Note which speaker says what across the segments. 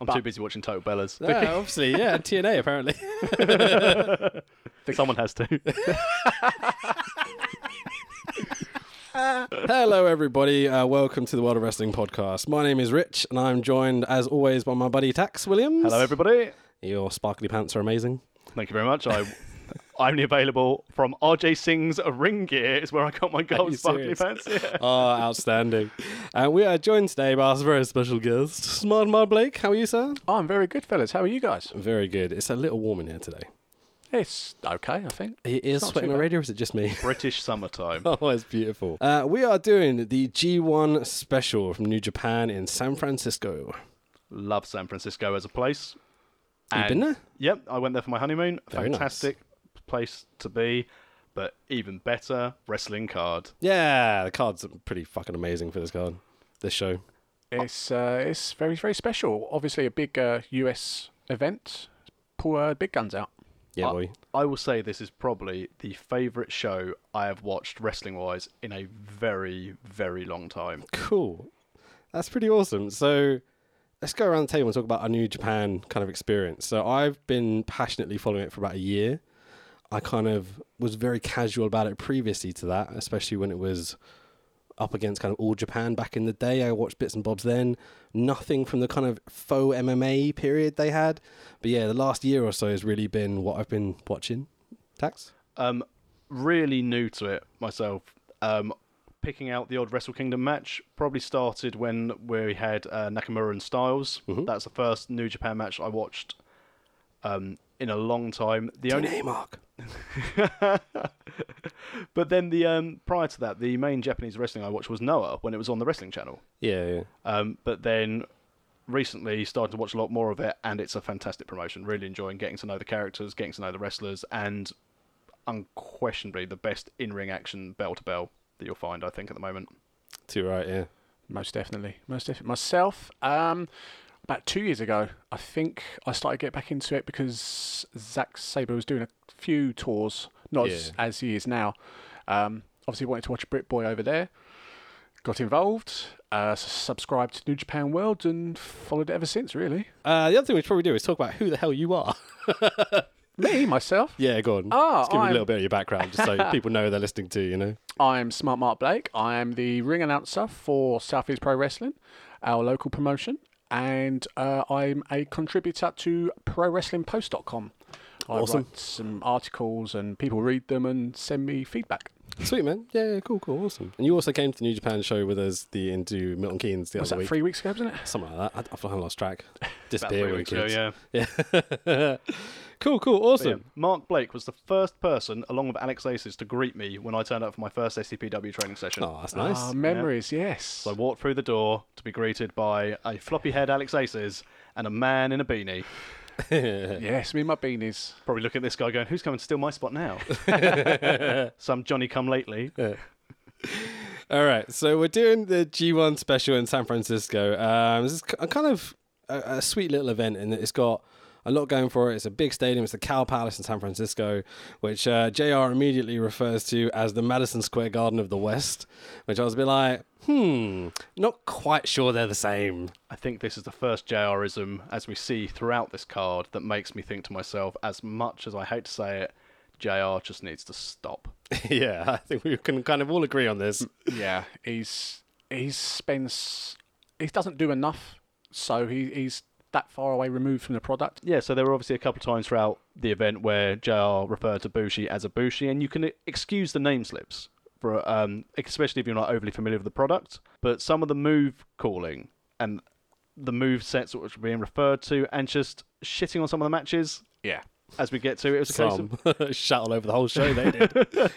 Speaker 1: I'm
Speaker 2: But-
Speaker 1: too busy watching Total Bellas.
Speaker 2: Yeah, obviously, yeah, TNA apparently.
Speaker 1: Someone has to.
Speaker 2: Hello, everybody. Uh, welcome to the World of Wrestling podcast. My name is Rich, and I'm joined, as always, by my buddy Tax Williams.
Speaker 1: Hello, everybody.
Speaker 2: Your sparkly pants are amazing.
Speaker 1: Thank you very much. I, I'm only available from RJ Singh's Ring Gear, is where I got my gold
Speaker 2: you
Speaker 1: sparkly
Speaker 2: serious?
Speaker 1: pants. Yeah.
Speaker 2: Oh, outstanding. And Uh, we are joined today by our very special guest, Smart Mar Blake. How are you, sir?
Speaker 3: Oh, I'm very good, fellas. How are you guys?
Speaker 2: Very good. It's a little warm in here today.
Speaker 3: It's okay, I think.
Speaker 2: It is
Speaker 3: not
Speaker 2: sweating
Speaker 3: too bad.
Speaker 2: already, or is it just me?
Speaker 1: British summertime.
Speaker 2: Oh, it's beautiful. Uh, we are doing the G1 special from New Japan in San Francisco.
Speaker 1: Love San Francisco as a place.
Speaker 2: You've been
Speaker 1: And-
Speaker 2: there?
Speaker 1: Yep, I went there for my honeymoon.
Speaker 2: Very nice.
Speaker 1: Fantastic place to be, but even better, wrestling card.
Speaker 2: Yeah, the card's pretty fucking amazing for this card, this show.
Speaker 3: It's uh, it's very very special. Obviously, a big uh, US event. Pull uh, big guns out.
Speaker 2: Yeah,
Speaker 1: I-
Speaker 2: boy.
Speaker 1: I will say this is probably the favourite show I have watched wrestling wise in a very, very long time.
Speaker 2: Cool. That's pretty awesome. So let's go around the table and talk about our New Japan kind of experience. So I've been passionately following it for about a year. I kind of was very casual about it previously to that, especially when it was up against kind of all Japan back in the day. I watched bits and bobs then. Nothing from the kind of faux MMA period they had. But yeah, the last year or so has really been what I've been watching. Tax?
Speaker 1: Um, really new to it myself. Um, picking out the odd Wrestle Kingdom match probably started when we had uh, Nakamura and Styles. That's the first New Japan match I watched um, in a long time. The only
Speaker 2: DNA mark.
Speaker 1: But then the um, prior to that, the main Japanese wrestling I watched was Noah when it was on the Wrestling Channel.
Speaker 2: Yeah, yeah.
Speaker 1: Um, but then recently started to watch a lot more of it, and it's a fantastic promotion. Really enjoying getting to know the characters, getting to know the wrestlers, and unquestionably the best in-ring action bell to bell that you'll find. I think at the moment.
Speaker 2: Too right, yeah.
Speaker 3: Most definitely, most definitely. Myself, um, about two years ago, I think I started to get back into it because Zack Saber was doing a few tours, not as,
Speaker 2: Yeah.
Speaker 3: as he is now. Um, obviously, wanted to watch Brit Boy over there. Got involved, uh, s- subscribed to New Japan World, and followed it ever since. Really,
Speaker 2: Uh, the other thing we should probably do is talk about who the hell you are.
Speaker 3: me myself.
Speaker 2: Yeah, go on.
Speaker 3: Ah,
Speaker 2: just give me a
Speaker 3: I'm-
Speaker 2: little bit of your background, just so people know they're listening to. You know,
Speaker 3: I'm Smart Mark Blake. I am the ring announcer for Southeast Pro Wrestling, our local promotion, and uh, I'm a contributor to ProWrestlingPost.com. I
Speaker 2: Awesome.
Speaker 3: write some articles and people read them and send me feedback.
Speaker 2: sweet man. Yeah, yeah, cool, cool, awesome. And you also came to the New Japan show with us the into Milton Keynes the
Speaker 3: Was
Speaker 2: other
Speaker 3: that
Speaker 2: week,
Speaker 3: three weeks ago, wasn't it?
Speaker 2: something like that. I, I've kind of lost track.
Speaker 1: About
Speaker 2: Disappear
Speaker 1: three
Speaker 2: with
Speaker 1: weeks
Speaker 2: kids.
Speaker 1: ago, yeah.
Speaker 2: yeah. cool, cool,
Speaker 1: But yeah,
Speaker 2: awesome.
Speaker 1: Mark Blake was the first person, along with Alex Aces, to greet me when I turned up for my first SCPW training session.
Speaker 2: Oh, that's nice.
Speaker 3: Ah, memories, yes.
Speaker 1: So I walked through the door to be greeted by a floppy haired Alex Aces and a man in a beanie.
Speaker 3: yes, me and my beanies.
Speaker 1: Probably look at this guy going, Who's coming to steal my spot now? Some Johnny come lately.
Speaker 2: All right, so we're doing the G1 special in San Francisco. Um, this is k- a kind of a, a sweet little event, and it's got a lot going for it. It's a big stadium. It's the Cow Palace in San Francisco, which uh, JR immediately refers to as the Madison Square Garden of the West. Which I was a bit like, hmm, not quite sure they're the same.
Speaker 1: I think this is the first JRism, as we see throughout this card, that makes me think to myself, as much as I hate to say it, JR just needs to stop.
Speaker 2: yeah, I think we can kind of all agree on this.
Speaker 3: Yeah, he's he spends he doesn't do enough, so he, he's that far away removed from the product.
Speaker 1: Yeah, so there were obviously a couple of times throughout the event where JR referred to Bushi as a Bushi, and you can e-, excuse the name slips, for, um, especially if you're not overly familiar with the product. But some of the move calling and the move sets which were being referred to, and just shitting on some of the matches
Speaker 3: Yeah.
Speaker 1: as we get to it, it was a case of
Speaker 2: Some shout all over the whole show. They did.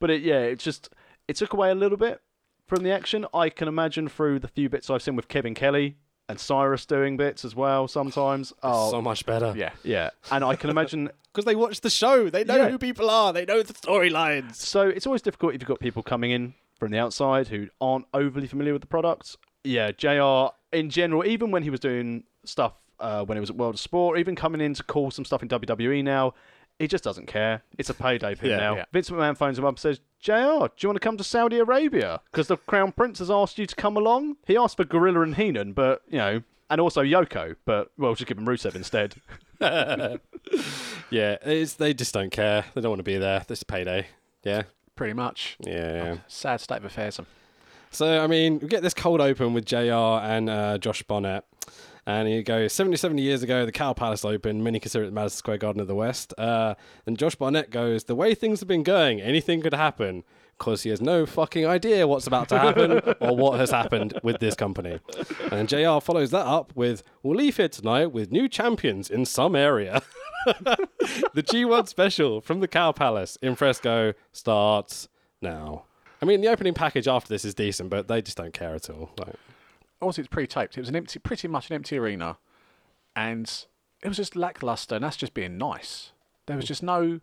Speaker 1: But it, yeah, it's just it took away a little bit from the action. I can imagine through the few bits I've seen with Kevin Kelly and Cyrus doing bits as well sometimes. Oh,
Speaker 2: so much better.
Speaker 3: Yeah.
Speaker 1: yeah, and I can imagine.
Speaker 2: because they watch the show. They know
Speaker 1: Yeah.
Speaker 2: who people are. They know the storylines.
Speaker 1: So it's always difficult if you've got people coming in from the outside who aren't overly familiar with the products. Yeah, Jr. In general, even when he was doing stuff uh, when it was at World of Sport, even coming in to call some stuff in WWE now. He just doesn't care. It's a payday for him
Speaker 2: Yeah,
Speaker 1: now.
Speaker 3: yeah.
Speaker 1: Vince McMahon phones him up and says, JR, do you want to come to Saudi Arabia? Because the Crown Prince has asked you to come along. He asked for Gorilla and Heenan, but, you know, and also Yoko, but well, just give him Rusev instead.
Speaker 2: Yeah, it's, they just don't care. They don't want to be there. This is payday. Yeah,
Speaker 3: Pretty much.
Speaker 2: yeah.
Speaker 3: Sad state of affairs.
Speaker 2: So I mean, we get this cold open with Jr. and uh, Josh Bonnet, and he goes 77 years ago, the Cow Palace opened. Many consider it the Madison Square Garden of the West. Uh, and Josh Bonnet goes, the way things have been going, anything could happen. Because he has no fucking idea what's about to happen or what has happened with this company. And JR follows that up with We'll leave here tonight with new champions in some area. the G1 special from the Cow Palace in Fresco starts now. I mean, the opening package after this is decent, but they just don't care at all. Like,
Speaker 3: Also, it's pre-taped. It was an empty, pretty much an empty arena, and it was just lackluster. And that's just being nice. There was just no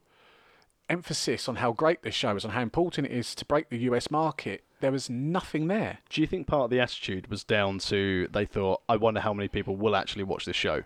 Speaker 3: emphasis on how great this show is, on how important it is to break the U.S. market. There was nothing there.
Speaker 1: Do you think part of the attitude was down to they thought, I wonder how many people will actually watch this show?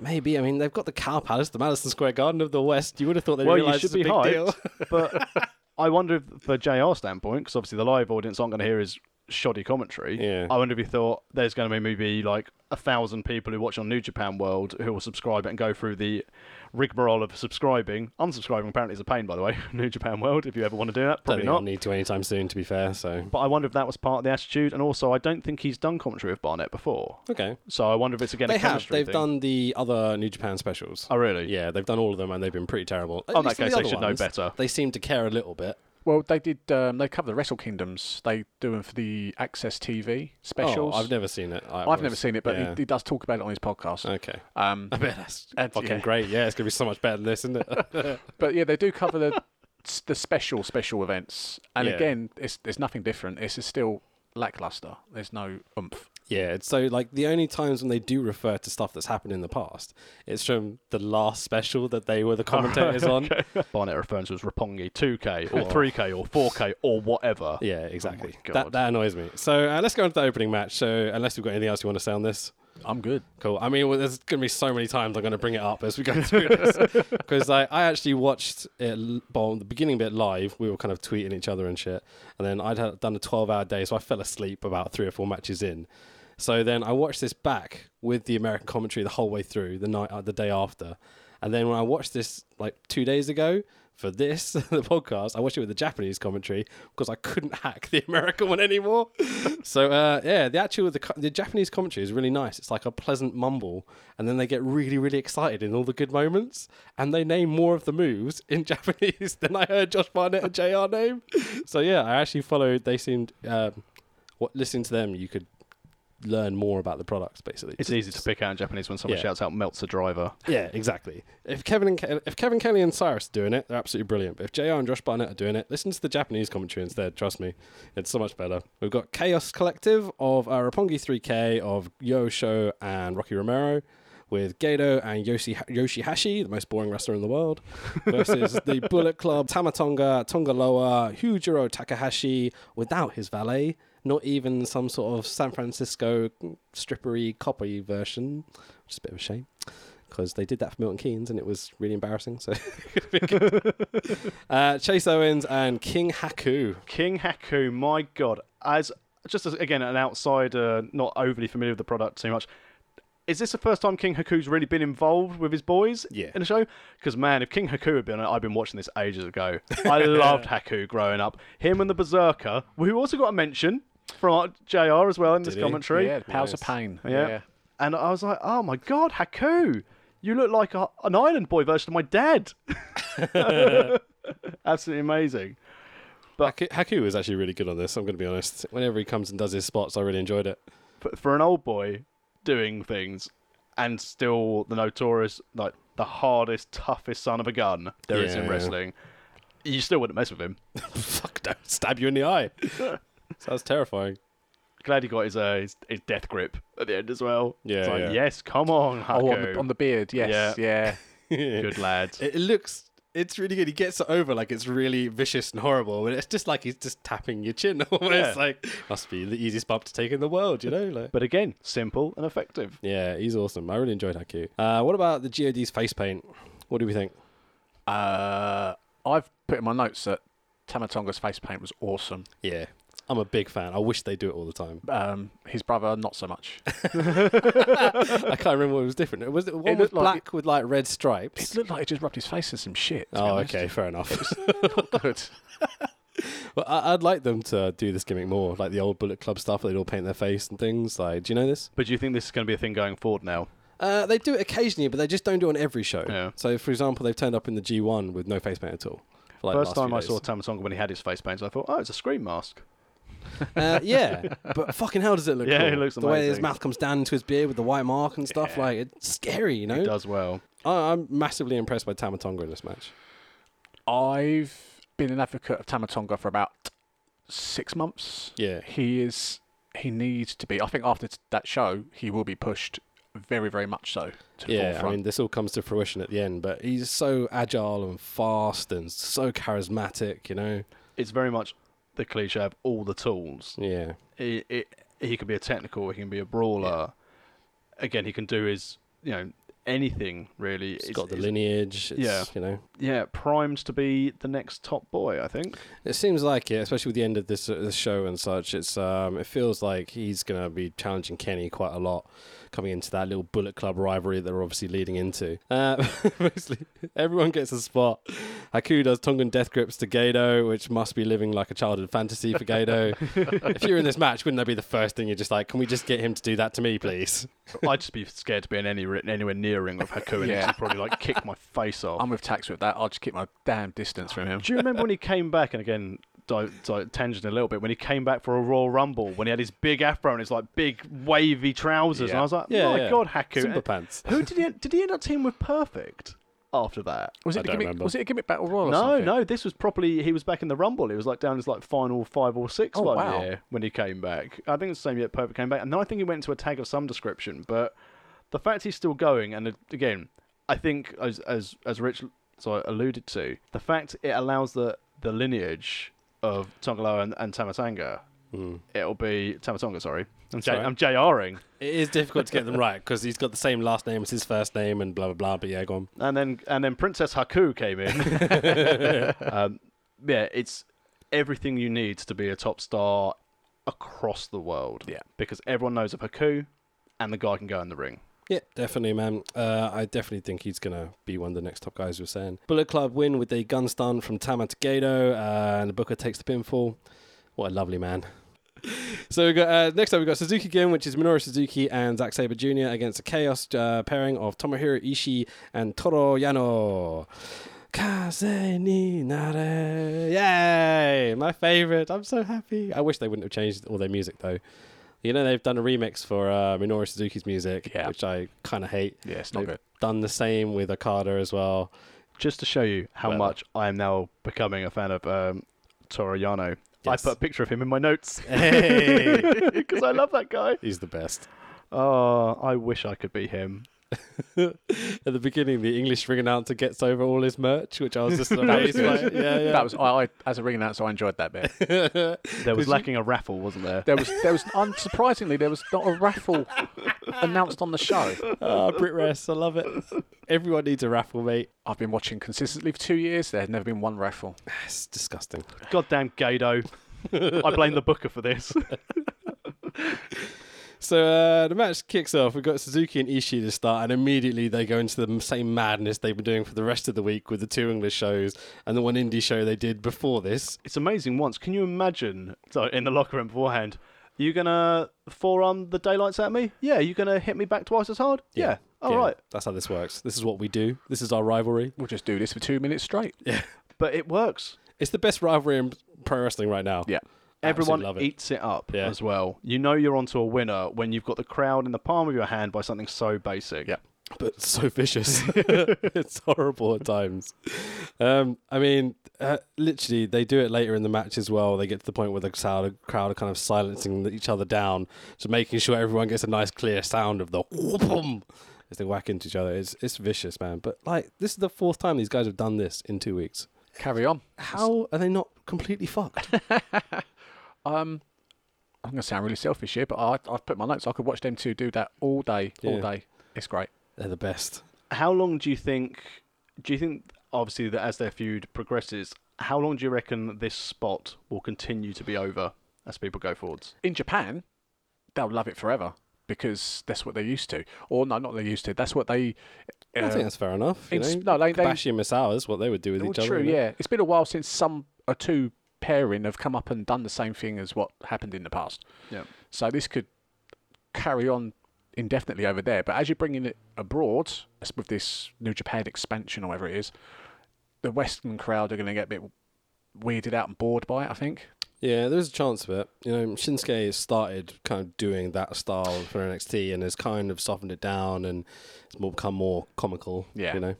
Speaker 2: maybe I mean they've got the Cow Palace, the Madison Square Garden of the West. You would have thought they
Speaker 1: well, you
Speaker 2: realized
Speaker 1: should
Speaker 2: it's a
Speaker 1: be
Speaker 2: big deal.
Speaker 1: hyped, but I wonder if, for JR standpoint, because obviously the live audience aren't going to hear his shoddy commentary.
Speaker 2: Yeah.
Speaker 1: I wonder if he thought there's going to be maybe like a thousand people who watch on New Japan World who will subscribe and go through the rigmarole of subscribing. Unsubscribing apparently is a pain, by the way. New Japan World, if you ever want to do that,
Speaker 2: Don't
Speaker 1: probably
Speaker 2: think I'll
Speaker 1: not.
Speaker 2: need to anytime soon, to be fair. So
Speaker 1: But I wonder if that was part of the attitude, and also I don't think he's done commentary with Barnett before,
Speaker 2: okay,
Speaker 1: so I wonder if it's again
Speaker 2: they
Speaker 1: a
Speaker 2: have.
Speaker 1: chemistry
Speaker 2: They've
Speaker 1: thing.
Speaker 2: done the other New Japan specials.
Speaker 1: Oh really?
Speaker 2: Yeah, they've done all of them, and they've been pretty terrible. At
Speaker 1: Oh, in that
Speaker 2: least the
Speaker 1: case, they
Speaker 2: other
Speaker 1: should know
Speaker 2: ones,
Speaker 1: better.
Speaker 2: They seem to care a little bit.
Speaker 3: Well, they did. Um, they cover the Wrestle Kingdoms. They do them for the Access TV specials.
Speaker 2: Oh, I've never seen it. I
Speaker 3: I've never seen it, but
Speaker 2: yeah.
Speaker 3: he, he does talk about it on his podcast.
Speaker 2: Okay.
Speaker 3: Um,
Speaker 2: I bet that's
Speaker 3: And-
Speaker 2: fucking
Speaker 3: yeah.
Speaker 2: great. Yeah, it's gonna be so much better than this, isn't it?
Speaker 3: but yeah, they do cover the s- the special special events, and
Speaker 2: Yeah.
Speaker 3: again, it's there's nothing different. It's just still lackluster. There's no oomph.
Speaker 2: yeah. it's So like the only times when they do refer to stuff that's happened in the past, it's from the last special that they were the commentators on.
Speaker 1: Barnett referring to as Rapongi 2K
Speaker 2: Oh.
Speaker 1: or 3K or 4K or whatever.
Speaker 2: Yeah, exactly.
Speaker 1: God.
Speaker 2: that that annoys me. So uh, let's go into the opening match. So unless we've got anything else you want to say on this.
Speaker 3: I'm good.
Speaker 2: Cool. I mean, well, there's going to be so many times I'm going to bring it up as we go through this because I, I actually watched it l- well, the beginning bit live. We were kind of tweeting each other and shit, and then I'd had done a 12-hour day, so I fell asleep about three or four matches in. So then I watched this back with the American commentary the whole way through the night, uh, the day after, and then when I watched this like two days ago for this the podcast, I watched it with the Japanese commentary because I couldn't hack the American one anymore. so uh, yeah, the actual the, co- the Japanese commentary is really nice. It's like a pleasant mumble, and then they get really really excited in all the good moments, and they name more of the moves in Japanese than I heard Josh Barnett and Jr. name. So yeah, I actually followed. They seemed um, what listening to them, you could learn more about the products basically.
Speaker 1: It's easy to pick out in Japanese when someone
Speaker 2: Yeah.
Speaker 1: shouts out Meltzer driver.
Speaker 2: Yeah, exactly. If Kevin and Ke- if Kevin Kelly and Cyrus are doing it, they're absolutely brilliant. But if JR and Josh Barnett are doing it, listen to the Japanese commentary instead. Trust me, it's so much better. We've got Chaos Collective of uh, Roppongi 3K of Yo Sho and Rocky Romero. With Gato and Yoshi Yoshihashi, the most boring wrestler in the world, versus the Bullet Club, Tamatonga, Tongaloa, Hujiro Takahashi, without his valet, not even some sort of San Francisco mm, strippery copy version, which is a bit of a shame because they did that for Milton Keynes and it was really embarrassing. So, uh, Chase Owens and King Haku.
Speaker 1: King Haku, my god, as just as, again an outsider, not overly familiar with the product too much. Is this the first time King Haku's really been involved with his boys
Speaker 2: Yeah.
Speaker 1: in a show? Because man, if King Haku had been, on it, I've been watching this ages ago. I loved Haku growing up. Him and the Berserker, who also got a mention from our Jr. as well in this
Speaker 2: Did he?
Speaker 1: commentary.
Speaker 3: Yeah, the powers of
Speaker 2: Nice.
Speaker 3: pain.
Speaker 1: Yeah. And I was like, oh my god, Haku, you look like a, an island boy version of my dad. Absolutely amazing.
Speaker 2: Haku. Haku is actually really good on this. I'm going to be honest. Whenever he comes and does his spots, I really enjoyed it.
Speaker 1: for, for an old boy doing things and still the notorious like the hardest toughest son of a gun there is
Speaker 2: Yeah.
Speaker 1: in wrestling you still wouldn't mess with him
Speaker 2: Fuck! Don't stab you in the eye. Sounds terrifying.
Speaker 1: glad he got his, uh, his his death grip at the end as well
Speaker 2: Yeah,
Speaker 1: It's like,
Speaker 2: yeah.
Speaker 1: yes come on Haku.
Speaker 3: Oh, on the, on the beard. Yes. Yeah.
Speaker 1: good lad
Speaker 2: It, it looks. It's really good. He gets it over like it's really vicious and horrible, but it's just like he's just tapping your chin.
Speaker 1: Yeah.
Speaker 2: it's like must be the easiest bump to take in the world, you know? Like,
Speaker 1: but again simple and effective
Speaker 2: yeah, he's awesome. I really enjoyed Haku. Uh, what about the God's face paint? What do we think?
Speaker 3: Uh, I've put in my notes that Tamatonga's face paint was awesome.
Speaker 2: Yeah. I'm a big fan. I wish they do it all the time.
Speaker 3: Um, his brother, not so much.
Speaker 2: I can't remember what was different. It was one
Speaker 3: It
Speaker 2: was
Speaker 3: looked like-
Speaker 2: black with like red
Speaker 3: It
Speaker 2: stripes.
Speaker 3: looked like he just rubbed his face in some shit. to be
Speaker 2: Oh,
Speaker 3: honest.
Speaker 2: okay, fair enough.
Speaker 3: Good.
Speaker 2: but I, I'd like them to do this gimmick more, like the old Bullet Club stuff. Where they'd all paint their face and things. Like, do you know this?
Speaker 1: But do you think this is going to be a thing going forward now?
Speaker 2: Uh, they do it occasionally, but they just don't do it on every show.
Speaker 1: Yeah.
Speaker 2: So, for example, they've turned up in the G1 with no face paint at all. for, like,
Speaker 1: First
Speaker 2: the last
Speaker 1: time
Speaker 2: few
Speaker 1: I
Speaker 2: days.
Speaker 1: saw Tamasonga when he had his face painted, I thought, oh, it's a screen mask.
Speaker 2: Uh, yeah, but fucking hell does it look
Speaker 1: Yeah,
Speaker 2: cool.
Speaker 1: it looks
Speaker 2: The way his
Speaker 1: amazing.
Speaker 2: mouth comes down into his beard with the white mark and stuff, like, it's scary, you know?
Speaker 1: It does well.
Speaker 2: I, I'm massively impressed by Tamatonga in this match.
Speaker 3: I've been an advocate of Tamatonga for about six months.
Speaker 2: Yeah.
Speaker 3: He is. He needs to be. I think after t- that show, he will be pushed very, very much so to the
Speaker 2: Yeah, I
Speaker 3: forefront.
Speaker 2: mean, this all comes to fruition at the end, but he's so agile and fast and so charismatic, you know?
Speaker 1: It's very much the cliche of all the tools.
Speaker 2: Yeah.
Speaker 1: He, it, he can be a technical, he can be a brawler. Again, he can do his, you know, anything really.
Speaker 2: It's
Speaker 1: It's-
Speaker 2: got the
Speaker 1: it's-
Speaker 2: lineage. It's,
Speaker 1: Yeah.
Speaker 2: You know?
Speaker 1: Yeah, primed to be the next top boy, I think.
Speaker 2: It seems like it, especially with the end of this, uh, this show and such. It's um, it feels like he's gonna be challenging Kenny quite a lot, coming into that little Bullet Club rivalry that they're obviously leading into. Uh, mostly, everyone gets a spot. Haku does Tongan death grips to Gato, which must be living like a childhood fantasy for Gato. if you're in this match, wouldn't that be the first thing you're just like, can we just get him to do that to me, please?
Speaker 1: I'd just be scared to be in any anywhere near ring with Haku and
Speaker 3: Yeah.
Speaker 1: he'd probably like kick my face off.
Speaker 3: I'm with Tax with that. I'll just keep my damn distance from him.
Speaker 1: Do you remember when he came back? And again, di- di- tangent a little bit. When he came back for a Royal Rumble, when he had his big afro and his like big wavy trousers, and
Speaker 3: Yeah.
Speaker 1: I was like,
Speaker 2: Yeah,
Speaker 1: my
Speaker 2: yeah.
Speaker 1: god, Haku.
Speaker 2: Simple
Speaker 1: And
Speaker 2: pants.
Speaker 1: Who did he did he end up teaming with Perfect after that?
Speaker 3: Was it,
Speaker 2: I
Speaker 3: the
Speaker 2: don't
Speaker 3: gimmick,
Speaker 2: remember.
Speaker 3: was it a gimmick battle royal? or
Speaker 1: No,
Speaker 3: something?
Speaker 1: no, this was properly. He was back in the Rumble. It was like down his like final five or six
Speaker 3: Oh,
Speaker 1: one
Speaker 3: wow.
Speaker 1: year when he came back. I think it's the same year Perfect came back, and then I think he went to a tag of some description. But the fact he's still going, and uh, again, I think as as as Rich so alluded to, the fact it allows the the lineage of Tongaloa and, and Tamatanga.
Speaker 2: Hmm.
Speaker 1: It'll be Tamatonga. Sorry, I'm, J-
Speaker 2: alright.
Speaker 1: I'm JRing,
Speaker 2: It is difficult to get them right because he's got the same last name as his first name and blah blah blah. But yeah, go on.
Speaker 1: and then and then Princess Haku came in. um, yeah, it's everything you need to be a top star across the world.
Speaker 3: Yeah.
Speaker 1: because everyone knows of Haku, and the guy can go in the ring.
Speaker 2: Yeah, definitely, man. Uh, I definitely think he's going to be one of the next top guys we're saying. Bullet Club win with a gun stun from Tama to Gato, uh, and Booker takes the pinfall. What a lovely man. So we got uh, next up we got Suzuki Gin, which is Minoru Suzuki and Zack Saber Jr. against a chaos uh, pairing of Tomohiro Ishii and Toro Yano. Kaze ni nare, yay! My favorite. I'm so happy. I wish they wouldn't have changed all their music though. You know they've done a remix for uh, Minoru Suzuki's music,
Speaker 3: Yeah.
Speaker 2: which I kind of hate.
Speaker 3: Yeah, it's not
Speaker 2: They've
Speaker 3: good.
Speaker 2: Done the same with Okada as well.
Speaker 1: Just to show you how
Speaker 2: Well-
Speaker 1: much I am now becoming a fan of um, Toro Yano,
Speaker 2: Yes.
Speaker 1: I put a picture of him in my notes
Speaker 2: Hey,
Speaker 1: because I love that guy.
Speaker 2: he's the best.
Speaker 1: Oh, I wish I could be him.
Speaker 2: At the beginning, the English ring announcer gets over all his merch, which I was just amazed by. Yeah, yeah.
Speaker 3: That was I, I as a ring announcer, I enjoyed that bit.
Speaker 1: There was lacking a raffle, wasn't there?
Speaker 3: There was, there was, unsurprisingly, there was not a raffle announced on the show.
Speaker 2: Ah, Brit Rest, I love it. Everyone needs a raffle, mate.
Speaker 3: I've been watching consistently for two years. There had never been one raffle.
Speaker 2: It's disgusting.
Speaker 1: Goddamn Gato. I blame the booker for this.
Speaker 2: So uh, the match kicks off. We've got Suzuki and Ishii to start, and immediately they go into the m- same madness they've been doing for the rest of the week with the two English shows and the one indie show they did before this.
Speaker 1: it's amazing once. Can you imagine so in the locker room beforehand? You gonna forearm the daylights at me? Yeah. You gonna hit me back twice as hard? Yeah. All right.
Speaker 2: That's how this works. This is what we do. This is our rivalry.
Speaker 3: We'll just do this for two minutes straight.
Speaker 1: But it works.
Speaker 2: It's the best rivalry in pro wrestling right now.
Speaker 3: Yeah.
Speaker 1: Everyone
Speaker 2: Absolutely love it.
Speaker 1: eats it up
Speaker 2: Yeah.
Speaker 1: as well. You know you're onto a winner when you've got the crowd in the palm of your hand by something so basic.
Speaker 3: Yeah.
Speaker 2: but so vicious. it's horrible at times. Um, I mean, uh, literally, they do it later in the match as well. They get to the point where the crowd, crowd are kind of silencing each other down, so making sure everyone gets a nice clear sound of the whoopum as they whack into each other. It's it's vicious, man. But like, this is the fourth time these guys have done this in two weeks.
Speaker 3: Carry on.
Speaker 2: How are they not completely fucked?
Speaker 3: Um, I'm going to sound really selfish here, but I, I've put my notes. I could watch them two do that all day, all
Speaker 2: Yeah.
Speaker 3: day. It's great.
Speaker 2: They're the best.
Speaker 1: How long do you think? Do you think obviously that as their feud progresses, how long do you reckon this spot will continue to be over? as people go forwards.
Speaker 3: in Japan, they'll love it forever because that's what they're used to. Or no, not they're used to. That's what they.
Speaker 2: I
Speaker 3: uh,
Speaker 2: think that's fair enough. You
Speaker 3: it's-
Speaker 2: know?
Speaker 3: no, they- they-
Speaker 2: Kobashi and Misawa is what they would do with
Speaker 3: well,
Speaker 2: each other.
Speaker 3: true.
Speaker 2: isn't it?
Speaker 3: Yeah, it's been a while since some or two pairing have come up and done the same thing as what happened in the past.
Speaker 1: Yeah.
Speaker 3: So this could carry on indefinitely over there. But as you're bringing it abroad as with this New Japan expansion or whatever it is, the Western crowd are going to get a bit weirded out and bored by it. I think.
Speaker 2: Yeah, there's a chance of it. You know, Shinsuke has started kind of doing that style for NXT and has kind of softened it down and it's more become more comical.
Speaker 3: Yeah.
Speaker 2: You know,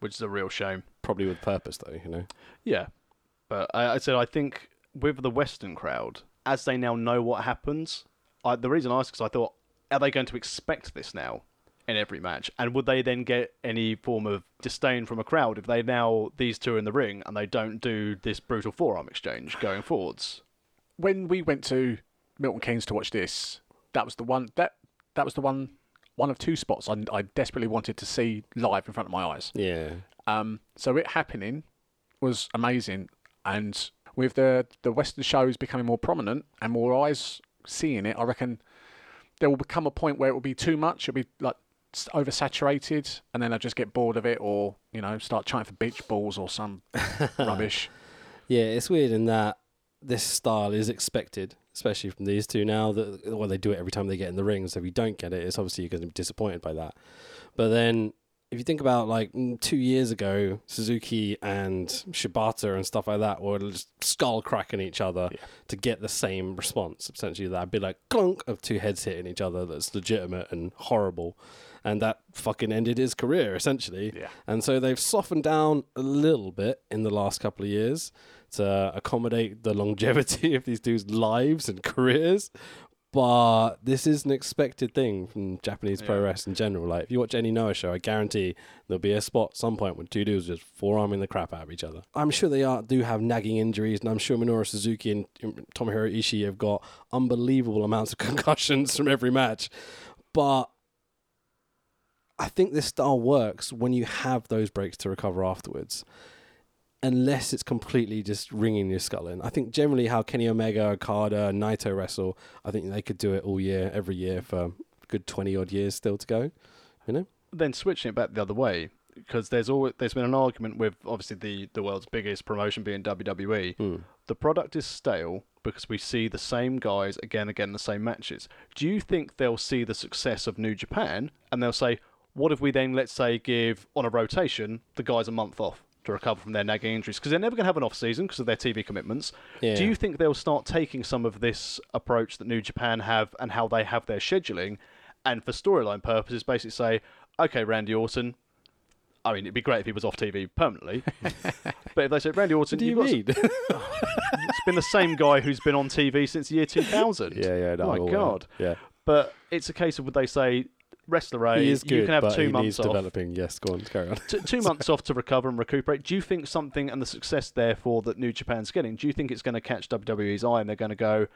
Speaker 1: Which is a real shame.
Speaker 2: probably with purpose though, you know.
Speaker 1: Yeah, but I, I said I think with the Western crowd, as they now know what happens, I, the reason I asked because I thought, are they going to expect this now in every match, and would they then get any form of disdain from a crowd if they now these two are in the ring and they don't do this brutal forearm exchange going forwards?
Speaker 3: when we went to Milton Keynes to watch this, that was the one that that was the one one of two spots I, I desperately wanted to see live in front of my eyes.
Speaker 2: Yeah.
Speaker 3: Um, so it happening was amazing, and with the the Western shows becoming more prominent and more eyes seeing it, I reckon there will become a point where it will be too much. It'll be like s- oversaturated, and then I just get bored of it, or you know, start trying for beach balls or some rubbish.
Speaker 2: Yeah, it's weird in that this style is expected, especially from these two now that well they do it every time they get in the ring, so if you don't get it, it's obviously you're gonna be disappointed by that. But then if you think about like mm, two years ago, Suzuki and Shibata and stuff like that were just skull cracking each other
Speaker 3: Yeah.
Speaker 2: to get the same response. Essentially, that'd be like clunk of two heads hitting each other. That's legitimate and horrible, and that fucking ended his career essentially.
Speaker 3: Yeah.
Speaker 2: And so they've softened down a little bit in the last couple of years to accommodate the longevity of these dudes' lives and careers. But this is an expected thing from Japanese pro
Speaker 1: Yeah.
Speaker 2: wrestling in general. Like, if you watch any Noah show, I guarantee there'll be a spot at some point when two dudes are just forearming the crap out of each other. I'm sure they are, do have nagging injuries, and I'm sure Minoru Suzuki and um, Tomohiro Ishii have got unbelievable amounts of concussions from every match. But I think this style works when you have those breaks to recover afterwards, unless it's completely just ringing your skull in. I think generally how Kenny Omega, Okada, and Naito wrestle, I think they could do it all year, every year for a good 20 odd years still to go.
Speaker 1: then switching it back the other way because there's always there's been an argument with obviously the the world's biggest promotion being E. WWE. The product is stale because we see the same guys again and again in the same matches. Do you think they'll see the success of New Japan and they'll say, what if we then let's say give on a rotation the guys a month off? To recover from their nagging injuries because they're never going to have an off season because of their TV commitments.
Speaker 2: Yeah.
Speaker 1: Do you think they'll start taking some of this approach that New Japan have and how they have their scheduling, and for storyline purposes, basically say, okay, Randy Orton. I mean, it'd be great if he was off TV permanently, but if they said Randy Orton,
Speaker 2: What do
Speaker 1: you've
Speaker 2: you
Speaker 1: got
Speaker 2: mean?
Speaker 1: it's been the same guy who's been on TV since the year 2000. My God.
Speaker 2: Yeah.
Speaker 1: But it's a case of would they say, wrestler A,
Speaker 2: He is good,
Speaker 1: Uh, you can have
Speaker 2: but
Speaker 1: two
Speaker 2: he needs
Speaker 1: months off.
Speaker 2: developing. Yes, go on, carry on.
Speaker 1: T- two months off to recover and recuperate. Do you think something and the success, therefore, that New Japan's getting, do you think it's going to catch WWE's eye and they're going to go,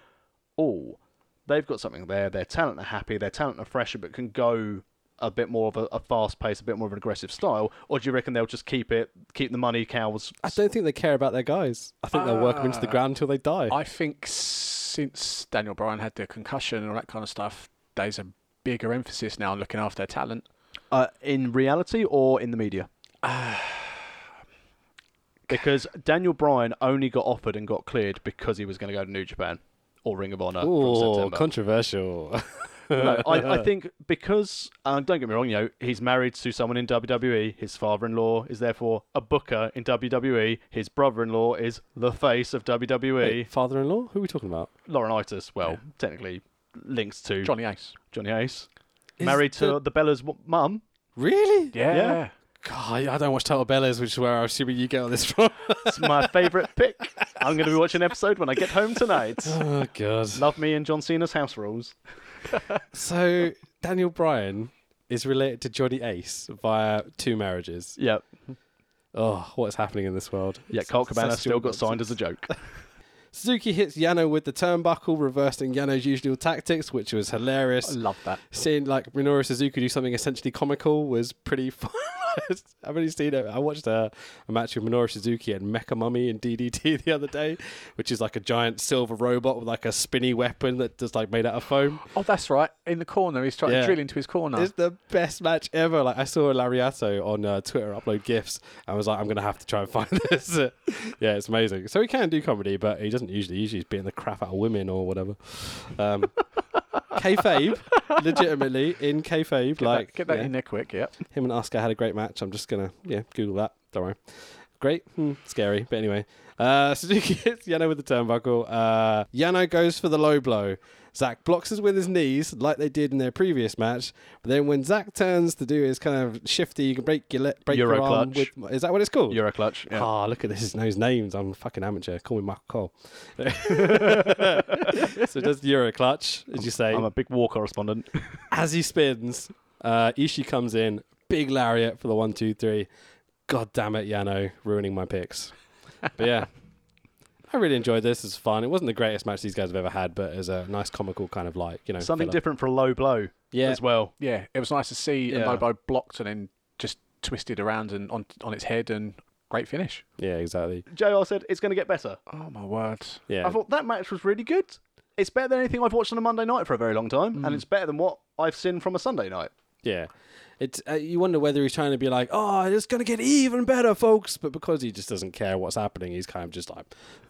Speaker 1: oh, they've got something there. Their talent are happy. Their talent are fresher, but can go a bit more of a, a fast pace, a bit more of an aggressive style. Or do you reckon they'll just keep it, keep the money cows?
Speaker 2: I don't think they care about their guys. I think they'll work them into the
Speaker 3: Ah.
Speaker 2: ground until they die.
Speaker 3: I think since Daniel Bryan had the concussion and all that kind of stuff, there's a bigger emphasis now on looking after their talent.
Speaker 1: Uh, in reality or in the media? because Daniel Bryan only got offered and got cleared because he was going to go to New Japan or Ring of Honor from
Speaker 2: Oh,
Speaker 1: September.
Speaker 2: controversial.
Speaker 1: no, I, I think because uh, don't get me wrong, you know he's married to someone in WWE. His father-in-law is therefore a booker in WWE. His brother-in-law is the face of WWE.
Speaker 2: Wait, father-in-law? Who are we talking about?
Speaker 1: Laurenitis, well, technically links to
Speaker 3: Johnny Ace.
Speaker 1: Johnny Ace,
Speaker 2: Is
Speaker 1: married to
Speaker 2: the-
Speaker 1: the Bella's w- mum.
Speaker 2: Really?
Speaker 3: Yeah.
Speaker 1: Yeah.
Speaker 2: God, I don't watch Total Bellas, which is where I'm assuming you get all this from.
Speaker 1: It's my favourite pick. I'm going to be watching an episode when I get home tonight.
Speaker 2: oh God.
Speaker 1: Love me and John Cena's house rules.
Speaker 2: So Daniel Bryan is related to Johnny Ace via two marriages.
Speaker 1: Yep.
Speaker 2: Oh, what's happening in this world?
Speaker 1: Yeah,
Speaker 2: It's
Speaker 1: Colt Cabana
Speaker 2: such
Speaker 1: still got
Speaker 2: nonsense.
Speaker 1: signed as a joke.
Speaker 2: Suzuki hits Yano with the turnbuckle, reversing Yano's usual tactics, which was
Speaker 3: I
Speaker 2: hilarious.
Speaker 3: love that.
Speaker 2: Seeing like Minoru Suzuki do something essentially comical was pretty fun. I've only seen it. I watched a, a match with Minoru Suzuki and Mecha Mummy and DDT the other day, which is like a giant silver robot with like a spinny weapon that just like made out of foam.
Speaker 3: Oh, that's right. In the corner, he's trying
Speaker 2: Yeah.
Speaker 3: to drill into his corner.
Speaker 2: It's the best match ever. Like I saw Lariato on uh, Twitter upload gifs. I was like, I'm gonna have to try and find this. yeah, it's amazing. So he can do comedy, but he doesn't usually. Usually he's beating the crap out of women or whatever. Um, kayfabe, legitimately in kayfabe,
Speaker 3: Get
Speaker 2: like
Speaker 3: that, get that
Speaker 2: yeah,
Speaker 3: in there quick. Yep.
Speaker 2: him and Oscar had a great match. I'm just gonna yeah Google that. Don't worry. Great, hmm, scary, but anyway. Uh, Suzuki hits Yano with the turnbuckle. Uh, Yano goes for the low blow. Zack blocks us with his knees, like they did in their previous match. But then when Zack turns to do his kind of shifty, you can break your le- break your
Speaker 1: Euro
Speaker 2: arm
Speaker 1: clutch.
Speaker 2: with. Is that what it's called?
Speaker 1: You're a clutch. Yeah.
Speaker 2: Ah, look at this. He knows names. I'm a fucking amateur. Call me Michael Cole. so does the Euro clutch, as you say.
Speaker 1: I'm a big war correspondent.
Speaker 2: As he spins, uh, Ishii comes in, big lariat for the one, two, three. God damn it, Yano, ruining my picks. But yeah, I really enjoyed this. It's fun. It wasn't the greatest match these guys have ever had, but it was a nice comical kind of like you know
Speaker 1: Something
Speaker 2: filler.
Speaker 1: different for a low blow
Speaker 2: Yeah,
Speaker 1: as well.
Speaker 3: Yeah. It was nice to see
Speaker 1: Yeah.
Speaker 3: a Lobo blocked and then just twisted around and on on its head and great finish.
Speaker 2: yeah, exactly.
Speaker 1: JR said it's going to get better.
Speaker 3: Oh my word.
Speaker 2: Yeah,
Speaker 1: I thought that match was really good. It's better than anything I've watched on a Monday night for a very long time, and it's better than what I've seen from a Sunday night.
Speaker 2: yeah. It's uh, you wonder whether he's trying to be like, oh, it's gonna get even better, folks. But because he just doesn't care what's happening, he's kind of just like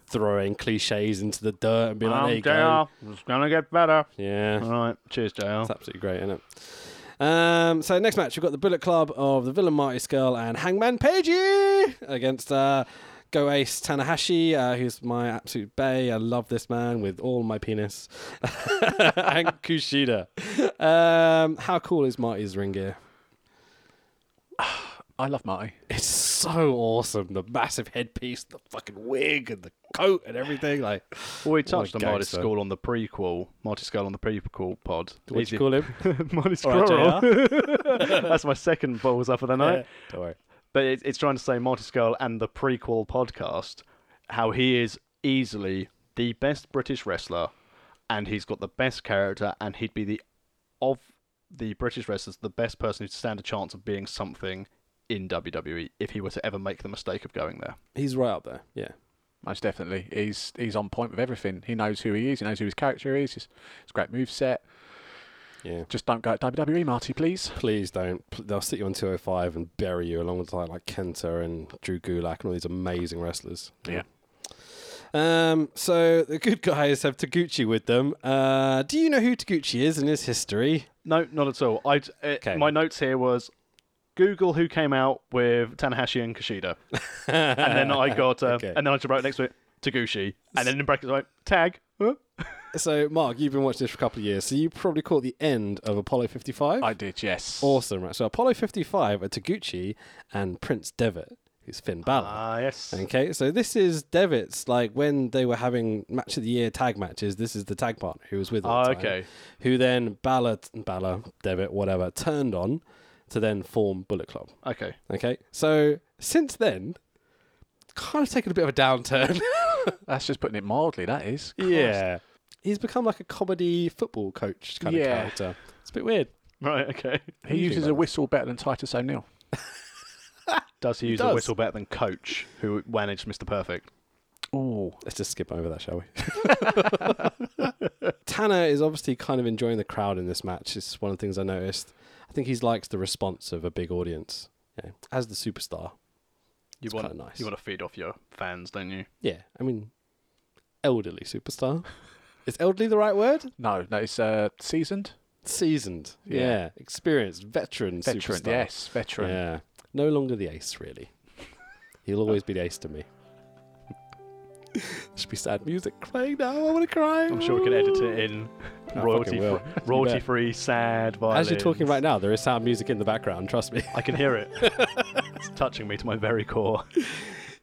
Speaker 2: throwing cliches into the dirt and being like, there you go.
Speaker 1: Oh, It's going to get better.
Speaker 2: Yeah.
Speaker 1: All right, cheers, JR.
Speaker 2: It's absolutely great, isn't it? Um, so next match, we've got the Bullet Club of the villain Marty Skull and Hangman Pagey against uh, Go Ace Tanahashi, uh, who's my absolute bay. I love this man with all my penis. and Kushida. Um, how cool is Marty's ring gear?
Speaker 3: I love Marty.
Speaker 2: It's so awesome. The massive headpiece, the fucking wig, and the coat, and everything. Like,
Speaker 1: Well, we touched on Marty
Speaker 2: gangster.
Speaker 1: Skull on the prequel, Marty Skull on the prequel pod.
Speaker 2: what do
Speaker 1: Easy-
Speaker 2: you call him?
Speaker 1: Marty
Speaker 2: All right,
Speaker 1: Skull. That's my second balls up of the night.
Speaker 2: Yeah. Don't worry.
Speaker 1: But it, it's trying to say Marty Skull and the prequel podcast, how he is easily the best British wrestler, and he's got the best character, and he'd be the of the British wrestlers the best person who'd stand a chance of being something in WWE if he were to ever make the mistake of going there.
Speaker 2: He's right up there. Yeah.
Speaker 3: Most definitely. He's he's on point with everything. He knows who he is. He knows who his character is. He's, he's a great move set.
Speaker 2: Yeah.
Speaker 3: Just don't go at WWE, Marty, please.
Speaker 2: Please don't. Pl- They'll sit you on 205 and bury you alongside like Kenta and Drew Gulak and all these amazing wrestlers.
Speaker 3: Yeah.
Speaker 2: Um, so the good guys have Taguchi with them. Uh, do you know who Taguchi is and his history?
Speaker 1: No, not at all. I
Speaker 2: Okay.
Speaker 1: my notes here was Google who came out with Tanahashi and Kushida, and then I got uh,
Speaker 2: Okay.
Speaker 1: and then I just wrote next to it Taguchi, and then in brackets I wrote tag.
Speaker 2: Oh,
Speaker 1: Huh?
Speaker 2: So, Mark, you've been watching this for a couple of years, so you probably caught the end of Apollo 55.
Speaker 3: I did, yes.
Speaker 2: Awesome, right? So, Apollo 55 are Taguchi and Prince Devitt, who's Finn Balor.
Speaker 1: Ah, yes.
Speaker 2: Okay, so this is Devitt's like when they were having match of the year tag matches. This is the tag partner who was with. all the
Speaker 1: Ah,
Speaker 2: time,
Speaker 1: okay.
Speaker 2: Who then Balor, Balor, Devitt, whatever, turned on to then form Bullet Club.
Speaker 1: Okay.
Speaker 2: Okay, so since then, kind of taken a bit of a downturn.
Speaker 3: That's just putting it mildly, that is.
Speaker 2: he's become like a comedy football coach kind of
Speaker 3: Yeah.
Speaker 2: character. It's a bit weird.
Speaker 1: Right, okay.
Speaker 3: He
Speaker 2: You think
Speaker 3: uses
Speaker 2: about
Speaker 3: a
Speaker 2: it.
Speaker 3: whistle better than Titus O'Neill.
Speaker 1: Does he use
Speaker 2: does.
Speaker 1: a whistle better than Coach, who managed Mr. Perfect?
Speaker 3: Ooh.
Speaker 2: Let's just skip over that, shall we? Tanner is obviously kind of enjoying the crowd in this match. It's one of the things I noticed. I think he likes the response of a big audience. Yeah. As the superstar.
Speaker 1: You
Speaker 2: It's
Speaker 1: want
Speaker 2: kinda nice.
Speaker 1: you want to feed off your fans, don't you?
Speaker 2: Yeah. I mean, elderly superstar. is elderly the right word?
Speaker 3: No, no, it's uh, seasoned.
Speaker 2: Seasoned. Yeah.
Speaker 3: Yeah.
Speaker 2: Experienced. Veteran.
Speaker 3: Veteran,
Speaker 2: superstar.
Speaker 3: yes, veteran.
Speaker 2: Yeah. No longer the ace, really. He'll always be the ace to me. Should be sad music playing now. I want to cry.
Speaker 1: I'm sure we can edit it in
Speaker 2: fucking
Speaker 1: royalty
Speaker 2: will.
Speaker 1: fr- royalty free sad violins.
Speaker 2: As you're talking right now, there is sound music in the background, trust me.
Speaker 1: I can hear it. it's touching me to my very core.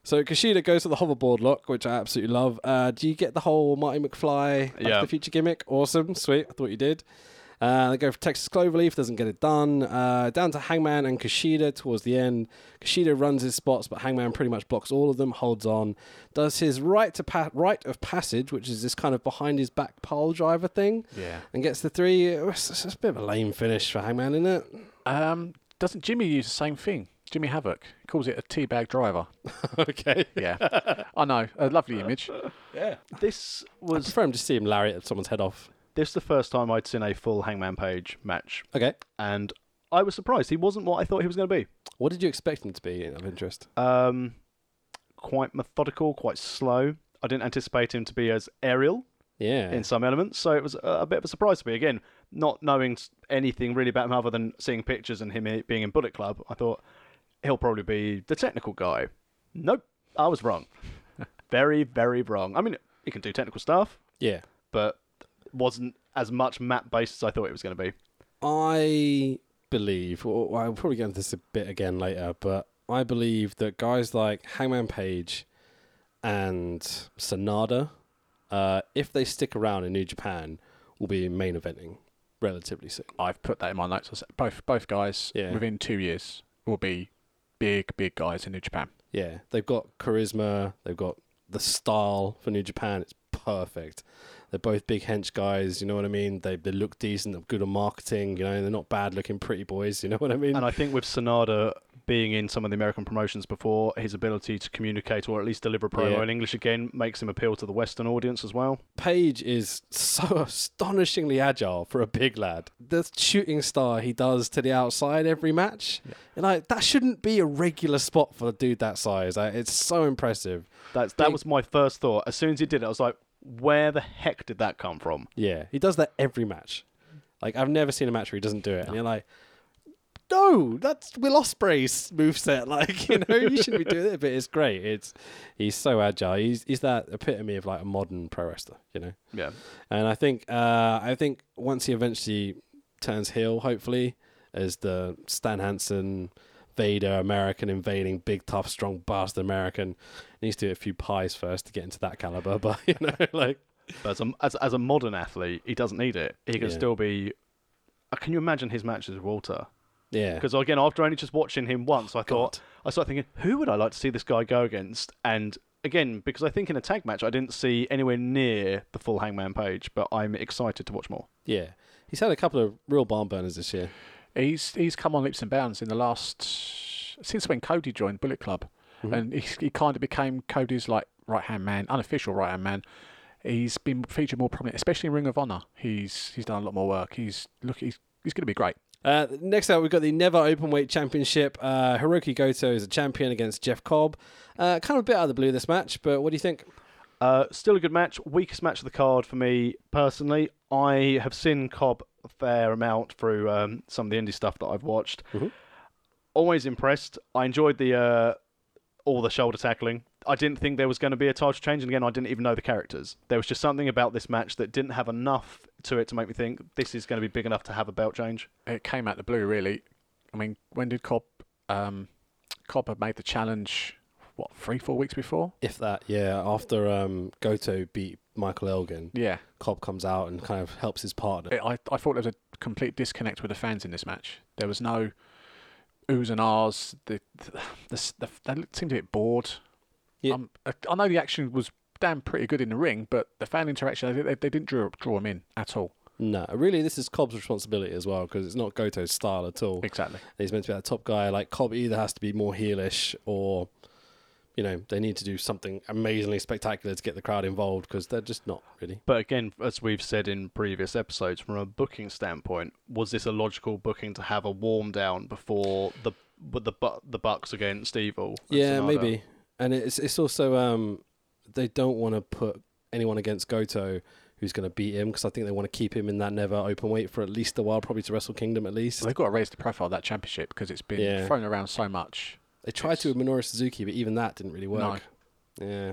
Speaker 2: So Kushida goes for the hoverboard lock, which I absolutely love. Uh, do you get the whole Marty McFly Back
Speaker 1: Yeah.
Speaker 2: to the Future gimmick? Awesome, sweet. I thought you did. Uh, they go for Texas Cloverleaf, doesn't get it done. Uh, down to Hangman and Kushida towards the end. Kushida runs his spots, but Hangman pretty much blocks all of them, holds on, does his right to pa- right of passage, which is this kind of behind his back pole driver thing,
Speaker 3: Yeah.
Speaker 2: and gets the three. It's, it's a bit of a lame finish for Hangman, isn't it?
Speaker 3: Um, doesn't Jimmy use the same thing? Jimmy Havoc He calls it a teabag driver.
Speaker 2: okay.
Speaker 3: Yeah, I know. A lovely image.
Speaker 1: This
Speaker 2: I
Speaker 1: was
Speaker 2: prefer him to see him lariat someone's head off.
Speaker 1: this the first time I'd seen a full Hangman Page match,
Speaker 2: Okay.
Speaker 1: and I was surprised. He wasn't what I thought he was going to be.
Speaker 2: What did you expect him to be of interest?
Speaker 1: Um, quite methodical, quite slow. I didn't anticipate him to be as aerial
Speaker 2: Yeah.
Speaker 1: in some elements, so it was a, a bit of a surprise to me. Again, not knowing s- anything really about him other than seeing pictures and him i- being in Bullet Club, I thought he'll probably be the technical guy. Nope, I was wrong. very, very wrong. I mean, he can do technical stuff,
Speaker 2: yeah.
Speaker 1: but wasn't as much map based as I thought it was going to be.
Speaker 2: I believe, or I'll probably get into this a bit again later, but I believe that guys like Hangman Page and Sonada, uh, if they stick around in New Japan, will be main eventing relatively soon.
Speaker 3: I've put that in my notes. I said Both both guys
Speaker 2: Yeah.
Speaker 3: within two years will be big big guys in New Japan.
Speaker 2: Yeah, they've got charisma, they've got the style for New Japan. It's perfect. They're both big hench guys, you know what I mean? They they look decent, they're good on marketing, you know, they're not bad looking pretty boys, you know what I mean?
Speaker 1: And I think with Sonada being in some of the American promotions before, his ability to communicate or at least deliver a promo
Speaker 2: Yeah.
Speaker 1: in English again makes him appeal to the Western audience as well.
Speaker 2: Page is so astonishingly agile for a big lad. The shooting star he does to the outside every match, and like that shouldn't be a regular spot for a dude that size. Like, it's so impressive.
Speaker 1: That's that
Speaker 2: Big-
Speaker 1: was my first thought. As soon as he did it, I was like, where the heck did that come from?
Speaker 2: Yeah, he does that every match. Like I've never seen a match where he doesn't do it, and you're like, no, that's Will Osprey's moveset. Like you know, you shouldn't be doing it, but it's great. It's he's so agile. He's he's that epitome of like a modern pro wrestler. You know.
Speaker 1: Yeah.
Speaker 2: And I think uh, I think once he eventually turns heel, hopefully, as the Stan Hansen, Vader American invading big tough strong bastard American, needs to do a few pies first to get into that caliber. But you know, like
Speaker 1: But as a, as, as a modern athlete, he doesn't need it. He can
Speaker 2: Yeah.
Speaker 1: still be. uh, Can you imagine his matches with Walter?
Speaker 2: yeah,
Speaker 1: Because again, after only just watching him once, I thought I started thinking, who would I like to see this guy go against? And again, because I think in a tag match, I didn't see anywhere near the full Hangman Page, but I'm excited to watch more.
Speaker 2: yeah, he's had a couple of real barn burners this year.
Speaker 3: He's he's come on leaps and bounds in the last since when Cody joined Bullet Club,
Speaker 2: Mm-hmm.
Speaker 3: and he, he kind of became Cody's like right hand man, unofficial right hand man. He's been featured more prominent, especially in Ring of Honor. He's he's done a lot more work. He's look he's he's going to be great.
Speaker 2: Uh, next up, we've got the Never Openweight Championship. Uh, Hiroki Goto is a champion against Jeff Cobb. Uh, kind of a bit out of the blue this match, but what do you think?
Speaker 1: Uh, still a good match. Weakest match of the card for me personally. I have seen Cobb a fair amount through um, some of the indie stuff that I've watched.
Speaker 2: Mhm.
Speaker 1: Always impressed. I enjoyed the uh, all the shoulder tackling. I didn't think there was going to be a title change, and again, I didn't even know the characters. There was just something about this match that didn't have enough to it to make me think this is going to be big enough to have a belt change.
Speaker 3: It came out the blue, really. I mean, when did Cobb um, Cobb had made the challenge? What three four weeks before?
Speaker 2: If that, yeah, after um, Goto beat Michael Elgin,
Speaker 3: Yeah,
Speaker 2: Cobb comes out and kind of helps his partner.
Speaker 3: I, I thought there was a complete disconnect with the fans in this match. There was no oohs and ahs. The, the, the, the, they looked- seemed a bit bored.
Speaker 2: Yeah.
Speaker 3: Um, I, I know the action was damn pretty good in the ring, but the fan interaction, they, they, they didn't draw, draw them in at all.
Speaker 2: No, really, this is Cobb's responsibility as well because it's not Goto's style at all.
Speaker 3: Exactly.
Speaker 2: He's meant to be that top guy. Like Cobb either has to be more heelish or, you know, they need to do something amazingly spectacular to get the crowd involved because they're just not really.
Speaker 1: But again, as we've said in previous episodes, from a booking standpoint, was this a logical booking to have a warm down before the with the bu- the Bucks against Evil? and
Speaker 2: Yeah,
Speaker 1: Sonata?
Speaker 2: maybe. And it's it's also um they don't want to put anyone against Goto who's going to beat him because I think they want to keep him in that never open weight for at least a while, probably to Wrestle Kingdom at least.
Speaker 3: So they've got to raise the profile of that championship because it's been
Speaker 2: Yeah.
Speaker 3: thrown around so much.
Speaker 2: They tried to with Minoru Suzuki, but even that didn't really work. Yeah,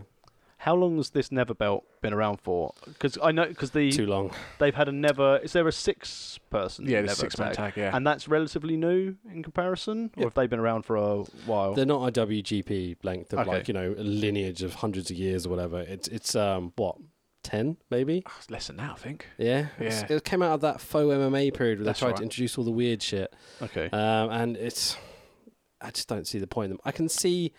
Speaker 1: How long has this Never belt been around for? Because I know because the
Speaker 2: too long.
Speaker 1: they've had a Never. Is there a six person?
Speaker 3: Yeah, the
Speaker 1: Never
Speaker 3: six man tag, yeah.
Speaker 1: and that's relatively new in comparison. Or have they been around for a
Speaker 3: Oh.
Speaker 1: while?
Speaker 2: They're not a WGP length of
Speaker 1: Okay.
Speaker 2: like you know a lineage of hundreds of years or whatever. It's it's um what ten maybe.
Speaker 3: Oh, it's less than that, I think.
Speaker 2: Yeah, It's-
Speaker 3: Yeah.
Speaker 2: it came out of that faux MMA period where
Speaker 3: That's
Speaker 2: they tried
Speaker 3: right.
Speaker 2: to introduce all the weird shit.
Speaker 1: okay.
Speaker 2: Um, and it's, I just don't see the point of them. I can see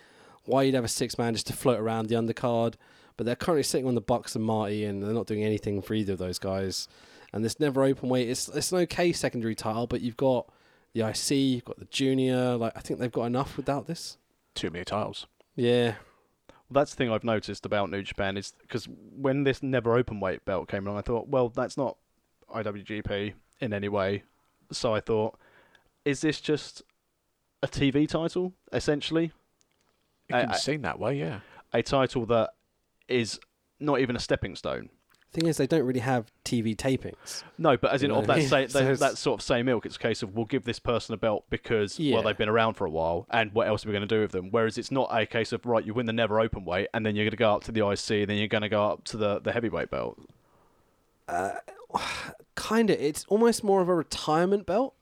Speaker 2: why you'd have a six man just to float around the undercard, but they're currently sitting on the Bucks and Marty, and they're not doing anything for either of those guys. And this never open weight, it's it's an okay secondary title, but you've got the IC, you've got the junior. Like I think they've got enough without this.
Speaker 3: Too many titles.
Speaker 2: Yeah,
Speaker 1: That's the thing I've noticed about New Japan is because when this never open weight belt came along, I thought, well, that's not IWGP in any way. So I thought, is this just a TV title essentially?
Speaker 3: It
Speaker 1: I-
Speaker 3: can be
Speaker 1: I-
Speaker 3: seen that way, yeah.
Speaker 1: A title that is not even a stepping stone.
Speaker 2: thing is they don't really have TV tapings.
Speaker 1: No, but as in
Speaker 2: You
Speaker 1: of
Speaker 2: know what
Speaker 1: that
Speaker 2: I
Speaker 1: same,
Speaker 2: mean? So
Speaker 1: that,
Speaker 2: it's-
Speaker 1: that sort of same ilk, it's a case of we'll give this person a belt because
Speaker 2: Yeah.
Speaker 1: well they've been around for a while, and what else are we going to do with them? Whereas it's not a case of right, you win the never open weight, and then you're going to go up to the IC, then you're going to go up to the, the heavyweight belt.
Speaker 2: Kinda, it's almost more of a retirement belt.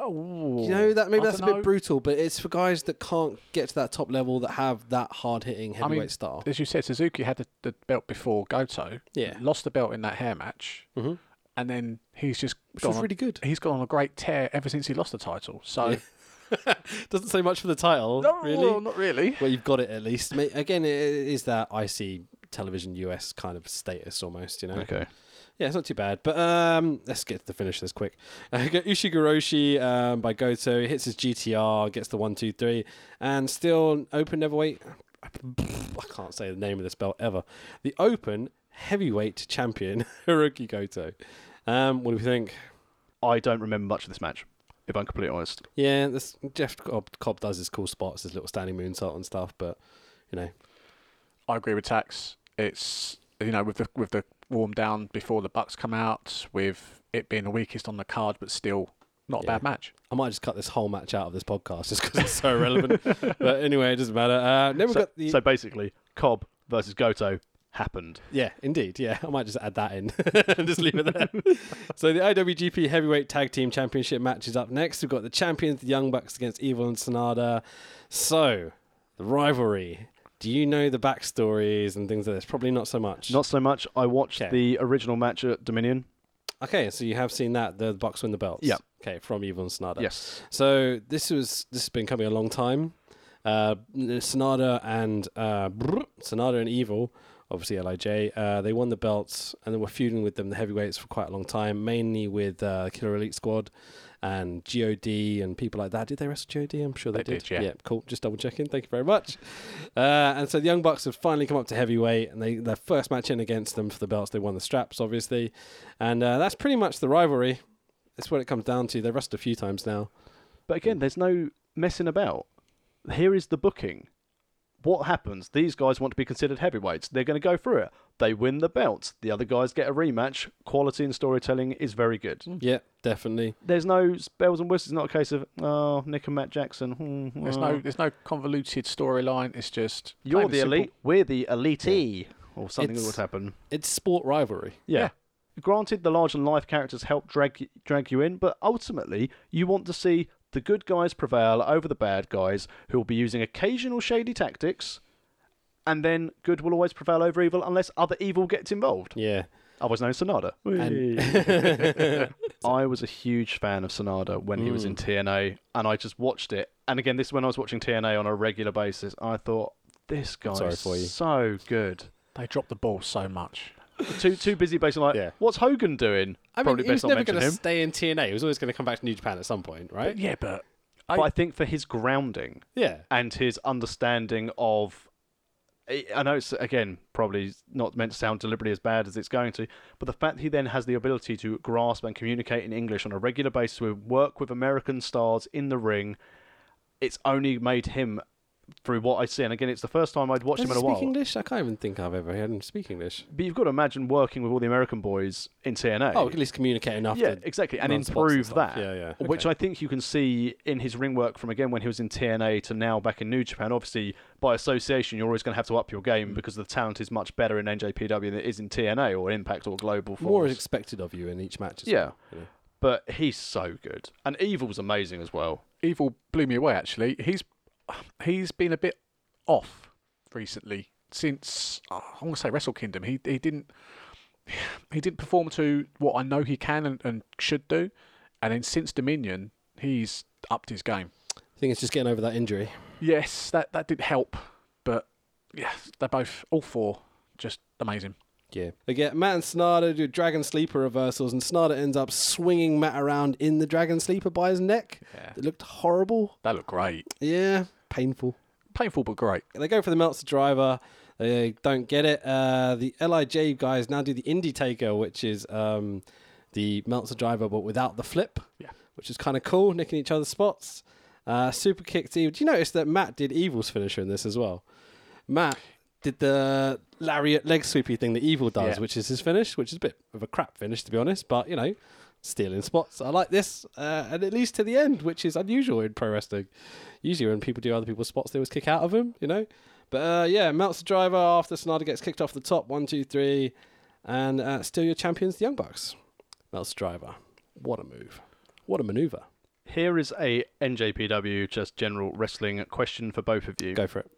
Speaker 3: Oh,
Speaker 2: You know that maybe
Speaker 3: I
Speaker 2: that's a
Speaker 3: don't
Speaker 2: bit
Speaker 3: know.
Speaker 2: brutal, but it's for guys that can't get to that top level that have that hard hitting
Speaker 3: I
Speaker 2: heavyweight
Speaker 3: mean,
Speaker 2: style.
Speaker 3: as you said, Suzuki had the, the belt before Goto.
Speaker 2: Yeah.
Speaker 3: Lost the belt in that hair match,
Speaker 2: Mhm.
Speaker 3: and then he's just
Speaker 2: Which
Speaker 3: gone
Speaker 2: was
Speaker 3: on-
Speaker 2: really good.
Speaker 3: He's gone on a great tear ever since he lost the title. So
Speaker 2: Doesn't say much for the title,
Speaker 3: No, well, not really.
Speaker 2: Well, you've got it at least. Ma- Again, it it is that IC television US kind of status almost, you know?
Speaker 1: Okay,
Speaker 2: Yeah, it's not too bad. But um, let's get to the finish this quick. Uh, we got Ushiguroshi um, by Goto. He hits his GTR, gets the one, two, three, and still open heavyweight. I can't say the name of this belt ever. The open heavyweight champion, Hiroki Goto. Um, what do we think?
Speaker 1: I don't remember much of this match, if I'm completely honest.
Speaker 2: Yeah, this Jeff Cobb, Cobb does his cool spots, his little standing moonsault and stuff, but you know,
Speaker 3: I agree with Tax. It's you know with the with the warm down before the Bucks come out, with it being the weakest on the card, but still not a
Speaker 2: Yeah.
Speaker 3: bad match.
Speaker 2: I might just cut this whole match out of this podcast just because it's so irrelevant. but anyway, it doesn't matter. Uh, then we've
Speaker 1: So,
Speaker 2: got the
Speaker 1: so basically, Cobb versus Goto happened.
Speaker 2: Yeah, indeed. Yeah, I might just add that in and just leave it there. so the IWGP Heavyweight Tag Team Championship match is up next. We've got the champions, the Young Bucks, against Evil and Sonada. So the rivalry. Do you know the backstories and things like this? Probably not so much.
Speaker 1: Not so much. I watched
Speaker 2: Okay.
Speaker 1: the original match at Dominion.
Speaker 2: okay. So you have seen that the Bucks win the belts.
Speaker 1: Yeah.
Speaker 2: Okay, from Evil and Sonada.
Speaker 1: Yes,
Speaker 2: So this was this has been coming a long time. Uh, Sonada and uh, brr, Sonada and Evil, obviously Lij, uh, they won the belts and they were feuding with them the heavyweights for quite a long time, mainly with uh, Killer Elite Squad and God and people like that. Did they wrestle God? I'm sure they,
Speaker 3: They did, yeah.
Speaker 2: cool. Just double checking. Thank you very much. Uh, and so the Young Bucks have finally come up to heavyweight, and they their first match in against them for the belts. They won the straps, obviously, and uh, that's pretty much the rivalry. That's what it comes down to. They've wrestled a few times now.
Speaker 1: but again, there's no messing about. Here is the booking. What happens? These guys want to be considered heavyweights. They're going to go through it. They win the belts. The other guys get a rematch. Quality and storytelling is very good.
Speaker 2: Yeah, definitely.
Speaker 1: There's no bells and whistles. It's not a case of oh Nick and Matt Jackson. Hmm,
Speaker 3: There's
Speaker 1: oh.
Speaker 3: no there's no convoluted storyline. It's just
Speaker 1: You're
Speaker 3: plain
Speaker 1: the
Speaker 3: and simple.
Speaker 1: elite. We're the elite. Or something that
Speaker 2: It's-
Speaker 1: would happen.
Speaker 2: It's sport rivalry.
Speaker 1: Yeah.
Speaker 3: Yeah.
Speaker 1: Granted, the larger life characters help drag drag you in, but ultimately, you want to see the good guys prevail over the bad guys, who will be using occasional shady tactics, and then good will always prevail over evil unless other evil gets involved.
Speaker 2: Yeah.
Speaker 1: Otherwise known as Sonada.
Speaker 2: And
Speaker 1: I was a huge fan of Sonada when he was in TNA, and I just watched it. And again, this is when I was watching TNA on a regular basis. I thought this guy
Speaker 2: Sorry
Speaker 1: is
Speaker 2: for you.
Speaker 1: so good.
Speaker 3: They dropped the ball so much.
Speaker 1: too too busy based on like,
Speaker 2: Yeah.
Speaker 1: what's Hogan doing?
Speaker 2: I mean,
Speaker 1: Probably
Speaker 2: he
Speaker 1: best
Speaker 2: was
Speaker 1: not
Speaker 2: never
Speaker 1: mention
Speaker 2: going to
Speaker 1: him.
Speaker 2: stay in TNA. He was always going to come back to New Japan at some point,
Speaker 3: But
Speaker 2: right?
Speaker 3: yeah, but I-
Speaker 1: but I think for his grounding
Speaker 2: Yeah.
Speaker 1: and his understanding of, I I know it's again probably not meant to sound deliberately as bad as it's going to, but the fact that he then has the ability to grasp and communicate in English on a regular basis, with work with American stars in the ring, it's only made him through what I see. And again, it's the first time I'd watched
Speaker 2: Does
Speaker 1: him
Speaker 2: he
Speaker 1: in a
Speaker 2: speak
Speaker 1: while.
Speaker 2: English? I can't even think I've ever heard him speak English.
Speaker 1: But you've got to imagine working with all the American boys in TNA.
Speaker 2: Oh, at least communicate enough.
Speaker 1: Yeah,
Speaker 2: to
Speaker 1: exactly, and
Speaker 2: run spots
Speaker 1: improve
Speaker 2: stuff.
Speaker 1: that.
Speaker 2: Yeah, yeah.
Speaker 1: Which
Speaker 2: Okay.
Speaker 1: I think you can see in his ring work from again when he was in TNA to now back in New Japan. Obviously, by association, you're always going to have to up your
Speaker 2: Mm.
Speaker 1: game because the talent is much better in NJPW than it is in TNA or Impact or Global Force.
Speaker 2: more is expected of you in each match. as
Speaker 1: yeah,
Speaker 2: well, you know.
Speaker 1: but he's so good, and Evil's amazing as well.
Speaker 3: Evil blew me away. Actually, he's he's been a bit off recently since oh, I want to say Wrestle Kingdom. He he didn't he didn't perform to what I know he can and, and should do, and then since Dominion, he's upped his game.
Speaker 2: I think it's just getting over that injury.
Speaker 3: Yes, that that did help, but yeah, they're both all four just amazing.
Speaker 2: Yeah. They get Matt and Snada do dragon sleeper reversals, and Snada ends up swinging Matt around in the dragon sleeper by his neck.
Speaker 3: Yeah.
Speaker 2: It looked horrible.
Speaker 3: They look great.
Speaker 2: Yeah. Painful.
Speaker 3: Painful but great.
Speaker 2: They go for the Meltzer driver. They don't get it. Uh, the Lij guys now do the Indie Taker, which is um, the Meltzer driver but without the flip.
Speaker 3: Yeah.
Speaker 2: Which is kind of cool, nicking each other's spots. Uh, super kicked Evil. Do you notice that Matt did Evil's finisher in this as well? Matt did the lariat leg sweepy thing that Evil does,
Speaker 3: Yeah.
Speaker 2: which is his finish, which is a bit of a crap finish to be honest, but you know, stealing spots. I like this, uh, and at least to the end, which is unusual in pro wrestling. Usually, when people do other people's spots, they always kick out of them, you know. But uh, yeah, melts the driver after Sonata gets kicked off the top. One, two, three, and uh, still your champions, the Young Bucks. Melts the driver. What a move! What a maneuver!
Speaker 1: Here is a NJPW just general wrestling question for both of you.
Speaker 2: Go for it.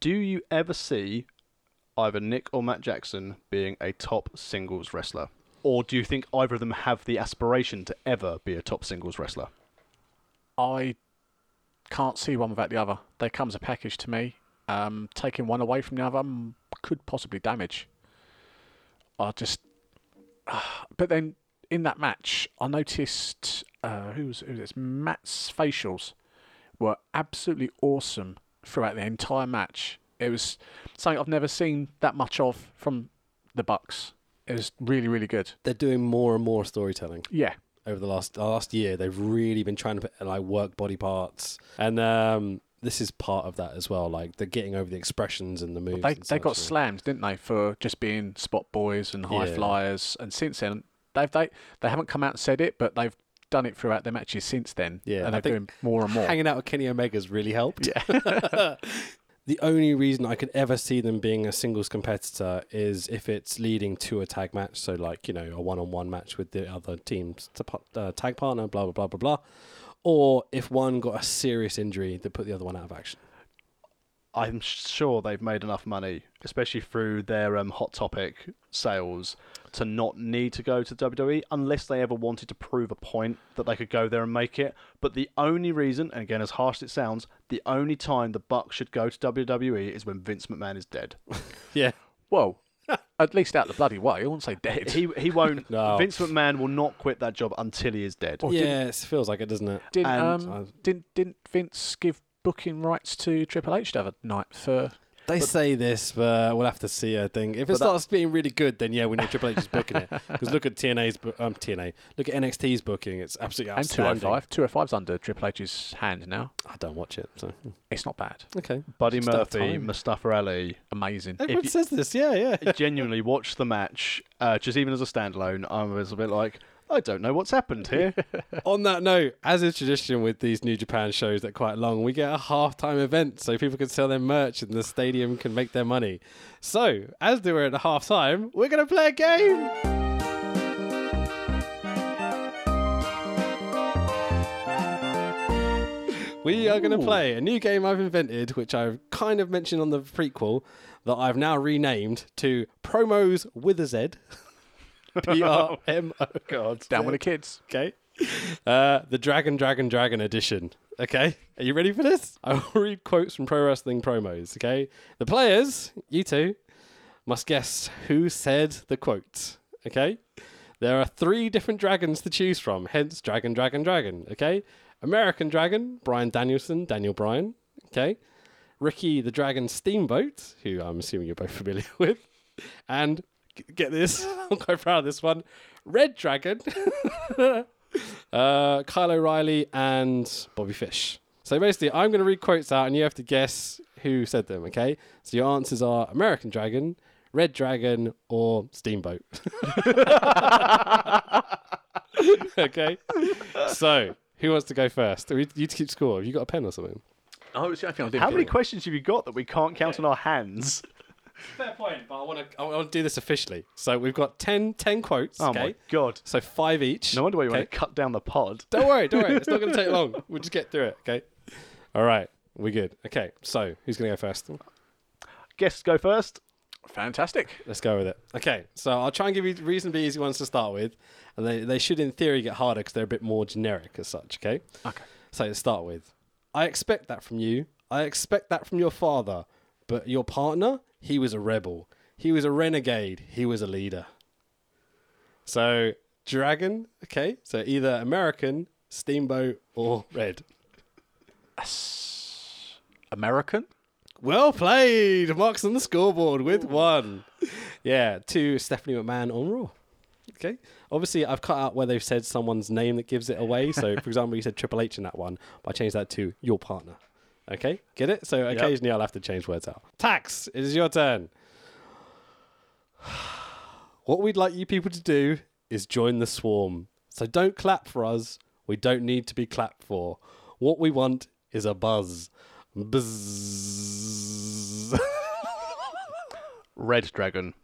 Speaker 1: Do you ever see either Nick or Matt Jackson being a top singles wrestler? Or do you think either of them have the aspiration to ever be a top singles wrestler?
Speaker 3: I can't see one without the other. They come as a package to me. Um, taking one away from the other mm, could possibly damage. I just. But then in that match, I noticed uh, who was who was this? Matt's facials were absolutely awesome throughout the entire match. It was something I've never seen that much of from the Bucks. It was really, really good.
Speaker 2: They're doing more and more storytelling.
Speaker 3: Yeah,
Speaker 2: over the last last year. They've really been trying to put, like work body parts, and um, this is part of that as well. Like they're getting over the expressions and the moves.
Speaker 3: They
Speaker 2: and
Speaker 3: they got
Speaker 2: such.
Speaker 3: slammed, didn't they, for just being spot boys and high
Speaker 2: Yeah.
Speaker 3: flyers. And since then, they've they they haven't come out and said it, but they've done it throughout their matches since then.
Speaker 2: Yeah, I
Speaker 3: and they're
Speaker 2: think
Speaker 3: doing more and more.
Speaker 2: Hanging out with Kenny Omega's really helped. the only reason I could ever see them being a singles competitor is if it's leading to a tag match. So, like, you know, a one on one match with the other team's t- pa- uh, tag partner, blah, blah, blah, blah, blah. Or if one got a serious injury that put the other one out of action.
Speaker 1: I'm sure they've made enough money, especially through their um, Hot Topic sales, to not need to go to WWE unless they ever wanted to prove a point that they could go there and make it. But the only reason, and again, as harsh as it sounds, the only time the Bucks should go to WWE is when Vince McMahon is dead.
Speaker 2: Yeah.
Speaker 3: Well, at least out the bloody way. I wouldn't say dead.
Speaker 1: He he won't.
Speaker 2: No.
Speaker 1: Vince McMahon will not quit that job until he is dead.
Speaker 2: Yeah, it feels like it, doesn't it?
Speaker 3: didn't
Speaker 1: and-
Speaker 3: um, didn't didn't Vince give booking rights to Triple H the other night for?
Speaker 2: They say this, but we'll have to see. I think if it
Speaker 1: But that-
Speaker 2: starts being really good, then yeah, we know Triple H is booking it. Because look at TNA's, bu- um, TNA. Look at NXT's booking. It's absolutely
Speaker 3: And two hundred
Speaker 2: outstanding.
Speaker 3: five. Two hundred five's under Triple H's hand now.
Speaker 2: I don't watch it. So
Speaker 3: It's not bad.
Speaker 2: okay,
Speaker 1: Buddy
Speaker 2: It's that
Speaker 1: Murphy,
Speaker 2: time.
Speaker 1: Mustafa Ali.
Speaker 3: Amazing.
Speaker 2: Everyone
Speaker 1: you-
Speaker 2: says this. Yeah, yeah.
Speaker 1: genuinely watched the match, uh, just even as a standalone. I was a bit like, I don't know what's happened here.
Speaker 2: On that note, as is tradition with these New Japan shows that are quite long, we get a halftime event so people can sell their merch and the stadium can make their money. So, as they were at halftime, we're going to play a game. We are going to play a new game I've invented, which I've kind of mentioned on the prequel, that I've now renamed to Promos with a Z. P R M O. God.
Speaker 3: Down with the kids.
Speaker 2: Okay. Uh, the Dragon, Dragon, Dragon edition. Okay. Are you ready for this? I will read quotes from pro wrestling promos. Okay. The players, you two, must guess who said the quote. Okay. There are three different dragons to choose from, hence Dragon, Dragon, Dragon. Okay. American Dragon, Brian Danielson, Daniel Bryan. Okay. Ricky the Dragon Steamboat, who I'm assuming you're both familiar with. And g- get this, I'm quite proud of this one Red Dragon, uh, Kyle O'Reilly, and Bobby Fish. So basically, I'm going to read quotes out and you have to guess who said them, okay? So your answers are American Dragon, Red Dragon, or Steamboat. okay? So, who wants to go first? We- You keep score. Have you got a pen or something?
Speaker 3: Oh, it's the only thing I did.
Speaker 1: How many questions have you got that we can't count on our hands?
Speaker 2: Fair point, but I want to I want to do this officially. So we've got 10, 10 quotes.
Speaker 1: Oh
Speaker 2: okay?
Speaker 1: my god!
Speaker 2: So five each.
Speaker 1: No wonder why you
Speaker 2: okay?
Speaker 1: want to cut down the pod.
Speaker 2: Don't worry, don't worry. It's not going to take long. We'll just get through it. Okay. All right, we're good. Okay, so who's going to go first?
Speaker 1: Guests go first.
Speaker 3: Fantastic.
Speaker 2: Let's go with it. Okay, so I'll try and give you reasonably easy ones to start with, and they they should in theory get harder because they're a bit more generic as such. Okay.
Speaker 3: Okay.
Speaker 2: So to start with, I expect that from you. I expect that from your father, but your partner, he was a rebel. He was a renegade. He was a leader. So dragon, okay. So either American, steamboat, or red.
Speaker 3: American?
Speaker 2: Well played. Marks on the scoreboard with one. Yeah, to Stephanie McMahon on Raw. Okay. Obviously, I've cut out where they've said someone's name that gives it away. So, for example, you said Triple H in that one, but I changed that to your partner. Okay, get it? So occasionally I'll have to change words out. Tax, it is your turn. What we'd like you people to do is join the swarm. So don't clap for us. We don't need to be clapped for. What we want is a buzz. Buzz.
Speaker 1: Red Dragon.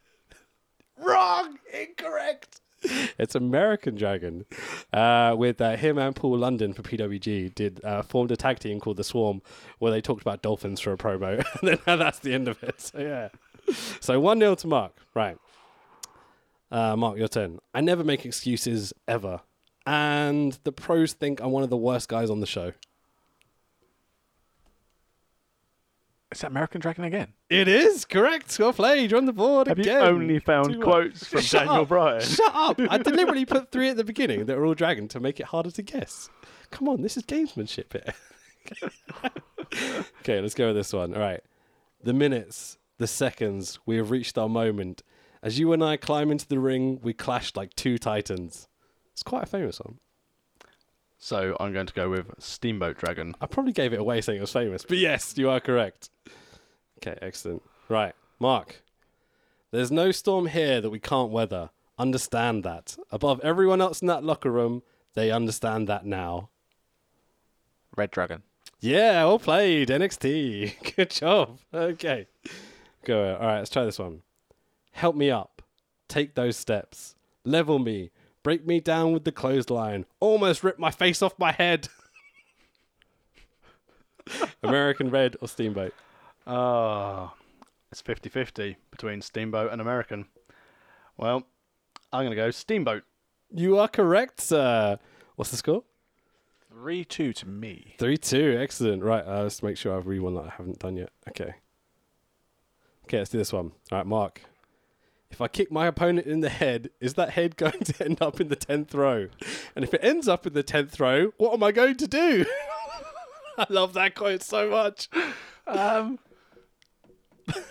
Speaker 2: Wrong! Incorrect! It's American Dragon, uh, with uh, him and Paul London for PWG did uh, formed a tag team called the Swarm, where they talked about dolphins for a promo, and then that's the end of it. So yeah, so one 0 to Mark. Right, uh, Mark, your turn. I never make excuses ever, and the pros think I'm one of the worst guys on the show.
Speaker 3: Is that American Dragon again?
Speaker 2: It is correct. Well played. You're on the board
Speaker 1: Have you
Speaker 2: again.
Speaker 1: only found
Speaker 2: Two-
Speaker 1: quotes from
Speaker 2: Shut
Speaker 1: Daniel
Speaker 2: up.
Speaker 1: Bryan?
Speaker 2: Shut up! I deliberately put three at the beginning that were all dragon to make it harder to guess. Come on, this is gamesmanship here. okay, let's go with this one. All right. The minutes, the seconds, we have reached our moment. As you and I climb into the ring, we clashed like two titans. It's quite a famous one.
Speaker 1: So I'm going to go with Steamboat Dragon.
Speaker 2: I probably gave it away saying it was famous, but yes, you are correct. Okay, excellent. Right, Mark. There's no storm here that we can't weather. Understand that. Above everyone else in that locker room, they understand that now.
Speaker 3: Red Dragon.
Speaker 2: Yeah, well played, NXT. Good job. Okay. Go. All right, let's try this one. Help me up. Take those steps. Level me. Break me down with the clothesline. Almost rip my face off my head. American Red or Steamboat?
Speaker 1: Ah, it's 50 50 between Steamboat and American. Well, I'm going to go Steamboat.
Speaker 2: You are correct, sir. What's the score?
Speaker 3: 3 2 to me.
Speaker 2: 3 2. Excellent. Right, uh, let's make sure I've read one that I haven't done yet. Okay. Okay, let's do this one. All right, Mark. If I kick my opponent in the head, is that head going to end up in the 10th row? And if it ends up in the 10th row, what am I going to do? I love that quote so much.
Speaker 3: Um,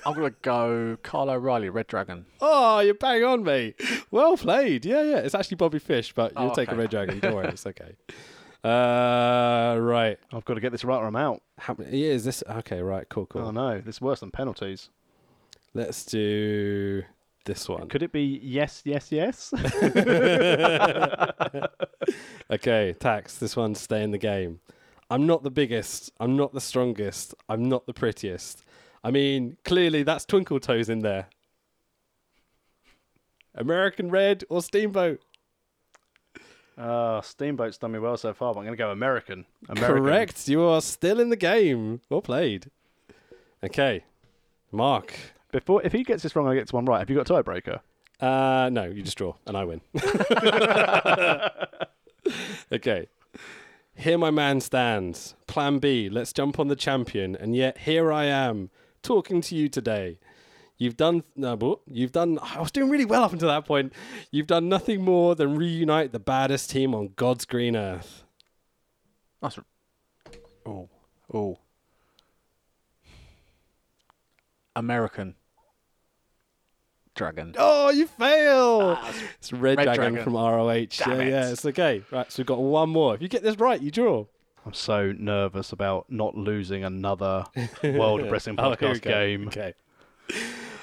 Speaker 3: I'm going to go Carl O'Reilly, Red Dragon.
Speaker 2: Oh, you're bang on, mate. Well played. Yeah, yeah. It's actually Bobby Fish, but you'll
Speaker 3: Oh,
Speaker 2: take a
Speaker 3: okay.
Speaker 2: red dragon. Don't worry. It's okay. Uh, right.
Speaker 1: I've got to get this right or I'm out.
Speaker 2: How many yeah, is this? Okay, right. Cool, cool.
Speaker 3: Um,
Speaker 1: Oh no, this is worse than penalties.
Speaker 2: Let's do this one.
Speaker 1: Could it be yes, yes, yes?
Speaker 2: Okay, tax. This one, stay in the game. I'm not the biggest. I'm not the strongest. I'm not the prettiest. I mean, clearly that's Twinkle Toes in there. American Red or Steamboat?
Speaker 1: Ah, Steamboat's done me well so far, but I'm going to go American. American.
Speaker 2: Correct. You are still in the game. Well played. Okay, Mark.
Speaker 1: Before, if he gets this wrong, I get this one right. Have you got a tiebreaker?
Speaker 2: Uh, no, you just draw and I win. okay. Here my man stands. Plan B, let's jump on the champion. And yet here I am, talking to you today. You've done no, but you've done I was doing really well up until that point. You've done nothing more than reunite the baddest team on God's green earth.
Speaker 3: That's. Oh. Oh. American Dragon.
Speaker 2: Oh, you fail! it's Red,
Speaker 3: Ah, Red
Speaker 2: Dragon,
Speaker 3: Dragon.
Speaker 2: from ROH.
Speaker 3: Damn
Speaker 2: yeah,
Speaker 3: it.
Speaker 2: yeah, it's okay. Right, so we've got one more. If you get this right, you draw.
Speaker 1: I'm so nervous about not losing another World of Wrestling
Speaker 2: Oh, here we
Speaker 1: Podcast
Speaker 2: go.
Speaker 1: game.
Speaker 2: Okay.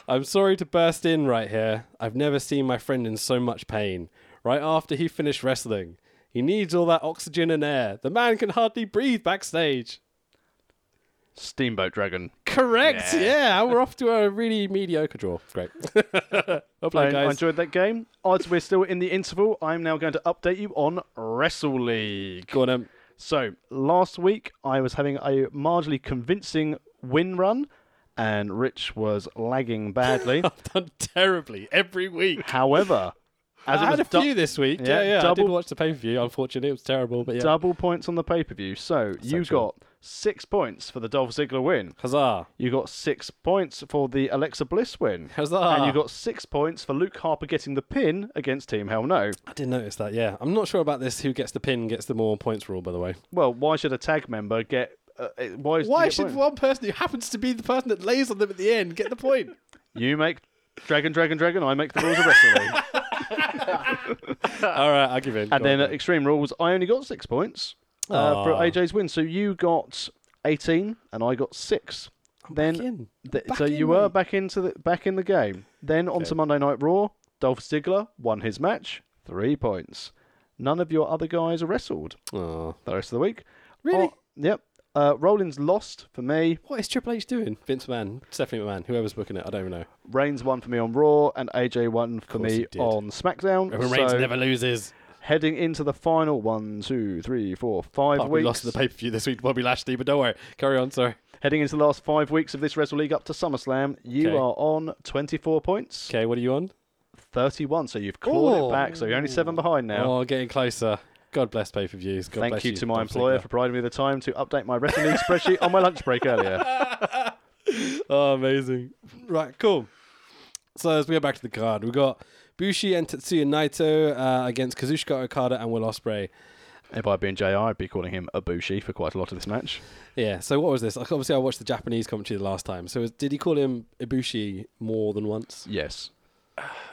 Speaker 2: I'm sorry to burst in right here. I've never seen my friend in so much pain. Right after he finished wrestling, he needs all that oxygen and air. The man can hardly breathe backstage.
Speaker 1: Steamboat Dragon.
Speaker 2: Correct.
Speaker 3: Yeah.
Speaker 2: Yeah, we're off to a really mediocre draw. Great. well
Speaker 1: I,
Speaker 2: played,
Speaker 1: I
Speaker 2: guys.
Speaker 1: enjoyed that game. As we're still in the interval, I'm now going to update you on Wrestle League.
Speaker 2: Go on, um,
Speaker 1: So last week I was having a marginally convincing win run, and Rich was lagging badly.
Speaker 2: I've done terribly every week.
Speaker 1: However, as
Speaker 2: I
Speaker 1: it was
Speaker 2: had a
Speaker 1: du-
Speaker 2: few this week. Yeah,
Speaker 1: Yeah,
Speaker 2: yeah. I did
Speaker 1: double-
Speaker 2: watch the pay per view. Unfortunately, it was terrible, but yeah.
Speaker 1: double points on the pay per view, so you
Speaker 2: true.
Speaker 1: got six points for the Dolph Ziggler win.
Speaker 2: Huzzah.
Speaker 1: You got six points for the Alexa Bliss win.
Speaker 2: Huzzah.
Speaker 1: And you got six points for Luke Harper getting the pin against Team Hell No.
Speaker 2: I didn't notice that, yeah. I'm not sure about this who gets the pin gets the more points rule, by the way.
Speaker 1: Well, why should a tag member get. Uh, uh, why is
Speaker 2: Why
Speaker 1: get
Speaker 2: should
Speaker 1: points?
Speaker 2: one person who happens to be the person that lays on them at the end get the point?
Speaker 1: You make Dragon, Dragon, Dragon, I make the rules of wrestling.
Speaker 2: All right, I'll give in.
Speaker 1: and
Speaker 2: Go
Speaker 1: then uh,
Speaker 2: on.
Speaker 1: at Extreme Rules, I only got six points uh, for
Speaker 2: Aw.
Speaker 1: AJ's win. So you got 18 and I got six. then
Speaker 2: back in.
Speaker 1: th-
Speaker 2: Back
Speaker 1: so
Speaker 2: in,
Speaker 1: you were
Speaker 2: mate.
Speaker 1: back into the back in the game. Then on to Monday Night Raw. Dolph Ziggler won his match, three points. None of your other guys wrestled
Speaker 2: Aw.
Speaker 1: the rest of the week.
Speaker 2: Really?
Speaker 1: Oh, yep. Uh, Rollins lost for me.
Speaker 2: What is Triple H doing? Vince McMahon, Stephanie McMahon, whoever's booking it, I don't even know.
Speaker 1: Reigns won for me on Raw, and AJ won for me
Speaker 2: course he did.
Speaker 1: on SmackDown.
Speaker 2: Roman Reigns
Speaker 1: So-
Speaker 2: never loses.
Speaker 1: heading into the final one, two, three, four, five
Speaker 2: Bobby
Speaker 1: weeks.
Speaker 2: lost to the pay per view this week, to Bobby Lashley, but don't worry. Carry on, sorry.
Speaker 1: heading into the last five weeks of this Wrestle League up to SummerSlam, you
Speaker 2: Okay.
Speaker 1: are on 24 points,
Speaker 2: Okay, what are you on?
Speaker 1: 31. So you've clawed
Speaker 2: Ooh.
Speaker 1: it back. So you're only seven behind now.
Speaker 2: Oh, getting closer. God bless pay per views. God
Speaker 1: Thank
Speaker 2: bless
Speaker 1: you to my
Speaker 2: Dolph
Speaker 1: employer
Speaker 2: Ziggler.
Speaker 1: for providing me the time to update my Wrestle League spreadsheet on my lunch break earlier.
Speaker 2: Oh, amazing. Right, cool. So as we go back to the card, we got Bushi and Tetsuya Naito uh, against Kazuchika Okada and Will Ospreay.
Speaker 1: If I'd been JR, I'd be calling him Abushi for quite a lot of this match.
Speaker 2: Yeah, so what was this? Like, Obviously, I watched the Japanese commentary the last time. So is- did he call him Ibushi more than once?
Speaker 1: Yes.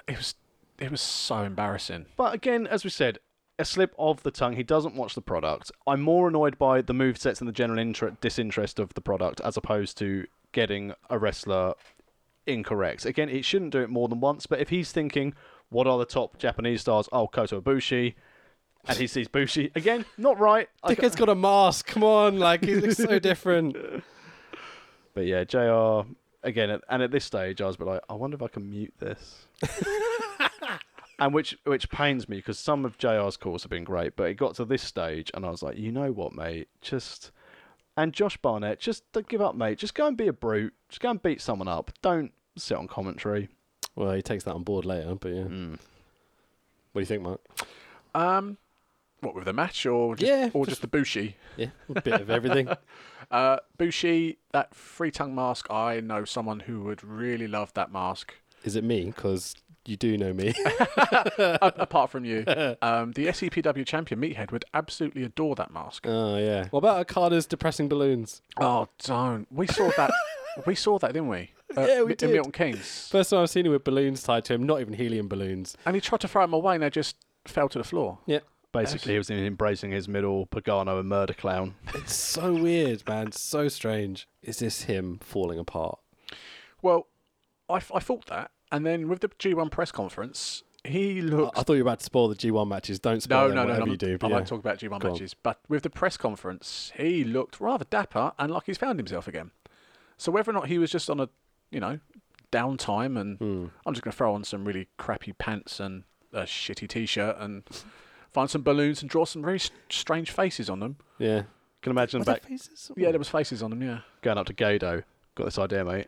Speaker 3: It was it was so embarrassing.
Speaker 1: But again, as we said, a slip of the tongue. He doesn't watch the product. I'm more annoyed by the move sets and the general inter- disinterest of the product as opposed to getting a wrestler incorrect. Again, it shouldn't do it more than once. But if he's thinking, what are the top Japanese stars? Oh, Kota Ibushi, and he sees Bushi again, not right. I-
Speaker 3: uh,
Speaker 2: Dickhead's got a mask. Come on, like he looks so different.
Speaker 1: but yeah, Jr. Again, at- and at this stage, I was a bit like, I wonder if I can mute this. And which which pains me because some of JR's calls have been great, but it got to this stage and I was like, you know what, mate, just and Josh Barnett, just don't give up, mate. Just go and be a brute. Just go and beat someone up. Don't sit on commentary.
Speaker 2: Well, he takes that on board later, but yeah.
Speaker 3: Hmm.
Speaker 2: What do you think, Mark?
Speaker 3: Um, what with the match or just,
Speaker 2: Yeah,
Speaker 3: or just the Bushi?
Speaker 2: Yeah, a bit of everything.
Speaker 3: Uh, Bushi, that free tongue mask. I know someone who would really love that mask.
Speaker 2: Is it me? Because you do know me.
Speaker 3: A- apart from you, um, the SEPW champion Meathead would absolutely adore that mask.
Speaker 2: oh yeah. What about Okada's depressing balloons?
Speaker 3: Oh, don't. We saw that. we saw that, didn't we? Uh,
Speaker 2: Yeah, we
Speaker 3: Mi- in
Speaker 2: did.
Speaker 3: Milton Keynes.
Speaker 2: First time I've seen him with balloons tied to him. Not even helium balloons.
Speaker 3: And he tried to throw him away, and they just fell to the floor.
Speaker 2: Yeah.
Speaker 1: Basically, he was embracing his middle Pagano and murder clown.
Speaker 2: It's so weird, man. So strange. Is this him falling apart?
Speaker 3: Well, I, f- I thought that, and then with the G1 press conference, he
Speaker 2: I,
Speaker 3: looked.
Speaker 2: I thought you were about to spoil the G1 matches. Don't spoil
Speaker 3: no,
Speaker 2: them,
Speaker 3: no, no,
Speaker 2: whatever
Speaker 3: no.
Speaker 2: you do.
Speaker 3: I
Speaker 2: But yeah.
Speaker 3: won't talk about G1
Speaker 2: Go on.
Speaker 3: matches, but with the press conference, he looked rather dapper and like he's found himself again. So whether or not he was just on a, you know, downtime and
Speaker 2: Hmm.
Speaker 3: I'm just going to throw on some really crappy pants and a shitty t-shirt and find some balloons and draw some very s- strange faces on them.
Speaker 2: yeah.
Speaker 1: Can imagine back
Speaker 3: Yeah, there was faces on them. Yeah.
Speaker 1: going up to Gado. Got this idea, mate.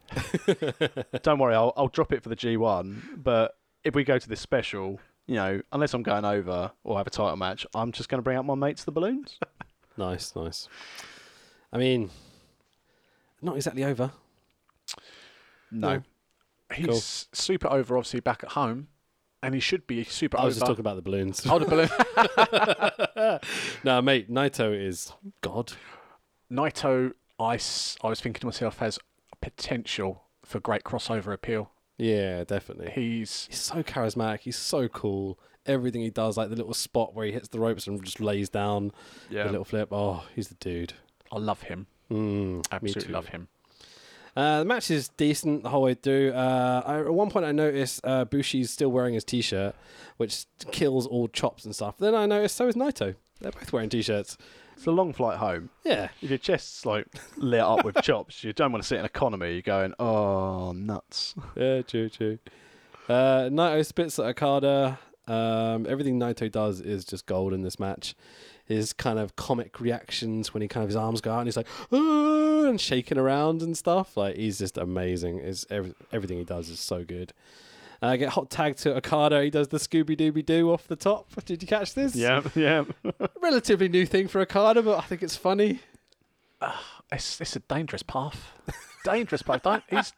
Speaker 1: Don't worry, I'll, I'll drop it for the G1. But if we go to this special, you know, unless I'm going over or have a title match, I'm just going to bring out my mates, the balloons.
Speaker 2: Nice, nice. I mean, not exactly over.
Speaker 1: No.
Speaker 3: He's
Speaker 2: Cool.
Speaker 3: super over, obviously back at home, and he should be super
Speaker 2: I was just
Speaker 3: over.
Speaker 2: talking about the balloons.
Speaker 3: Oh, the balloon.
Speaker 2: no, mate, Naito is God.
Speaker 3: Naito, I, s- I was thinking to myself, has potential for great crossover appeal.
Speaker 2: Yeah, definitely.
Speaker 3: He's
Speaker 2: He's so charismatic. He's so cool. Everything he does, like the little spot where he hits the ropes and just lays down
Speaker 1: Yeah.
Speaker 2: the little flip. Oh, he's the dude.
Speaker 3: I love him.
Speaker 2: Mm,
Speaker 3: Absolutely
Speaker 2: too.
Speaker 3: love him.
Speaker 2: Uh, the match is decent the whole way through. Uh, I, at one point, I noticed uh, Bushi's still wearing his t-shirt, which kills all chops and stuff. Then I noticed so is Naito. They're both wearing t-shirts.
Speaker 1: It's a long flight home.
Speaker 2: Yeah,
Speaker 1: If your chest's like lit up with chops, you don't want to sit in economy. You're going, oh, nuts.
Speaker 2: yeah, true, true. Uh, Naito spits at Okada. Um, everything Naito does is just gold in this match. His kind of comic reactions when he kind of his arms go out and he's like "Ah," and shaking around and stuff. Like he's just amazing. Is every, everything he does is so good. Uh, get hot tag to Okada. He does the Scooby Dooby Doo off the top. Did you catch this?
Speaker 1: yeah.
Speaker 2: Relatively new thing for Okada, but I think it's funny.
Speaker 3: it's it's a dangerous path. dangerous path. Don't he's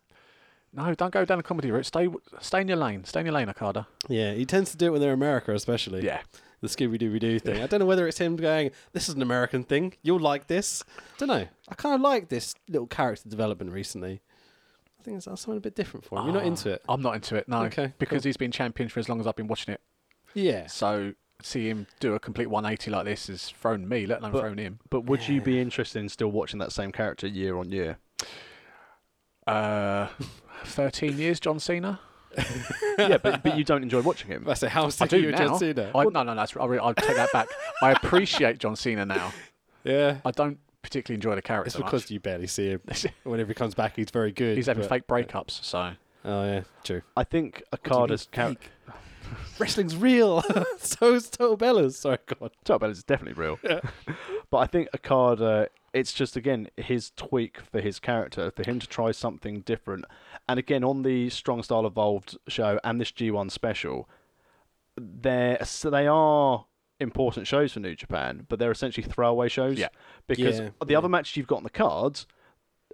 Speaker 3: no, don't go down the comedy route. Stay stay in your lane. Stay in your lane, Okada.
Speaker 2: Yeah, he tends to do it when they're in America, especially.
Speaker 3: Yeah.
Speaker 2: The Scooby Dooby Doo thing. I don't know whether it's him going, this is an American thing. You'll like this. don't know. I kind of like this little character development recently. I think it's that's something a bit different for him. You're not into it.
Speaker 3: Ah, I'm not into it. No,
Speaker 2: Okay,
Speaker 3: because he's been champion for as long as I've been watching it.
Speaker 2: Yeah.
Speaker 3: So see him do a complete 180 like this has thrown me, let alone thrown him.
Speaker 1: But would you be interested in still watching that same character year on year?
Speaker 3: Uh, 13 years, John Cena.
Speaker 1: yeah, but, but you don't enjoy watching him.
Speaker 2: That's it. How
Speaker 3: I
Speaker 2: sick are
Speaker 3: do
Speaker 2: you of
Speaker 3: now.
Speaker 2: John Cena?
Speaker 3: I, no, no, no. That's, I re- I'll take that back. I appreciate John Cena now.
Speaker 2: yeah.
Speaker 3: I don't particularly enjoy the character.
Speaker 2: It's
Speaker 3: much.
Speaker 2: because you barely see him. Whenever he comes back, he's very good.
Speaker 3: he's having
Speaker 2: but-
Speaker 3: fake breakups. So
Speaker 2: Oh, yeah. True.
Speaker 1: I think Okada's character.
Speaker 2: Wrestling's real. so is Total Bellas. Sorry, God.
Speaker 1: Top Bell is definitely real. but I think Okada, it's just, again, his tweak for his character, for him to try something different. And again, on the Strong Style Evolved show and this G1 special, they're, so they are important shows for New Japan, but they're essentially throwaway shows.
Speaker 3: Yeah.
Speaker 1: Because
Speaker 2: Yeah,
Speaker 1: the other matches you've got on the cards,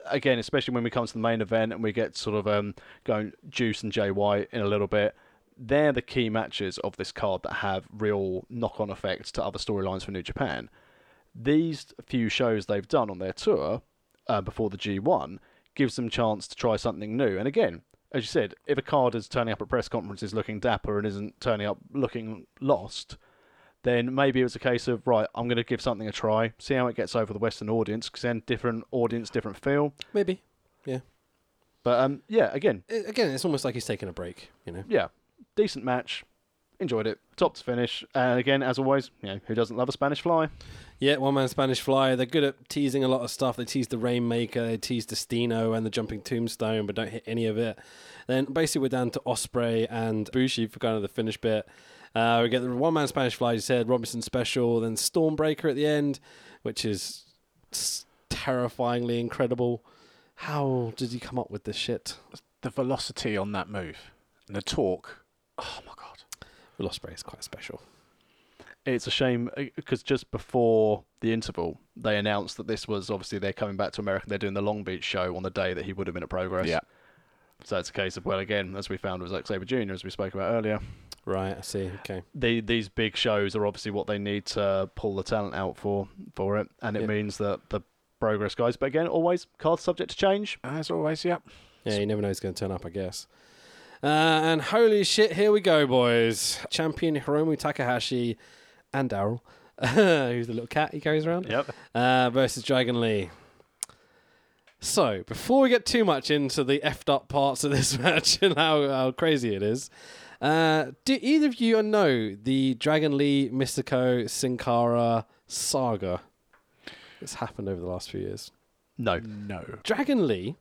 Speaker 1: again, especially when we come to the main event and we get sort of um, going Juice and JY in a little bit, they're the key matches of this card that have real knock on effects to other storylines for New Japan. These few shows they've done on their tour uh, before the G1 gives them chance to try something new. And again, as you said, if a card is turning up at press conferences looking dapper and isn't turning up looking lost, then maybe it was a case of right, I'm going to give something a try, see how it gets over the Western audience, because then different audience, different feel.
Speaker 2: Maybe. Yeah.
Speaker 1: But um, yeah, again,
Speaker 2: I- again, it's almost like he's taking a break, you know?
Speaker 1: yeah, decent match, enjoyed it, top to finish, and again, as always, you know, who doesn't love a Spanish fly?
Speaker 2: Yeah, one man Spanish Fly. They're good at teasing a lot of stuff. They tease the Rainmaker, they tease the Steno and the Jumping Tombstone, but don't hit any of it. Then basically we're down to Osprey and Bushi for kind of the finish bit. Uh, we get the one man Spanish Fly, as you said, Robinson Special, then Stormbreaker at the end, which is s- terrifyingly incredible. How did he come up with this shit?
Speaker 3: the velocity on that move and the talk. Oh my god!
Speaker 2: Well, Osprey is quite special.
Speaker 1: It's a shame because just before the interval, they announced that this was obviously they're coming back to America. They're doing the Long Beach show on the day that he would have been at Progress.
Speaker 3: Yeah.
Speaker 1: So it's a case of well, again, as we found with Zack Saber Jr., as we spoke about earlier,
Speaker 2: Right, I see. Okay.
Speaker 1: the, these big shows are obviously what they need to pull the talent out for for it, and it
Speaker 2: Yeah.
Speaker 1: means that the progress guys. But again, always card subject to change.
Speaker 3: As always, yeah.
Speaker 2: Yeah, you never know who's going to turn up, I guess. Uh, and holy shit, here we go, boys. Champion Hiromu Takahashi and Daryl, who's the little cat he carries around,
Speaker 1: Yep.
Speaker 2: uh, versus Dragon Lee. So, before we get too much into the effed up parts of this match and how, how crazy it is, uh, do either of you know the Dragon Lee Mystico Sin Cara saga that's happened over the last few years?
Speaker 1: No.
Speaker 3: No.
Speaker 2: Dragon Lee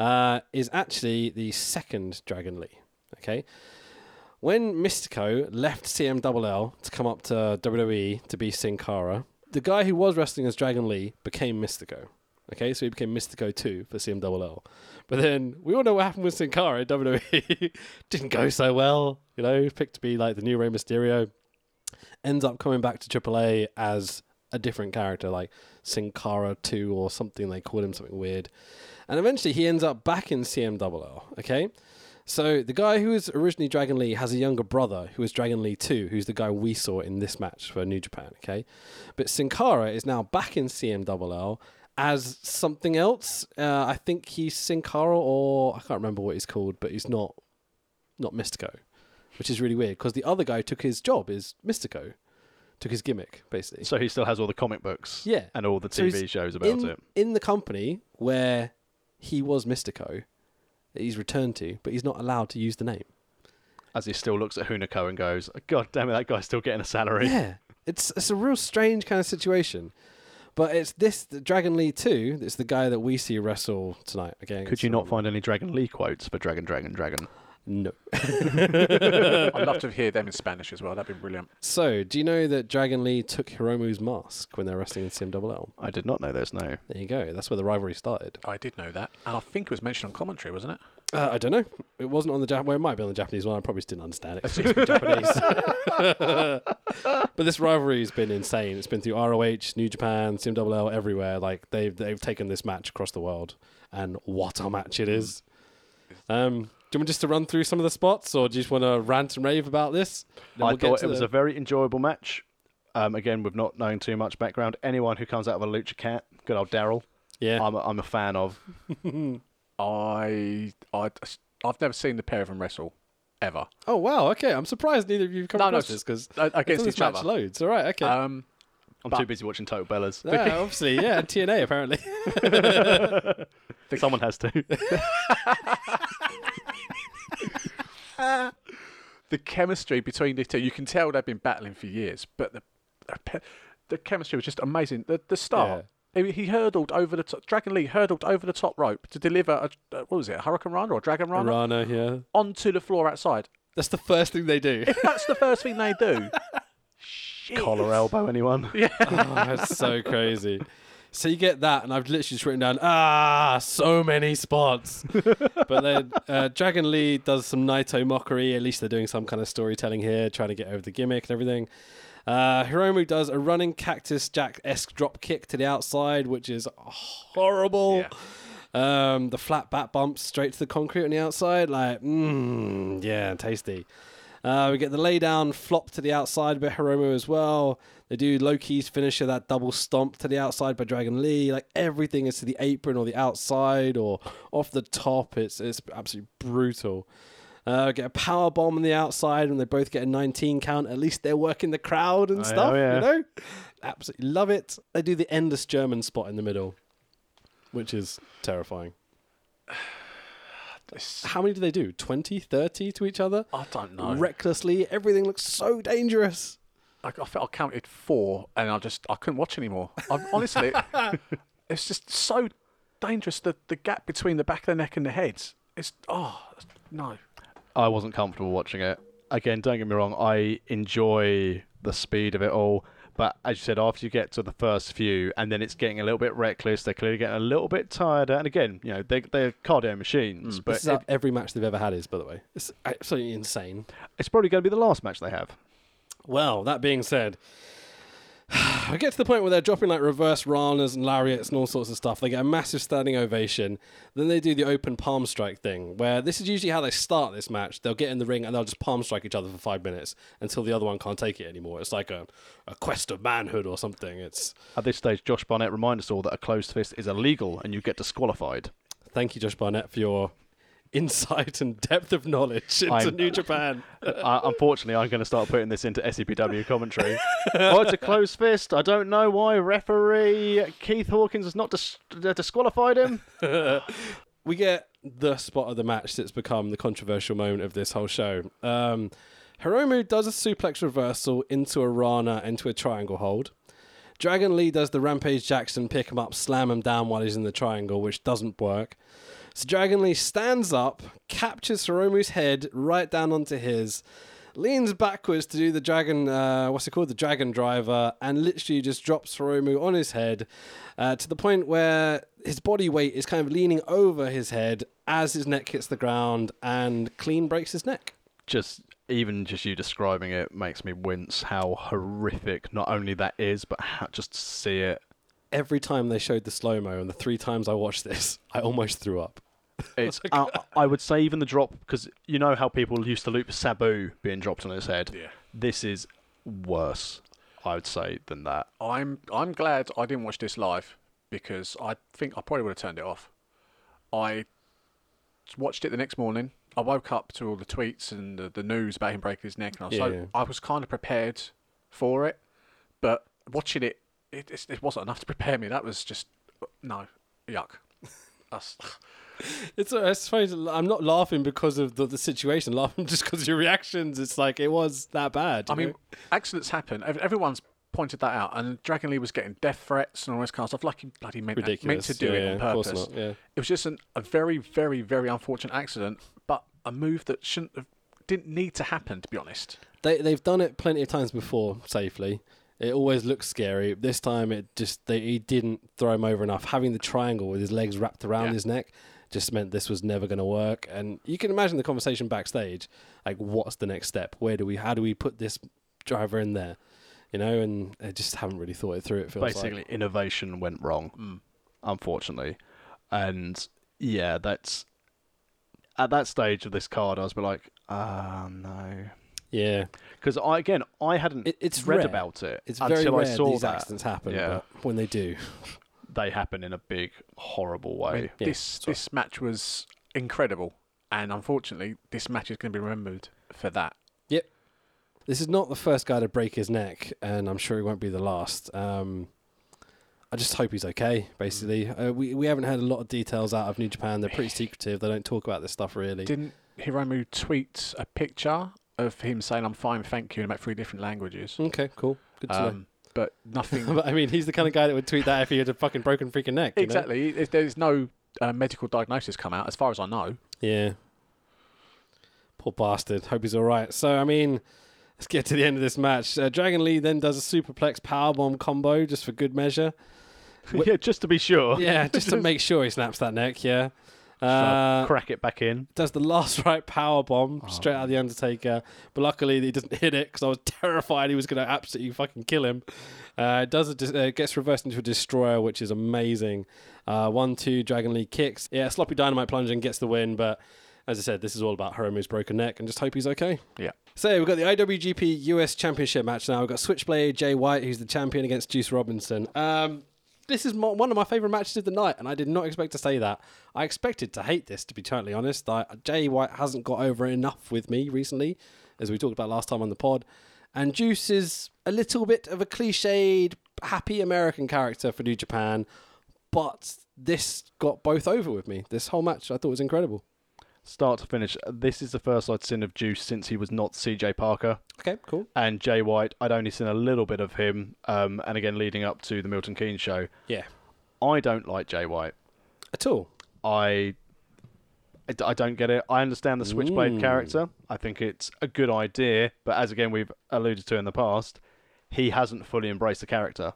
Speaker 2: uh, is actually the second Dragon Lee. Okay. When Mystico left CMLL to come up to WWE to be Sin Cara, the guy who was wrestling as Dragon Lee became Mystico. Okay, so he became Mystico 2 for CMLL. But then we all know what happened with Sin Cara in WWE. Didn't go so well. You know, he was picked to be like the new Rey Mysterio. Ends up coming back to AAA as a different character, like Sin Cara 2 or something. They called him something weird. And eventually he ends up back in CMLL, okay? So the guy who was originally Dragon Lee has a younger brother who was Dragon Lee 2, who's the guy we saw in this match for New Japan, okay? But Sin Cara is now back in CMLL as something else. Uh, I think he's Sin Cara or I can't remember what he's called, but he's not not Mystico, which is really weird because the other guy took his job is Mystico, took his gimmick basically.
Speaker 1: So he still has all the comic books.
Speaker 2: Yeah.
Speaker 1: And all the
Speaker 2: So
Speaker 1: TV
Speaker 2: he's
Speaker 1: shows about
Speaker 2: in,
Speaker 1: it.
Speaker 2: In the company where he was Mystico, that he's returned to, but he's not allowed to use the name.
Speaker 1: As he still looks at Hunako and goes, "God damn it, that guy's still getting a salary."
Speaker 2: Yeah, it's it's a real strange kind of situation. But it's this the Dragon Lee two. That's the guy that we see wrestle tonight. Again,
Speaker 1: Could you not find any Dragon Lee quotes for Dragon, Dragon, Dragon?
Speaker 2: No.
Speaker 3: I'd love to hear them in Spanish as well. That'd be brilliant.
Speaker 2: So, do you know that Dragon Lee took Hiromu's mask when they're wrestling in Sim Double L?
Speaker 1: I did not know this. No.
Speaker 2: There you go. That's where the rivalry started.
Speaker 3: I did know that, and I think it was mentioned on commentary, wasn't it?
Speaker 2: Uh, I don't know. It wasn't on the Japanese. Well, it might be on the Japanese one. I probably just didn't understand it. 'cause it's in Japanese. but this rivalry has been insane. It's been through ROH, New Japan, CMLL, everywhere. Like they've they've taken this match across the world, and what a match it is. Um, do you want me just to run through some of the spots, or do you just want to rant and rave about this? Then
Speaker 1: I
Speaker 2: we'll get
Speaker 1: thought
Speaker 2: to
Speaker 1: it was
Speaker 2: the-
Speaker 1: a very enjoyable match. Um, again, with not knowing too much background, anyone who comes out of a lucha cat, good old Daryl,
Speaker 2: yeah.
Speaker 1: I'm a, I'm a fan of.
Speaker 3: I, I, I've never seen the pair of them wrestle ever
Speaker 2: oh wow. Okay. I'm surprised neither of you have come
Speaker 3: No, no,
Speaker 2: across this because
Speaker 3: a- against
Speaker 2: this
Speaker 3: each
Speaker 2: match
Speaker 3: other.
Speaker 2: loads. All right. Okay.
Speaker 3: Um,
Speaker 1: I'm
Speaker 3: But-
Speaker 1: too busy watching Total Bellas.
Speaker 2: yeah, obviously, yeah, and TNA apparently.
Speaker 1: Someone has to.
Speaker 3: the chemistry between the two, you can tell they've been battling for years, but the the pe- the chemistry was just amazing. The the start, he, he hurdled over the top, Dragon Lee hurdled over the top rope to deliver a, a what was it, a Hurricane Runner or a Dragon Runner
Speaker 2: Rana, yeah.
Speaker 3: onto the floor outside.
Speaker 2: That's the first thing they do.
Speaker 3: That's the first thing they do. Shit.
Speaker 1: Collar elbow anyone.
Speaker 2: oh, that's so crazy. So you get that, and I've literally just written down ah, so many spots. but then uh, Dragon Lee does some Naito mockery. At least they're doing some kind of storytelling here, trying to get over the gimmick and everything. Uh, Hiromu does a running cactus jack esque drop kick to the outside, which is horrible.
Speaker 3: Yeah.
Speaker 2: Um, the flat bat bumps straight to the concrete on the outside, like mmm, yeah, tasty. Uh, we get the lay down flop to the outside by Hiromu as well. They do Loki's finisher, that double stomp to the outside by Dragon Lee. Like everything is to the apron or the outside or off the top. It's it's absolutely brutal. Uh, get a power bomb on the outside, and they both get a 19 count. At least they're working the crowd and
Speaker 1: Oh,
Speaker 2: stuff.
Speaker 1: yeah.
Speaker 2: You know, absolutely love it. They do the endless German spot in the middle, which is terrifying.
Speaker 3: It's-
Speaker 2: How many do they do? 20, 30 to each other?
Speaker 3: I don't
Speaker 2: Oh.
Speaker 3: know.
Speaker 2: Recklessly, everything looks so dangerous.
Speaker 3: I, I felt I counted four, and I just I couldn't watch anymore. I, honestly, it's just so dangerous. The the gap between the back of the neck and the head. It's oh no.
Speaker 1: I wasn't comfortable watching it. Again, don't get me wrong, I enjoy the speed of it all. But as you said, after you get to the first few and then it's getting a little bit reckless, they're clearly getting a little bit tired. And again, you know, they, they're cardio machines,
Speaker 2: But
Speaker 1: but
Speaker 2: Mm. this is how every match they've ever had is, by the way. It's absolutely insane.
Speaker 1: it's probably going to be the last match they have.
Speaker 2: Well, that being said, we get to the point where they're dropping like reverse ranas and lariats and all sorts of stuff. They get a massive standing ovation. Then they do the open palm strike thing, where this is usually how they start this match. They'll get in the ring and they'll just palm strike each other for five minutes until the other one can't take it anymore. It's like a, a quest of manhood or something. It's
Speaker 1: At this stage, Josh Barnett reminds us all that a closed fist is illegal and you get disqualified.
Speaker 2: thank you, Josh Barnett, for your insight and depth of knowledge into
Speaker 1: I'm-
Speaker 2: New Japan.
Speaker 1: uh, unfortunately, I'm going to start putting this into SCPW commentary. oh, it's a closed fist. I don't know why referee Keith Hawkins has not dis- uh, disqualified him.
Speaker 2: we get the spot of the match that's become the controversial moment of this whole show. Um, Hiromu does a suplex reversal into a Rana, into a triangle hold. Dragon Lee does the Rampage Jackson pick him up, slam him down while he's in the triangle, which doesn't work. So Dragon Lee stands up, captures Hiromu's head right down onto his, leans backwards to do the dragon, uh, what's it called, the dragon driver, and literally just drops Hiromu on his head uh, to the point where his body weight is kind of leaning over his head as his neck hits the ground and clean breaks his neck.
Speaker 1: Just even just you describing it makes me wince. How horrific not only that is, but how, just to see it.
Speaker 2: Every time they showed the slow mo, and the three times I watched this, I almost threw up.
Speaker 1: It's uh, I would say even the drop because you know how people used to loop Sabu being dropped on his head.
Speaker 3: Yeah.
Speaker 1: This is worse, I would say, than that.
Speaker 3: I'm I'm glad I didn't watch this live because I think I probably would have turned it off. I watched it the next morning. I woke up to all the tweets and the, the news about him breaking his neck, and I was, so,
Speaker 2: Yeah.
Speaker 3: I was kind of prepared for it. But watching it, it, it's- it wasn't enough to prepare me. That was just no yuck. That's,
Speaker 2: It's, uh, it's funny. to- I'm not laughing because of the, the situation. I'm laughing just because of your reactions. It's like it was that bad.
Speaker 3: I
Speaker 2: you know?
Speaker 3: mean, accidents happen. Ev- Everyone's pointed that out, and Dragon Lee was getting death threats and all this kind of stuff. Like he bloody meant, that- meant
Speaker 2: ridiculous.
Speaker 3: to do
Speaker 2: yeah,
Speaker 3: it on
Speaker 2: yeah,
Speaker 3: purpose.
Speaker 2: Of course not. Yeah.
Speaker 3: It was just an, a very, very, very unfortunate accident, but a move that shouldn't have, didn't need to happen, to be honest.
Speaker 2: They they've done it plenty of times before safely. It always looks scary. This time it just they he didn't throw him over enough. Having the triangle with his legs wrapped around
Speaker 3: Yeah.
Speaker 2: his neck just meant this was never going to work. And you can imagine the conversation backstage, like, what's the next step? Where do we? How do we put this driver in there? You know, and they just haven't really thought it through. It feels
Speaker 1: Basically,
Speaker 2: like. Mm.
Speaker 1: innovation went wrong, unfortunately, and yeah, that's at that stage of this card, I was a bit like, ah, no,
Speaker 2: yeah,
Speaker 1: because I again, I hadn't
Speaker 2: It- it's
Speaker 1: read
Speaker 2: rare.
Speaker 1: about it
Speaker 2: it's
Speaker 1: until
Speaker 2: very rare
Speaker 1: I saw
Speaker 2: these
Speaker 1: that
Speaker 2: accidents happen.
Speaker 1: Yeah.
Speaker 2: but when they do,
Speaker 1: they happen in a big, horrible way.
Speaker 2: Yeah,
Speaker 3: this
Speaker 2: sorry.
Speaker 3: this match was incredible, and unfortunately, this match is going to be remembered for that.
Speaker 2: This is not the first guy to break his neck, and I'm sure he won't be the last. Um, I just hope he's okay. Basically,
Speaker 3: Mm.
Speaker 2: uh, we we haven't had a lot of details out of New Japan. They're pretty secretive. They don't talk about this stuff really.
Speaker 3: Didn't Hiromu tweet a picture of him saying, "I'm fine, thank you," in about three different languages?
Speaker 2: okay, cool, good to
Speaker 3: Um, but nothing
Speaker 2: know. but I mean, he's the kind of guy that would tweet that if he had a fucking broken freaking neck. you know?
Speaker 3: Exactly. If There's no uh, medical diagnosis come out, as far as I know.
Speaker 2: Yeah. Poor bastard. Hope he's all right. So, I mean, let's get to the end of this match. Uh, Dragon Lee then does a superplex powerbomb combo just for good measure.
Speaker 1: yeah, just to be sure,
Speaker 2: Yeah, just to make sure he snaps that neck. Yeah.
Speaker 1: Shall I
Speaker 2: Uh,
Speaker 1: crack it back in.
Speaker 2: does the last right power bomb straight out of the Undertaker, but luckily he doesn't hit it because I was terrified he was going to absolutely fucking kill him. Uh, does it dis- uh, gets reversed into a destroyer, which is amazing. Uh, one, two, Dragon Lee kicks. Yeah, sloppy dynamite plunge and gets the win. But as I said, this is all about Hiromu's broken neck and just hope he's okay.
Speaker 3: Yeah.
Speaker 2: So we've got the IWGP US Championship match now. We've got Switchblade Jay White, who's the champion against Juice Robinson. Um, this is mo- one of my favorite matches of the night, and I did not expect to say that. I expected to hate this, to be totally honest. I, Jay White hasn't got over it enough with me recently, as we talked about last time on the pod. And Juice is a little bit of a cliched, happy American character for New Japan, but this got both over with me. This whole match I thought was incredible.
Speaker 1: Start to finish, this is the first I'd seen of Juice since he was not CJ Parker.
Speaker 2: Okay, cool.
Speaker 1: and Jay White. I'd only seen a little bit of him, um, and again leading up to the Milton Keynes show.
Speaker 2: Yeah.
Speaker 1: I don't like Jay White.
Speaker 2: At all.
Speaker 1: I I d- I don't get it. I understand the Switchblade character. I think it's a good idea, but as again we've alluded to in the past, he hasn't fully embraced the character,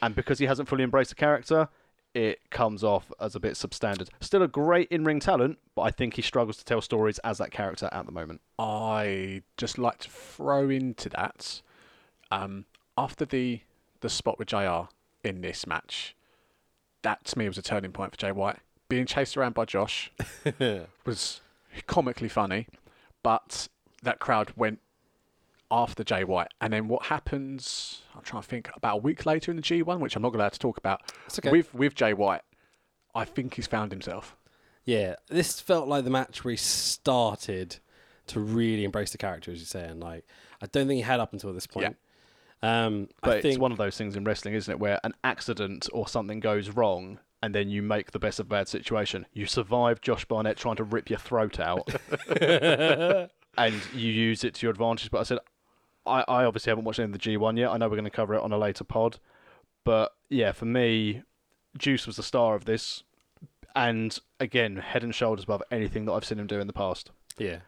Speaker 1: and because he hasn't fully embraced the character. It comes off as a bit substandard. Still a great in ring talent, but I think he struggles to tell stories as that character at the moment.
Speaker 3: I just like to throw into that um, after the the spot with Jr. in this match. That to me was a turning point for Jay White. Being chased around by Josh was comically funny, but that crowd went after Jay White. And then what happens? I'm trying to think. About a week later in the G1, which I'm not allowed to talk about,
Speaker 2: okay.
Speaker 3: with with Jay White, I think he's found himself.
Speaker 2: Yeah, this felt like the match where he started to really embrace the character, as you say, and like I don't think he had up until this point. Um,
Speaker 1: But
Speaker 2: I think
Speaker 1: it's one of those things in wrestling, isn't it, where an accident or something goes wrong and then you make the best of a bad situation. You survive Josh Barnett trying to rip your throat out and you use it to your advantage. But I said, I, I obviously haven't watched any of the G1 yet. I know we're going to cover it on a later pod. But yeah, for me, Juice was the star of this. And again, head and shoulders above anything that I've seen him do in the past.
Speaker 2: yeah.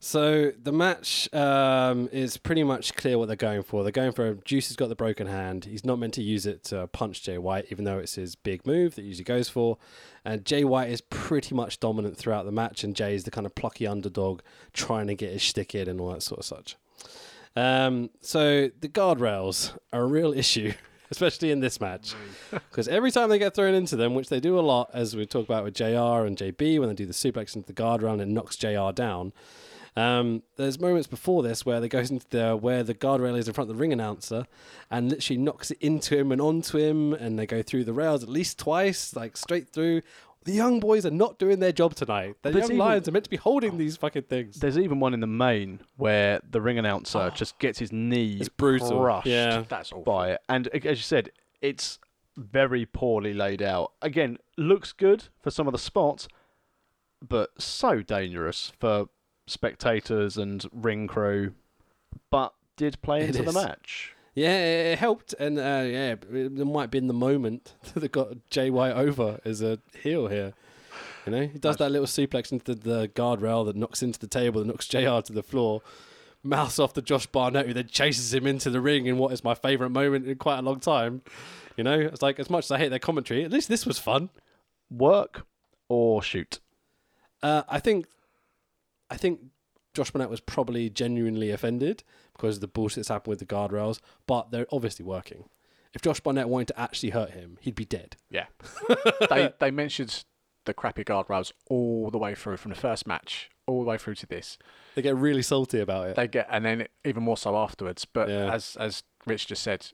Speaker 2: So the match um, is pretty much clear what they're going for. They're going for Juice has got the broken hand. He's not meant to use it to punch Jay White, even though it's his big move that he usually goes for. And Jay White is pretty much dominant throughout the match, and Jay is the kind of plucky underdog trying to get his shtick in and all that sort of such. Um, so the guardrails are a real issue, especially in this match, because every time they get thrown into them, which they do a lot, as we talk about with JR and JB, when they do the suplex into the guardrail and it knocks JR down. Um, there's moments before this where they goes into the where the guardrail is in front of the ring announcer, and literally knocks it into him and onto him, and they go through the rails at least twice, like straight through. The young boys are not doing their job tonight. The
Speaker 1: There's
Speaker 2: young
Speaker 1: even-
Speaker 2: lions are meant to be holding these fucking things.
Speaker 1: There's even one in the main where the ring announcer just gets his knee
Speaker 2: Oh. It's brutal.
Speaker 1: crushed.
Speaker 2: Yeah.
Speaker 3: That's all.
Speaker 1: by it. And a- as you said, it's very poorly laid out. Again, looks good for some of the spots, but so dangerous for spectators and ring crew. But did play
Speaker 2: It
Speaker 1: into the
Speaker 2: is.
Speaker 1: match.
Speaker 2: Yeah, it it helped, and uh, yeah, it it might have been the moment that got Jay White over as a heel here. You know, he does that little suplex into the, the guardrail that knocks into the table, that knocks JR to the floor, mouths off to Josh Barnett, who then chases him into the ring in what is my favourite moment in quite a long time. You know, it's like as much as I hate their commentary, at least this was fun.
Speaker 1: Work or shoot?
Speaker 2: Uh, I think, I think Josh Burnett was probably genuinely offended because of the bullshit that's happened with the guardrails, but they're obviously working. If Josh Barnett wanted to actually hurt him, he'd be dead.
Speaker 3: Yeah. they they mentioned the crappy guardrails all the way through from the first match all the way through to this.
Speaker 2: They get really salty about it.
Speaker 3: They get and then even more so afterwards. But
Speaker 2: Yeah.
Speaker 3: as as Rich just said,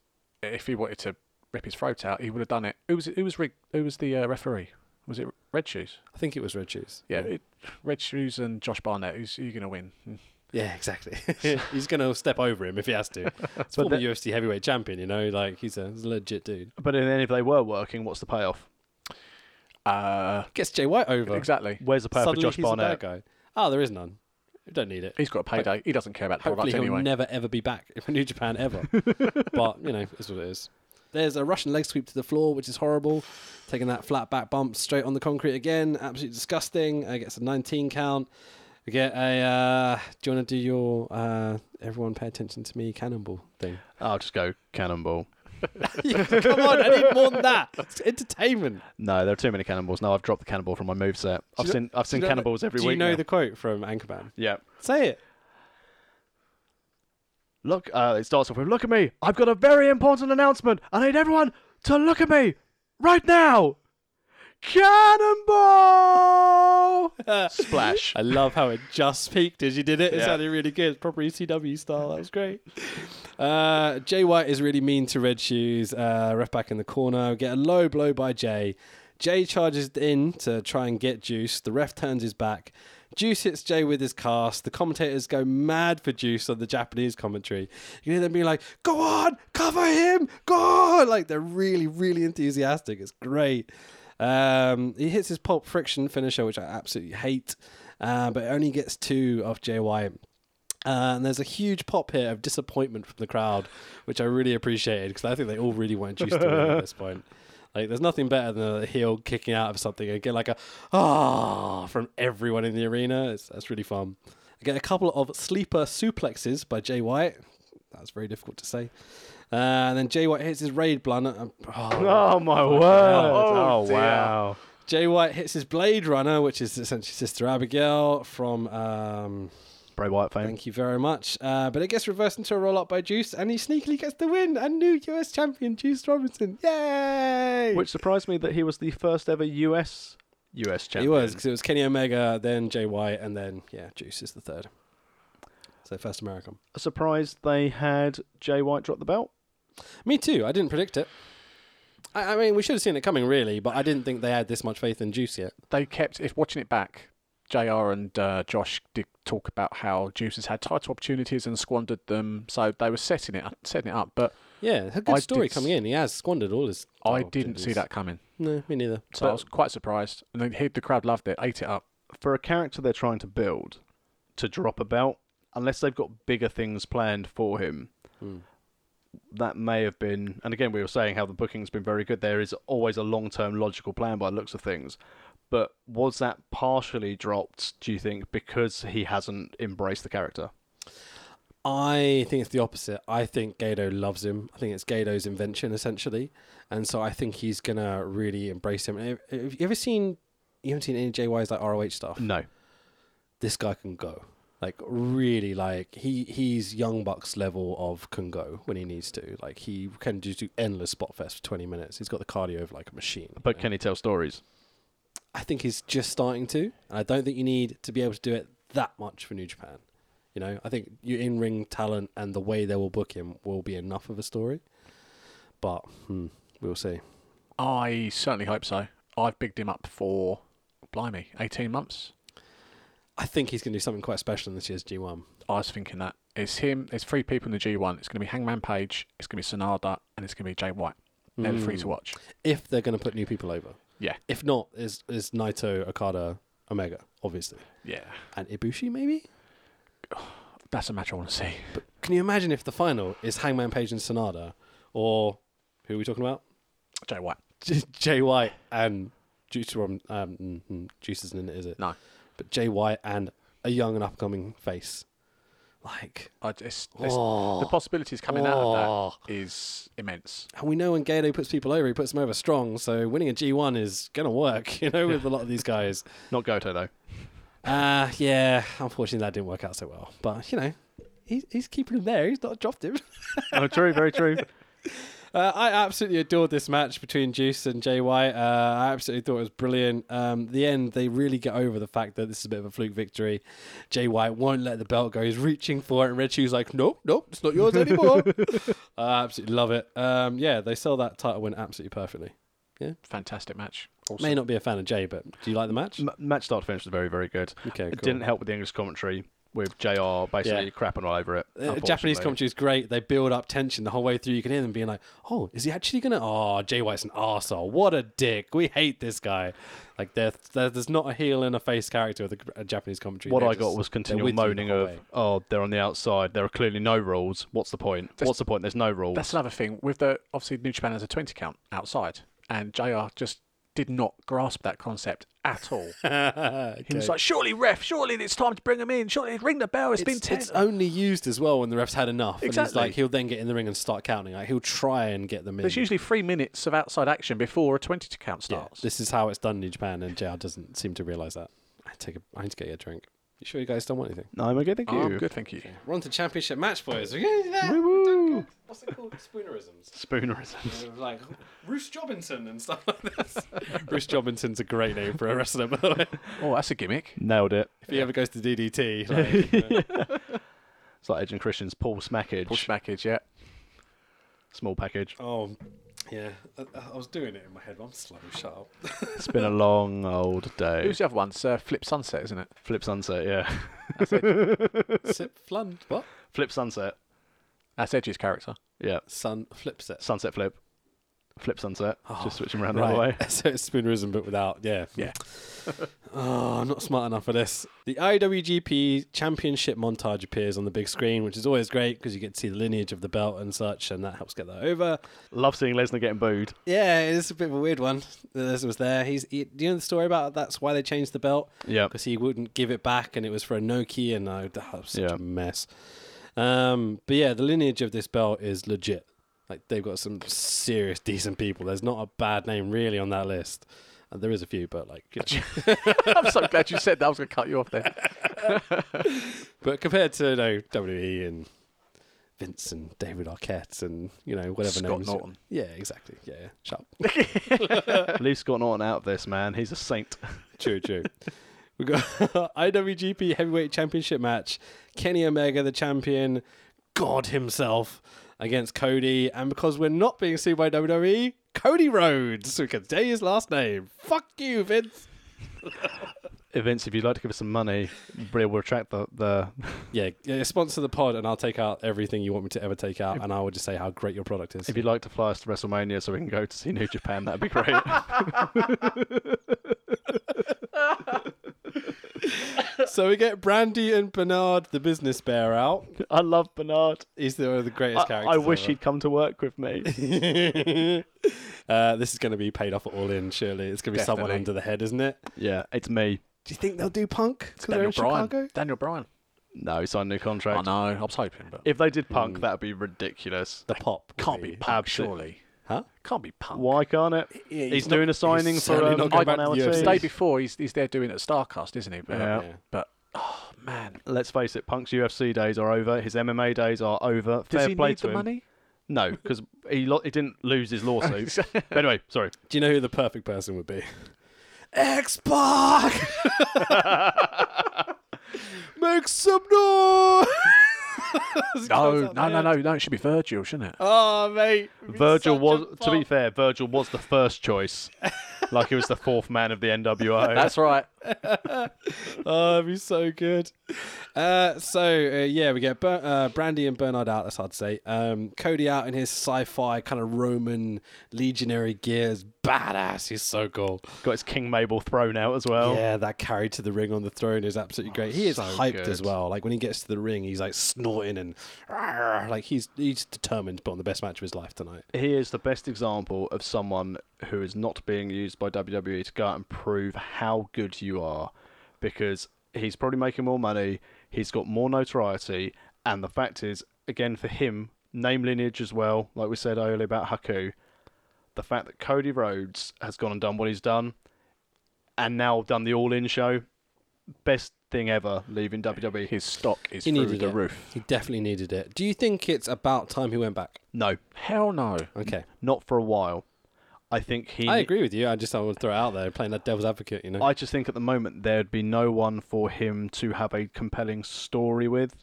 Speaker 3: if he wanted to rip his throat out, he would have done it. Who was who was rig, who was the uh, referee? Was it Red Shoes?
Speaker 2: I think it was Red Shoes.
Speaker 3: Yeah, It, Red Shoes and Josh Barnett. Who's who you gonna win? Hmm.
Speaker 2: Yeah, exactly. he's gonna step over him if he has to. It's
Speaker 1: But
Speaker 2: former
Speaker 1: the-
Speaker 2: UFC heavyweight champion, you know, like he's a, he's a legit dude.
Speaker 1: But then, if they were working, what's the payoff?
Speaker 3: Uh,
Speaker 2: Gets Jay White over.
Speaker 3: exactly.
Speaker 1: Where's the payoff for
Speaker 2: Suddenly
Speaker 1: Josh
Speaker 2: he's a bad
Speaker 1: Barnett?
Speaker 2: guy. Oh, there is none. We don't need it.
Speaker 3: He's got a payday. He doesn't care about the
Speaker 2: Hopefully
Speaker 3: product
Speaker 2: he'll
Speaker 3: anyway.
Speaker 2: never ever be back in New Japan ever. but you know, it's what it is. There's a Russian leg sweep to the floor, which is horrible. Taking that flat back bump straight on the concrete again, absolutely disgusting. I gets a 19 count. We get a. Uh, do you want to do your uh, everyone pay attention to me cannonball thing?
Speaker 1: I'll just go cannonball.
Speaker 2: Come on, I need more than that. It's entertainment.
Speaker 1: No, there are too many cannonballs. Now I've dropped the cannonball from my moveset. I've
Speaker 2: you-
Speaker 1: seen I've seen
Speaker 2: Do you know-
Speaker 1: cannonballs every
Speaker 2: Do
Speaker 1: week.
Speaker 2: you know
Speaker 1: now.
Speaker 2: the quote from Anchorman?
Speaker 1: Yeah.
Speaker 2: Say it.
Speaker 1: Look, uh, it starts off with, "Look at me! I've got a very important announcement. I need everyone to look at me right now." Cannonball! Splash.
Speaker 2: I love how it just peaked as you did it. It
Speaker 1: Yeah.
Speaker 2: sounded really good. Proper ECW style. That was great. Uh, Jay White is really mean to Red Shoes. Uh, ref back in the corner. We get a low blow by Jay. Jay charges in to try and get Juice. The ref turns his back. Juice hits Jay with his cast. The commentators go mad for Juice on the Japanese commentary. You hear them being like, go on, cover him, go on. Like they're really, really enthusiastic. It's great. Um, he hits his pulp friction finisher, which I absolutely hate, uh, but it only gets two off Jay White. Uh, and there's a huge pop here of disappointment from the crowd, which I really appreciated because I think they all really weren't used to it at this point. Like, there's nothing better than a heel kicking out of something and get like a ah from everyone in the arena. It's, that's really fun. I get a couple of sleeper suplexes by Jay White. That's very difficult to say. Uh, and then Jay White hits his raid blunt. and- oh,
Speaker 1: Oh my word!
Speaker 3: hell.
Speaker 1: Oh,
Speaker 3: Oh, dear.
Speaker 1: wow!
Speaker 2: Jay White hits his Blade Runner, which is essentially Sister Abigail from. Um,
Speaker 1: Bray Wyatt fame.
Speaker 2: thank you very much. Uh, but it gets reversed into a roll up by Juice, and he sneakily gets the win and new US champion Juice Robinson. Yay!
Speaker 1: Which surprised me that he was the first ever US US
Speaker 2: he
Speaker 1: champion.
Speaker 2: was because it was Kenny Omega, then Jay White, and then yeah, Juice is the third. So first American.
Speaker 1: Surprised they had Jay White drop the belt.
Speaker 2: Me too. I didn't predict it. I, I mean, we should have seen it coming, really, but I didn't think they had this much faith in Juice yet.
Speaker 3: they kept if watching it back jr and uh, josh did talk about how juice has had title opportunities and squandered them so they were setting it setting it up but
Speaker 2: Yeah, a good
Speaker 3: I
Speaker 2: story
Speaker 3: did s-
Speaker 2: coming in. He has squandered all his.
Speaker 3: i didn't see
Speaker 2: opportunities.
Speaker 3: that coming
Speaker 2: No, me neither.
Speaker 3: so i
Speaker 1: But-
Speaker 3: was quite surprised and then here the crowd loved it ate it up
Speaker 1: For a character they're trying to build, to drop a belt, unless they've got bigger things planned for him,
Speaker 2: Hmm.
Speaker 1: that may have been. And again, we were saying how the booking's been very good. There is always a long-term logical plan by the looks of things. But was that partially dropped? Do you think because he hasn't embraced the character?
Speaker 2: I think it's the opposite. I think Gato loves him. I think it's Gato's invention essentially, and so I think he's gonna really embrace him. Have have you ever seen? You haven't seen any JY's like ROH stuff.
Speaker 1: No.
Speaker 2: This guy can go, like really, like he he's Young Bucks level of can go when he needs to. Like he can just do endless spot fest for twenty minutes. He's got the cardio of like a machine. you
Speaker 1: But
Speaker 2: know?
Speaker 1: can he tell stories?
Speaker 2: I think he's just starting to, and I don't think you need to be able to do it that much for New Japan. You know, I think your in ring talent and the way they will book him will be enough of a story. But hmm, we'll see.
Speaker 3: i certainly hope so i've bigged him up for blimey 18 months
Speaker 2: I think he's going to do something quite special in this year's G1.
Speaker 3: i was thinking that it's him there's three people in the g1 it's going to be hangman page it's going to be sonada and it's going to be jay white they're the
Speaker 2: Hmm.
Speaker 3: three to watch
Speaker 2: If they're going to put new people over.
Speaker 3: Hmm. yeah
Speaker 2: If not, is is Naito, Okada, Omega, obviously.
Speaker 3: yeah
Speaker 2: And Ibushi, maybe?
Speaker 3: that's a match i want to see
Speaker 2: Can you imagine if the final is Hangman Page and Sonada? Or who are we talking about?
Speaker 3: jay white
Speaker 2: J- Jay White and Juice Robin, um, mm, mm, Juice isn't in it, is it?
Speaker 3: no
Speaker 2: But Jay White and a young and upcoming face Like,
Speaker 3: I just it's- the
Speaker 2: Oh.
Speaker 3: possibilities coming out
Speaker 2: Oh.
Speaker 3: of that is immense.
Speaker 2: and we know when Gato puts people over, he puts them over strong. So winning a G1 is going to work, you know, with a lot of these guys.
Speaker 1: Not Goto though.
Speaker 2: Uh, yeah, unfortunately that didn't work out so well. But, you know, he's, he's keeping him there. He's not dropped him.
Speaker 1: Oh, true, very true.
Speaker 2: Uh, I absolutely adored this match between Juice and JY. Uh, I absolutely thought it was brilliant. Um, the end, they really get over the fact that this is a bit of a fluke victory. JY won't let the belt go. He's reaching for it, and Red Shoe's like, nope, nope, it's not yours anymore. I absolutely love it. Um, yeah, they sell that title win absolutely perfectly.
Speaker 3: Fantastic match.
Speaker 2: May not be a fan of Jay, but do you like the match?
Speaker 1: M- match start to finish was very, very good.
Speaker 2: Okay,
Speaker 1: It
Speaker 2: cool.
Speaker 1: didn't help with the English commentary with JR basically
Speaker 2: Yeah.
Speaker 1: crapping all over it.
Speaker 2: Uh, Japanese
Speaker 1: unfortunately.
Speaker 2: commentary is great. They build up tension the whole way through. You can hear them being like, "Oh, is he actually gonna? Oh, Jay White's an arsehole. What a dick. We hate this guy." Like there, there- there's not a heel and a face character with a, a Japanese commentary.
Speaker 1: What
Speaker 2: They're
Speaker 1: I got
Speaker 2: just-
Speaker 1: was
Speaker 2: they're
Speaker 1: continual
Speaker 2: with you the
Speaker 1: moaning
Speaker 2: whole
Speaker 1: of,
Speaker 2: way.
Speaker 1: oh, they're on the outside. There are clearly no rules. What's the point?
Speaker 3: That's-
Speaker 1: What's the point? There's no rules.
Speaker 3: That's another thing with the obviously New Japan has a twenty count outside, and Jr. just did not grasp that concept at all. He was like, "Surely, ref, surely it's time to bring him in. Surely, ring the bell. it's been
Speaker 2: It's,
Speaker 3: ten.
Speaker 2: it's only used as well when the ref's had enough. And he's
Speaker 3: Exactly.
Speaker 2: like, he'll then get in the ring and start counting. Like he'll try and get them in.
Speaker 3: There's usually three minutes of outside action before a twenty count
Speaker 2: Yeah,
Speaker 3: starts.
Speaker 2: this is how it's done in Japan, and JR doesn't seem to realize that. I take a, I need to get you a drink. You sure you guys don't want anything?
Speaker 1: no, I'm okay. Thank you.
Speaker 3: Oh, good, thank you.
Speaker 2: We're on to championship match, boys. Are you gonna do that? Don't- What's it called? Spoonerisms.
Speaker 1: Spoonerisms.
Speaker 2: It was like Bruce Jobinson and stuff like this. Bruce Jobinson's a great name for a wrestler, by the way.
Speaker 3: Oh, that's a gimmick.
Speaker 1: Nailed it.
Speaker 2: If he ever goes to DDT, like,
Speaker 1: It's like Edge and Christian's Paul Smackage.
Speaker 3: Push package, yeah.
Speaker 1: Small package.
Speaker 2: oh, yeah, I, I was doing it in my head. but I'm slow, shut up.
Speaker 1: It's been a long old day.
Speaker 3: Who's the other one? It's, uh, Flip Sunset, isn't it?
Speaker 1: Flip Sunset, yeah.
Speaker 2: Sip flun, what?
Speaker 1: Flip Sunset.
Speaker 3: That's Edge's character.
Speaker 1: Yeah.
Speaker 2: Sun flips it.
Speaker 1: Sunset Flip. Flip Sunset. Just switching around the other way.
Speaker 2: Right. so it's spoonerism, but without, yeah.
Speaker 3: Yeah.
Speaker 2: Oh, I'm not smart enough for this. The IWGP Championship montage appears on the big screen, which is always great because you get to see the lineage of the belt and such, and that helps get that over.
Speaker 1: Love seeing Lesnar getting booed.
Speaker 2: Yeah, it's a bit of a weird one. This was there. He's. He, do you know the story about that's why they changed the belt?
Speaker 1: Yeah.
Speaker 2: because he wouldn't give it back, and it was for a no key, and I, that was such
Speaker 1: Yeah.
Speaker 2: a mess. Um, but yeah, the lineage of this belt is legit. Like they've got some serious decent people. There's not a bad name really on that list. And there is a few, but like, you know.
Speaker 3: I'm so glad you said that. I was going to cut you off there.
Speaker 2: but compared to you know WWE and Vince and David Arquette and you know whatever
Speaker 3: Scott
Speaker 2: names.
Speaker 3: Norton.
Speaker 2: Yeah, exactly. Yeah, yeah. Shut up.
Speaker 1: Leave Scott Norton out of this, man. He's a saint.
Speaker 2: True, true. We got IWGP Heavyweight Championship match. Kenny Omega, the champion, God himself, against Cody. And because we're not being sued by WWE, Cody Rhodes. We can say his last name. Fuck you, Vince.
Speaker 1: Events, if you'd like to give us some money, really will attract the, the
Speaker 2: Yeah, yeah, sponsor the pod, and I'll take out everything you want me to ever take out, and I will just say how great your product is.
Speaker 1: If you'd like to fly us to WrestleMania so we can go to see New Japan, that'd be great.
Speaker 2: so we get Brandy and Bernard, the business bear, out.
Speaker 1: I love Bernard.
Speaker 2: He's the, the greatest
Speaker 1: I,
Speaker 2: character.
Speaker 1: I wish he'd come to work with me.
Speaker 2: Uh, this is going to be paid off at all in, surely. It's going to be someone
Speaker 3: Definitely.
Speaker 2: under the head, isn't it?
Speaker 1: yeah, it's me.
Speaker 2: Do you think they'll do Punk? Because
Speaker 3: Daniel Bryan. Daniel Bryan.
Speaker 1: Oh, No, he signed a new
Speaker 3: I
Speaker 1: contract.
Speaker 3: know. I was hoping, but
Speaker 1: If they did Punk, that'd be ridiculous.
Speaker 2: The pop would
Speaker 3: can't be punk,
Speaker 1: absolute-
Speaker 3: surely.
Speaker 2: Huh?
Speaker 3: Can't be punk.
Speaker 1: Why can't it?
Speaker 2: Yeah,
Speaker 1: he's
Speaker 2: he's
Speaker 1: doing a signing
Speaker 2: he's
Speaker 1: for
Speaker 2: certainly
Speaker 1: um,
Speaker 2: not going back
Speaker 1: one
Speaker 2: to
Speaker 1: hour
Speaker 2: the
Speaker 1: two.
Speaker 2: UFC.
Speaker 3: The day before, he's, he's there doing it at StarCast, isn't he? But,
Speaker 1: Yeah.
Speaker 2: Yeah.
Speaker 3: but oh, man.
Speaker 1: Let's face it, Punk's UFC days are over. His MMA days are over.
Speaker 3: Does
Speaker 1: Fair
Speaker 3: he
Speaker 1: play
Speaker 3: need
Speaker 1: to
Speaker 3: the
Speaker 1: him.
Speaker 3: money?
Speaker 1: No, because he lo- he didn't lose his lawsuit. But anyway, sorry.
Speaker 2: Do you know who the perfect person would be? X Pac! Make some noise!
Speaker 3: No, no, no, no, no. It should be Virgil, shouldn't it?
Speaker 2: Oh, mate.
Speaker 1: Virgil was, to be fair, Virgil was the first choice. like he was the fourth man of the NWO.
Speaker 3: That's right.
Speaker 2: Oh, that'd be so good. Uh, so uh, yeah, we get Ber- uh, Brandy and Bernard out. That's hard to say. Um, Cody out in his sci-fi kind of Roman legionary gears. Badass. He's so cool.
Speaker 1: Got his King Mabel thrown out as well.
Speaker 2: Yeah, that carry to the ring on the throne is absolutely great. He is
Speaker 1: Oh. so
Speaker 2: hyped
Speaker 1: good.
Speaker 2: as well. Like when he gets to the ring, he's like snorting and "Argh," like he's he's determined to put on the best match of his life tonight.
Speaker 1: He is the best example of someone who is not being used by WWE to go out and prove how good you are because he's probably making more money, he's got more notoriety, And the fact is, again, for him, name lineage as well, like we said earlier about Haku, the fact that Cody Rhodes has gone and done what he's done and now done the all in show, best thing ever leaving E. WWE.
Speaker 3: His stock is
Speaker 2: He
Speaker 3: through
Speaker 2: needed
Speaker 3: the
Speaker 2: it.
Speaker 3: roof.
Speaker 2: He definitely needed it. Do you think it's about time he went back?
Speaker 1: No,
Speaker 3: Hell no.
Speaker 2: Okay,
Speaker 1: not for a while. I think he.
Speaker 2: I agree with you. I just I would throw it out there, playing that devil's advocate. You know,
Speaker 1: I just think at the moment there'd be no one for him to have a compelling story with.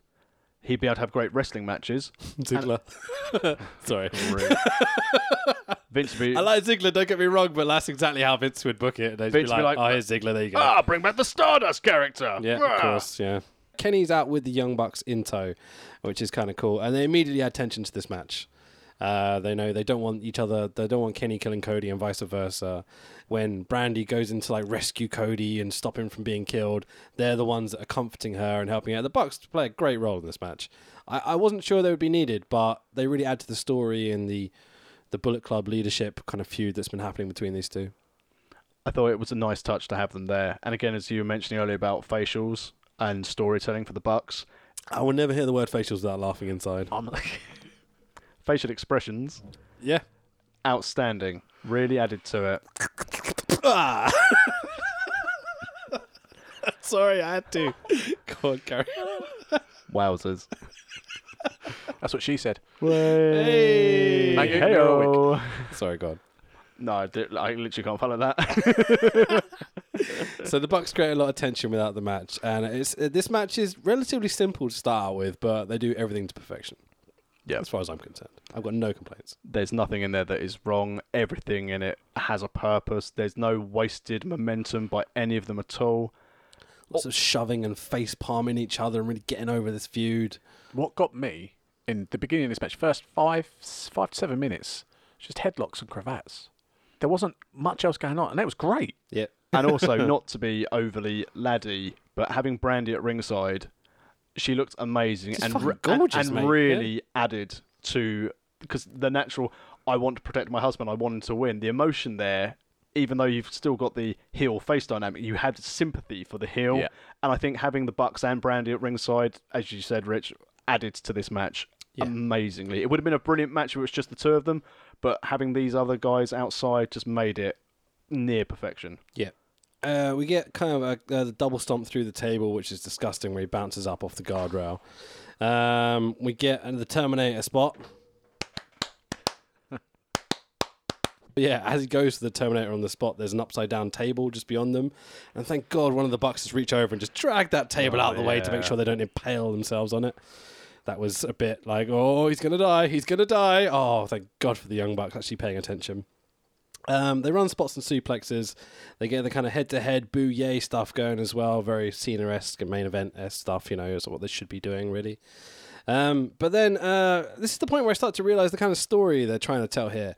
Speaker 1: He'd be able to have great wrestling matches.
Speaker 2: Ziggler. Sorry,
Speaker 1: Vince would be,
Speaker 2: I like Ziggler. Don't get me wrong, but that's exactly how Vince would book it. They'd just
Speaker 1: Vince
Speaker 2: be,
Speaker 1: would be
Speaker 2: like,
Speaker 1: like,
Speaker 2: "Oh, here's Ziggler. There you go."
Speaker 1: ah, bring back the Stardust character.
Speaker 2: Yeah,
Speaker 1: Ah.
Speaker 2: of course, yeah. Kenny's out with the Young Bucks in tow, which is kind of cool. And they immediately add tension to this match. Uh, they know they don't want each other. They don't want Kenny killing Cody and vice versa. When Brandy goes in to like rescue Cody and stop him from being killed, they're the ones that are comforting her and helping out. The Bucks play a great role in this match. I, I wasn't sure they would be needed, but they really add to the story and the the Bullet Club leadership kind of feud that's been happening between these two.
Speaker 1: I thought it was a nice touch to have them there. And again, as you were mentioning earlier about facials and storytelling for the Bucks,
Speaker 2: I will never hear the word facials without laughing inside.
Speaker 3: I'm
Speaker 1: facial expressions,
Speaker 2: Yeah.
Speaker 1: outstanding. Really added to it.
Speaker 2: Sorry, I had to. Go on, Gary.
Speaker 1: Wowzers.
Speaker 3: That's what she said.
Speaker 1: Hey.
Speaker 3: Thank you. You're
Speaker 1: Heyo.
Speaker 2: Sorry, God.
Speaker 1: No, I, did, I literally can't follow that.
Speaker 2: So the Bucks create a lot of tension without the match, and it's uh, this match is relatively simple to start out with, but they do everything to perfection.
Speaker 1: Yeah.
Speaker 2: as far as I'm concerned, I've got no complaints.
Speaker 1: There's nothing in there that is wrong. Everything in it has a purpose. There's no wasted momentum by any of them at all.
Speaker 2: Lots of shoving and face palming each other and really getting over this feud.
Speaker 3: What got me in the beginning of this match, first five, five to seven minutes, just headlocks and cravats. There wasn't much else going on, and it was great.
Speaker 2: Yeah,
Speaker 1: And also, not to be overly laddie, but having Brandy at ringside, she looked amazing
Speaker 2: She's
Speaker 1: and,
Speaker 2: fucking
Speaker 1: re- and-
Speaker 2: gorgeous,
Speaker 1: and
Speaker 2: mate, yeah.
Speaker 1: really added to because the natural. I want to protect my husband. I want him to win. The emotion there, even though you've still got the heel face dynamic, you had sympathy for the heel,
Speaker 3: Yeah.
Speaker 1: and I think having the Bucks and Brandy at ringside, as you said, Rich, added to this match
Speaker 2: Yeah.
Speaker 1: amazingly. It would have been a brilliant match if it was just the two of them, but having these other guys outside just made it near perfection.
Speaker 2: yeah. Uh, we get kind of a, a double stomp through the table, which is disgusting. Where he bounces up off the guardrail. Um, we get uh, the Terminator spot. Yeah, as he goes to the Terminator on the spot, there's an upside down table just beyond them. And thank God one of the Bucks has reached over and just dragged that table out of the way to make
Speaker 1: yeah.
Speaker 2: sure they don't impale themselves on it. That was a bit like, oh, he's going to die, he's going to die. Oh, thank God for the Young Bucks actually paying attention. Um, they run spots and suplexes. They get the kind of head to head boo yay stuff going as well. Very Cena esque and main event esque stuff, you know, is what they should be doing, really. Um, but then uh, this is the point where I start to realize the kind of story they're trying to tell here.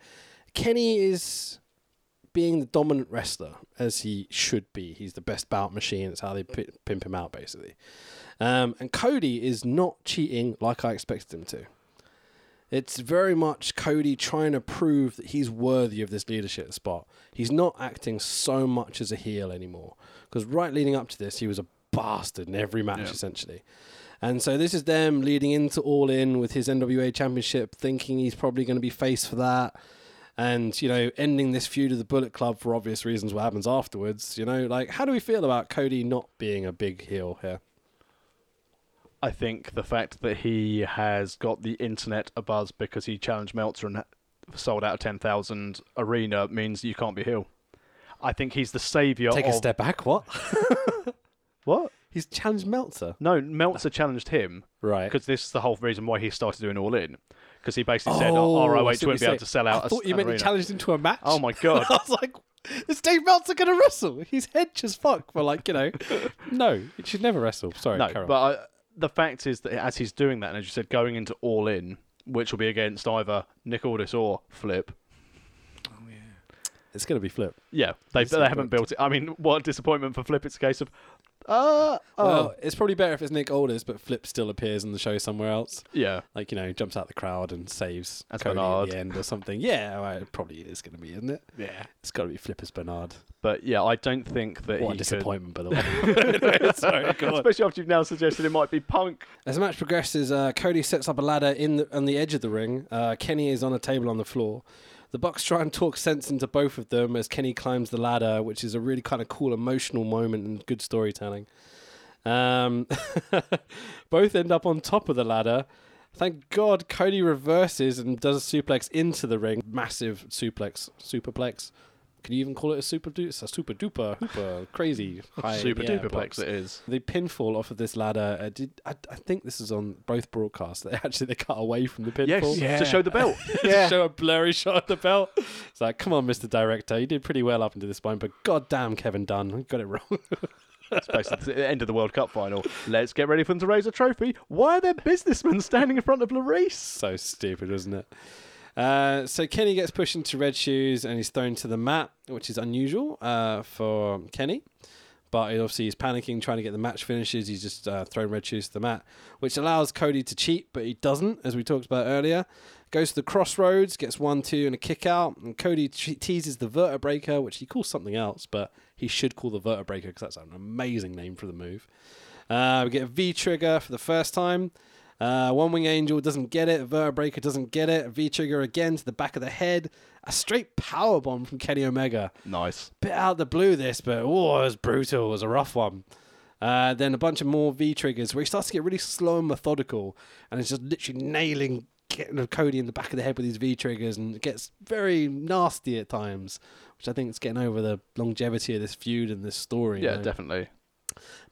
Speaker 2: Kenny is being the dominant wrestler as he should be. He's the best bout machine. It's how they pi pimp him out, basically. Um, and Cody is not cheating like I expected him to. It's very much Cody trying to prove that he's worthy of this leadership spot. He's not acting so much as a heel anymore. Because right leading up to this, he was a bastard in every match, essentially. And so this is them leading into All In with his NWA Championship, thinking he's probably going to be faced for that. And, you know, ending this feud of the Bullet Club for obvious reasons, what happens afterwards. You know, like, how do we feel about Cody not being a big heel here?
Speaker 1: I think the fact that he has got the internet abuzz because he challenged Meltzer and sold out a 10,000 arena means you can't be heel. I think he's the saviour
Speaker 2: Take
Speaker 1: of...
Speaker 2: a step back. What?
Speaker 1: What?
Speaker 2: he's challenged Meltzer.
Speaker 1: No, Meltzer challenged him
Speaker 2: Right.
Speaker 1: because this is the whole reason why he started doing All In. Because he basically said, oh,
Speaker 2: I
Speaker 1: ROH
Speaker 2: see what
Speaker 1: wouldn't be
Speaker 2: you're
Speaker 1: able to
Speaker 2: saying.
Speaker 1: sell out
Speaker 2: I
Speaker 1: a-
Speaker 2: thought you
Speaker 1: an
Speaker 2: meant he
Speaker 1: arena."
Speaker 2: challenged into a match.
Speaker 1: Oh my
Speaker 2: I
Speaker 1: God.
Speaker 2: was like, is Dave Meltzer going to wrestle? His head just fucked. But like, you know, no, it should never wrestle. Sorry,
Speaker 1: No,
Speaker 2: Carol.
Speaker 1: but I, the fact is that as he's doing that, and as you said, going into All In, which will be against either Nick Aldis or Flip,
Speaker 2: It's going to be flip.
Speaker 1: Yeah, they, they haven't built it. I mean, what a disappointment for Flip. It's a case of, uh, oh,
Speaker 2: Well, it's probably better if it's Nick Aldis, but Flip still appears on the show somewhere else.
Speaker 1: yeah.
Speaker 2: Like, you know, jumps out the crowd and saves
Speaker 1: That's
Speaker 2: Cody
Speaker 1: Bernard.
Speaker 2: at the end or something. Yeah, well, it probably is going to be, isn't it?
Speaker 3: Yeah.
Speaker 2: It's got to be Flip as Bernard.
Speaker 1: But yeah, I don't think that
Speaker 2: What a
Speaker 1: he
Speaker 2: disappointment, Oh, by the way. Sorry,
Speaker 1: could.
Speaker 2: go on.
Speaker 1: Especially after you've now suggested it might be Punk.
Speaker 2: As the match progresses, uh, Cody sets up a ladder in the, on the edge of the ring. Uh, Kenny is on a table on the floor. The Bucks try and talk sense into both of them as Kenny climbs the ladder, which is a really kind of cool emotional moment and good storytelling. Um, both end up on top of the ladder. Thank God Cody reverses and does a suplex into the ring. Massive suplex, superplex. Can you even call it a super duper? It's a super duper, hooper, crazy. high in the
Speaker 1: Super
Speaker 2: air
Speaker 1: duper
Speaker 2: blocks
Speaker 1: plex it is.
Speaker 2: the pinfall off of this ladder. Uh, did I, I think this is on both broadcasts? They actually they cut away from the pinfall
Speaker 1: Yes,
Speaker 3: Yeah.
Speaker 1: to show the belt.
Speaker 2: yeah. show a blurry shot of the belt. It's like, come on, Mr. Director, you did pretty well up until this point, but goddamn, Kevin Dunn, you got it wrong.
Speaker 1: It's basically the end of the World Cup final. Let's get ready for them to raise a trophy. Why are there businessmen standing in front of Larice?
Speaker 2: so stupid, wasn't it? Uh, so Kenny gets pushed into red shoes and he's thrown to the mat, which is unusual uh, for Kenny. But he obviously he's panicking, trying to get the match finishes. He's just uh, thrown red shoes to the mat, which allows Cody to cheat, but he doesn't, as we talked about earlier. Goes to the crossroads, gets one, two, and a kick out. And Cody che- teases the vertebraker, which he calls something else, but he should call the vertebraker because that's an amazing name for the move. Uh, we get a V trigger for the first time. Uh, One Wing Angel doesn't get it. Vertebraker doesn't get it. V trigger again to the back of the head. A straight power bomb from Kenny Omega.
Speaker 1: Nice.
Speaker 2: Bit out of the blue, this, but oh, it was brutal. It was a rough one. Uh, then a bunch of more V triggers where he starts to get really slow and methodical, and it's just literally nailing Ke- you know, Cody in the back of the head with his V triggers, and it gets very nasty at times, which I think is getting over the longevity of this feud and this story. you
Speaker 1: Yeah,
Speaker 2: know?
Speaker 1: definitely.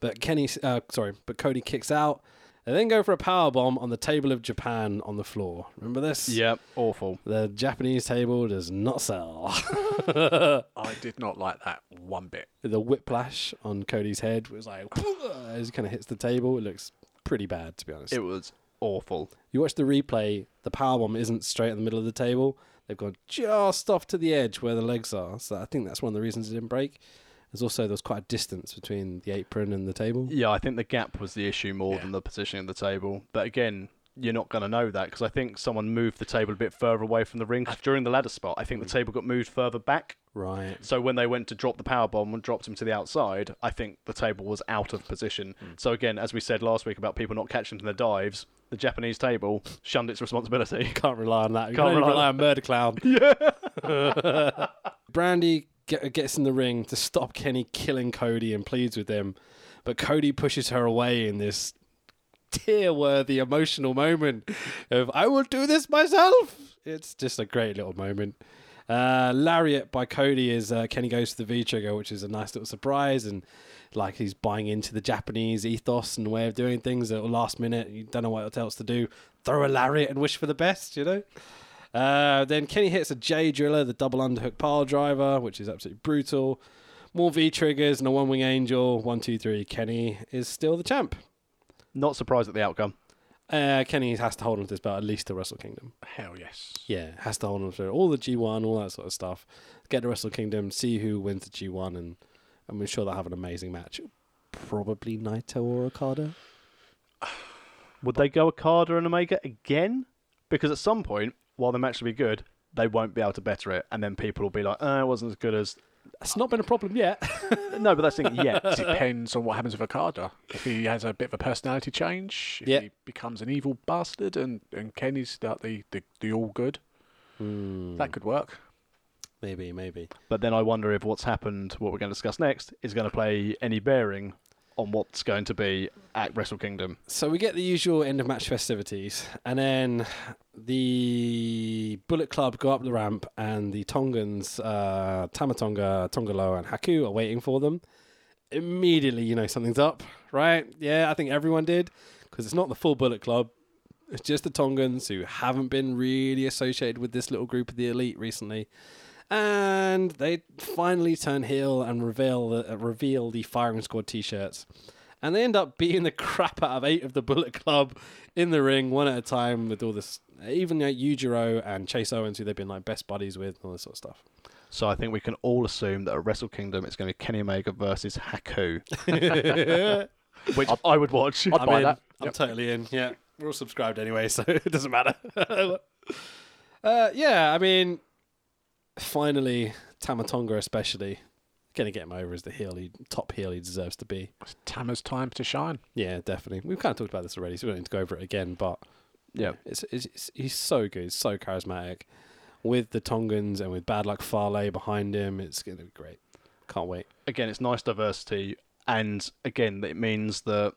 Speaker 2: But Kenny, uh, sorry, but Cody kicks out. They then go for a power bomb on the table of Japan on the floor. Remember this?
Speaker 1: Yep. Awful.
Speaker 2: The Japanese table does not sell.
Speaker 3: I did not like that one bit.
Speaker 2: the whiplash on Cody's head was like as he kind of hits the table. It looks pretty bad, to be honest.
Speaker 1: It was awful.
Speaker 2: you watch the replay. The power bomb isn't straight in the middle of the table. They've gone just off to the edge where the legs are. So I think that's one of the reasons it didn't break. There's also there was quite a distance between the apron and the table.
Speaker 1: Yeah, I think the gap was the issue more
Speaker 3: Yeah.
Speaker 1: than the positioning of the table. But again, you're not going to know that because I think someone moved the table a bit further away from the ring 'cause during the ladder spot. I think the table got moved further back.
Speaker 2: Right.
Speaker 1: So when they went to drop the power bomb and dropped him to the outside, I think the table was out of position. So again, as we said last week about people not catching from their dives, the Japanese table shunned its responsibility.
Speaker 2: Can't rely on that. You
Speaker 1: Can't
Speaker 2: can only
Speaker 1: rely on
Speaker 2: rely on Murder Clown. yeah. Brandy ge- gets in the ring to stop Kenny killing Cody and pleads with him, but Cody pushes her away in this tear-worthy emotional moment of "I will do this myself." It's just a great little moment. Uh, Lariat by Cody is uh, Kenny goes for the V trigger, which is a nice little surprise, and like he's buying into the Japanese ethos and way of doing things. At the last minute, you don't know what else to do. Throw a lariat and wish for the best, you know. Uh, then Kenny hits a J driller, the double underhook pile driver, which is absolutely brutal. More V triggers and a one wing angel. One, two, three. Kenny is still the champ.
Speaker 1: Not surprised at the outcome.
Speaker 2: Uh, Kenny has to hold on to this belt at least to Wrestle Kingdom.
Speaker 3: Hell yes.
Speaker 2: Yeah, has to hold on to it. all the G1, all that sort of stuff. Get to Wrestle Kingdom, see who wins the G1, and I'm sure they'll have an amazing match. Probably Naito or Okada.
Speaker 1: Would they go Okada and Omega again? Because at some point, while the match will be good, they won't be able to better it, and then people will be like, "Oh, it wasn't as good as."
Speaker 2: It's not been a problem yet.
Speaker 1: No, but that's the thing. Yeah,
Speaker 3: Depends on what happens with Okada. If he has a bit of a personality change, if
Speaker 2: Yeah.
Speaker 3: he becomes an evil bastard, and and Kenny's like the the, the all good,
Speaker 2: Hmm.
Speaker 3: that could work.
Speaker 2: maybe, maybe.
Speaker 1: But then I wonder if what's happened, what we're going to discuss next, is going to play any bearing on what's going to be at Wrestle Kingdom.
Speaker 2: So we get the usual end of match festivities, and then the Bullet Club go up the ramp, and the Tongans, uh, Tamatonga, Tongalo, and Haku are waiting for them. Immediately, you know something's up, right? Yeah, I think everyone did, because it's not the full Bullet Club. It's just the Tongans who haven't been really associated with this little group of the elite recently, and they finally turn heel and reveal the, uh, reveal the firing squad T-shirts and they end up beating the crap out of eight of the Bullet Club in the ring, one at a time, with all this. Even like Yujiro and Chase Owens, who they've been like best buddies with, and all this sort of stuff.
Speaker 1: So I think we can all assume that at Wrestle Kingdom it's going to be Kenny Omega versus Haku, which I would watch.
Speaker 3: I'd buy
Speaker 2: in.
Speaker 3: that.
Speaker 2: I'm totally in. Yeah, we're all subscribed anyway, so it doesn't matter. uh, yeah, I mean, finally, Tamatonga especially gonna get him over as the heel, he, top heel he deserves to be.
Speaker 3: It's Tama's time to shine.
Speaker 2: Yeah, definitely. We've kind of talked about this already, so we don't need to go over it again. But
Speaker 1: Yeah.
Speaker 2: it's, it's, it's he's so good, he's so charismatic. With the Tongans and with Bad Luck Farley behind him, it's gonna be great. Can't wait.
Speaker 1: Again, it's nice diversity, and again, it means that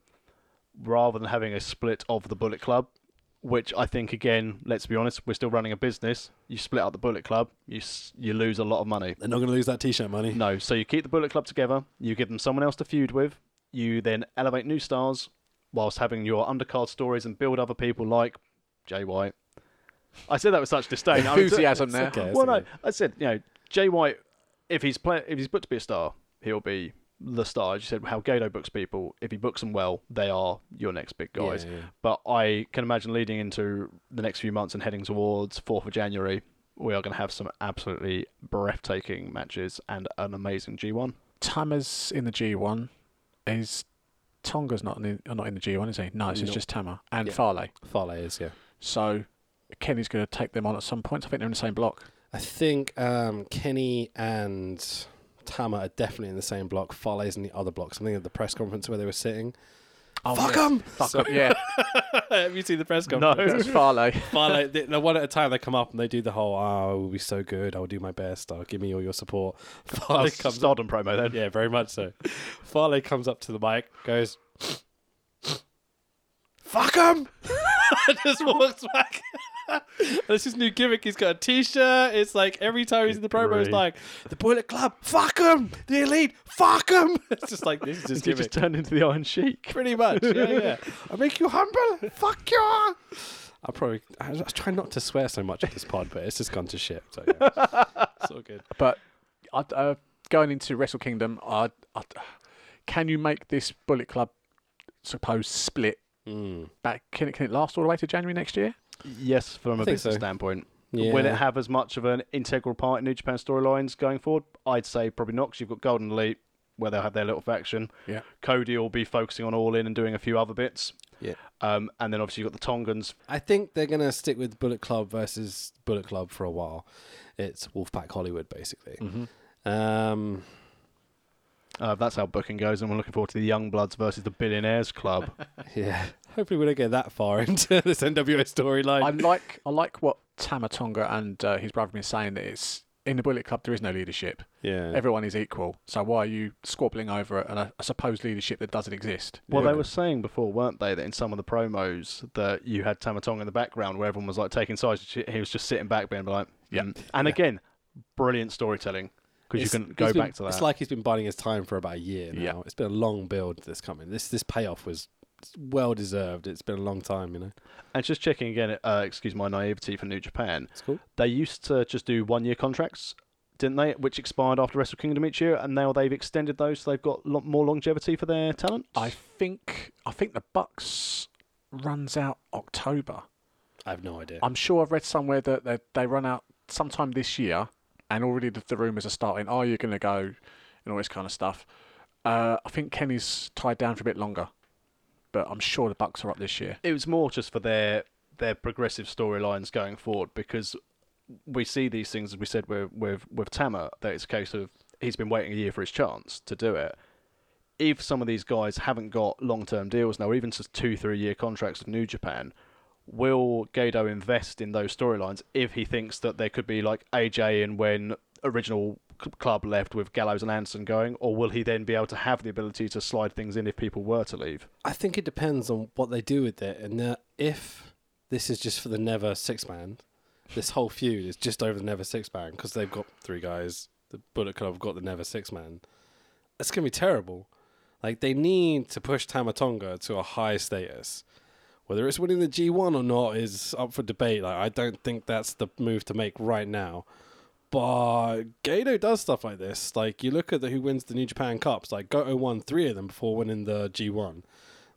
Speaker 1: rather than having a split of the Bullet Club, which I think, again, let's be honest, we're still running a business. You split up the Bullet Club, you s- you lose a lot of money.
Speaker 2: They're not gonna lose that T-shirt money.
Speaker 1: No, so you keep the Bullet Club together, you give them someone else to feud with, you then elevate new stars whilst having your undercard stories and build other people like Jay White. I said that with such disdain. I mean,
Speaker 3: Enthusiasm there.
Speaker 2: okay.
Speaker 1: well, no, I said, you know, Jay White, if he's play, if he's booked to be a star, he'll be the star. As you said, how Gato books people, if he books them well, they are your next big guys.
Speaker 2: Yeah, yeah.
Speaker 1: But I can imagine leading into the next few months and heading towards 4th of January, we are going to have some absolutely breathtaking matches and an amazing G1.
Speaker 3: Tama's in the G1. Is Tonga's not in, uh, not in the G1, is he? No, it's
Speaker 2: No.
Speaker 3: just Tama and
Speaker 2: Yeah.
Speaker 3: Farley.
Speaker 2: Farley is yeah.
Speaker 3: So Kenny's going to take them on at some point. I think they're in the same block.
Speaker 2: I think um, Kenny and Tama are definitely in the same block. Farley's in the other block. Something at the press conference where they were sitting.
Speaker 3: Oh,
Speaker 2: Fuck
Speaker 3: yeah.
Speaker 2: 'em!
Speaker 3: Fuck 'em, yeah.
Speaker 2: Have you seen the press
Speaker 1: No.
Speaker 2: conference?
Speaker 3: It's Farley.
Speaker 2: Farley, they, they- one at a time, they come up and they do the whole, oh, we'll be so good. I'll do my best. I'll give me all your support. Farley
Speaker 1: That's
Speaker 2: comes
Speaker 1: Stardom promo then.
Speaker 2: Yeah, very much so. Farley comes up to the mic, goes, "Fuck him!" just walks back. That's his new gimmick. He's got a T-shirt. It's like every time he's in the promo, it's
Speaker 1: Grief.
Speaker 2: like the Bullet Club, fuck him. The Elite, fuck him. It's just like this is his
Speaker 1: He just
Speaker 2: gimmick.
Speaker 1: turned into the Iron Sheik.
Speaker 2: Pretty much, yeah, yeah. I make you humble. Fuck you. I probably I, I try not to swear so much at this pod, but it's just gone to shit. So yeah, it's all good.
Speaker 3: But I, uh, going into Wrestle Kingdom, I, I, can you make this Bullet Club suppose split
Speaker 2: Mm.
Speaker 3: back? Can it, can it last all the way to January next year?
Speaker 1: Yes, from a
Speaker 2: think
Speaker 1: business
Speaker 2: so.
Speaker 1: standpoint.
Speaker 2: Mm, Yeah.
Speaker 1: Will it have as much of an integral part in New Japan storylines going forward? I'd say probably not, 'cause you've got Golden Elite, where they'll have their little faction.
Speaker 3: Yeah.
Speaker 1: Cody will be focusing on All In and doing a few other bits.
Speaker 2: Yeah.
Speaker 1: Um, and then obviously you've got the Tongans.
Speaker 2: I think they're gonna stick with Bullet Club versus Bullet Club for a while. It's Wolfpack Hollywood, basically. Um,
Speaker 1: Uh, that's how booking goes, and we're looking forward to the Young Bloods versus the Billionaires Club.
Speaker 2: yeah. Hopefully, we don't get that far into this NWA
Speaker 3: I
Speaker 2: storyline.
Speaker 3: like I like what Tama Tonga and uh, his brother have been saying that it's in the Bullet Club there is no leadership.
Speaker 2: Yeah.
Speaker 3: Everyone is equal. So why are you squabbling over a, a, a supposed leadership that doesn't exist?
Speaker 1: well,
Speaker 2: Yeah.
Speaker 1: they were saying before, weren't they, that in some of the promos that you had Tamatonga in the background where everyone was like taking sides. He was just sitting back being like,
Speaker 3: Yeah.
Speaker 1: mm. And again, brilliant storytelling because you
Speaker 2: It's-
Speaker 1: can go
Speaker 2: he's been-
Speaker 1: back to that.
Speaker 2: It's like he's been biding his time for about a year now.
Speaker 3: Yeah.
Speaker 2: It's been a long build that's coming. This this payoff was well deserved. It's been a long time, you know.
Speaker 1: And just checking again, uh, excuse my naivety for New Japan,
Speaker 2: It's cool.
Speaker 1: they used to just do one year contracts, didn't they? Which expired after Wrestle Kingdom each year, and now they've extended those, so they've got lot more longevity for their talent.
Speaker 3: I think I think the Bucks runs out October.
Speaker 2: I have no idea.
Speaker 3: I'm sure I've read somewhere that they, they run out sometime this year, and already the, the rumours are starting. Oh, you're going to go, and all this kind of stuff. Uh, I think Kenny's tied down for a bit longer, but I'm sure the Bucks are up this year.
Speaker 1: It was more just for their their progressive storylines going forward because we see these things as we said with with with Tama that it's a case of he's been waiting a year for his chance to do it. If some of these guys haven't got long term deals now, or even just two three year contracts with New Japan, will Gado invest in those storylines if he thinks that there could be like AJ and when original c- club left with Gallows and Anson going, or will he then be able to have the ability to slide things in if people were to leave?
Speaker 2: I think it depends on what they do with it, and uh, if this is just for the Never Six Man, this whole feud is just over the Never Six Man because they've got three guys. The Bullet Club have got the Never Six Man. It's gonna be terrible. Like they need to push Tamatonga to a high status. Whether it's winning the G1 or not is up for debate. Like I don't think that's the move to make right now. But Gato does stuff like this. Like you look at the, who wins the New Japan Cups. Like Goto won three of them before winning the G1.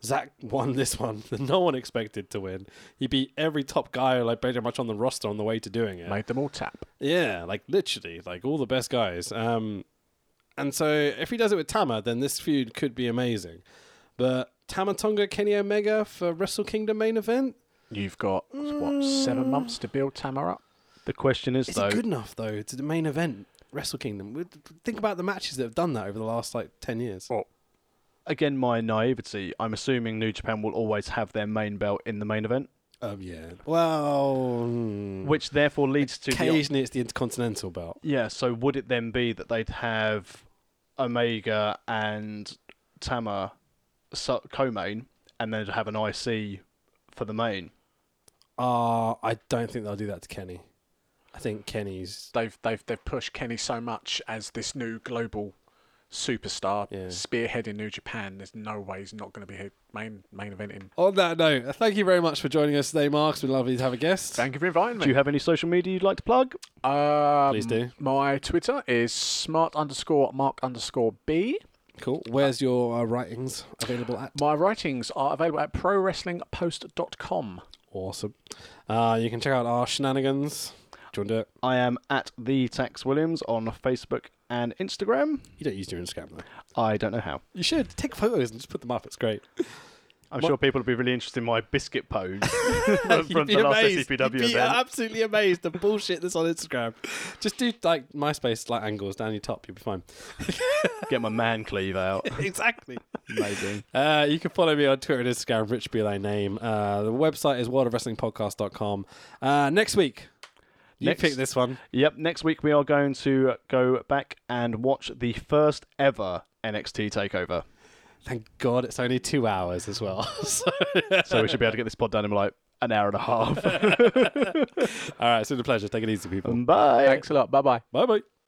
Speaker 2: Zach won this one that no one expected to win. He beat every top guy like pretty much on the roster on the way to doing it.
Speaker 3: Made them all tap.
Speaker 2: Yeah, like literally, like all the best guys. Um, and so if he does it with Tama, then this feud could be amazing. But Tama Tonga Kenny Omega for Wrestle Kingdom main event Mm,
Speaker 3: You've got what seven months to build Tamara up.
Speaker 1: The question is,
Speaker 2: is
Speaker 1: though,
Speaker 2: it good enough though to the main event Wrestle Kingdom? We- Think about the matches that have done that over the last like ten years.
Speaker 3: Well,
Speaker 1: again, my naivety, I'm assuming New Japan will always have their main belt in the main event,
Speaker 2: Um, yeah. Well, hmm.
Speaker 1: which therefore leads to the
Speaker 2: occasionally it's the Intercontinental belt.
Speaker 1: Yeah, so would it then be that they'd have Omega and Tama su- co-main, and then have an IC for the main?
Speaker 2: Uh, I don't think they'll do that to Kenny. I think Kenny's
Speaker 3: They've they've they've pushed Kenny so much as this new global superstar
Speaker 2: Yeah.
Speaker 3: spearheading New Japan. There's no way he's not going to be a main main eventing.
Speaker 2: On that note, thank you very much for joining us today, Mark. It's been lovely to have a guest.
Speaker 3: Thank you for inviting me.
Speaker 1: Do you have any social media you'd like to plug?
Speaker 3: Um,
Speaker 2: Please do.
Speaker 3: My Twitter is smart underscore mark underscore b.
Speaker 2: cool. Where's your uh, writings available at?
Speaker 3: My writings are available at prowrestlingpost.com.
Speaker 2: Awesome. Uh, you can check out our shenanigans. Do you want to do it?
Speaker 1: I am at the Tax Williams on Facebook and Instagram.
Speaker 2: You don't use your Instagram though.
Speaker 1: I don't know how.
Speaker 2: You should take photos and just put them up. It's great.
Speaker 1: I'm
Speaker 2: What-
Speaker 1: sure people would be really interested in my biscuit pose
Speaker 2: You'd
Speaker 1: from, from
Speaker 2: be
Speaker 1: the last
Speaker 2: amazed.
Speaker 1: SCPW
Speaker 2: You'd be
Speaker 1: event.
Speaker 2: absolutely amazed the bullshit that's on Instagram. Just do like MySpace like angles down your top. You'll be fine.
Speaker 1: Get my man cleave out.
Speaker 2: exactly.
Speaker 1: Amazing.
Speaker 2: Uh, you can follow me on Twitter and Instagram, Rich be thy name. Uh, the website is worldofwrestlingpodcast.com. Uh, next week, you
Speaker 1: Next-
Speaker 2: pick this one.
Speaker 1: Yep, next week we are going to go back and watch the first ever NXT takeover.
Speaker 2: Thank God it's only two hours as well. so,
Speaker 1: So we should be able to get this pod done in like an hour and a half.
Speaker 2: all right, it's been a pleasure. Take it easy, people.
Speaker 1: Bye.
Speaker 3: Thanks a lot. Bye bye.
Speaker 2: Bye bye.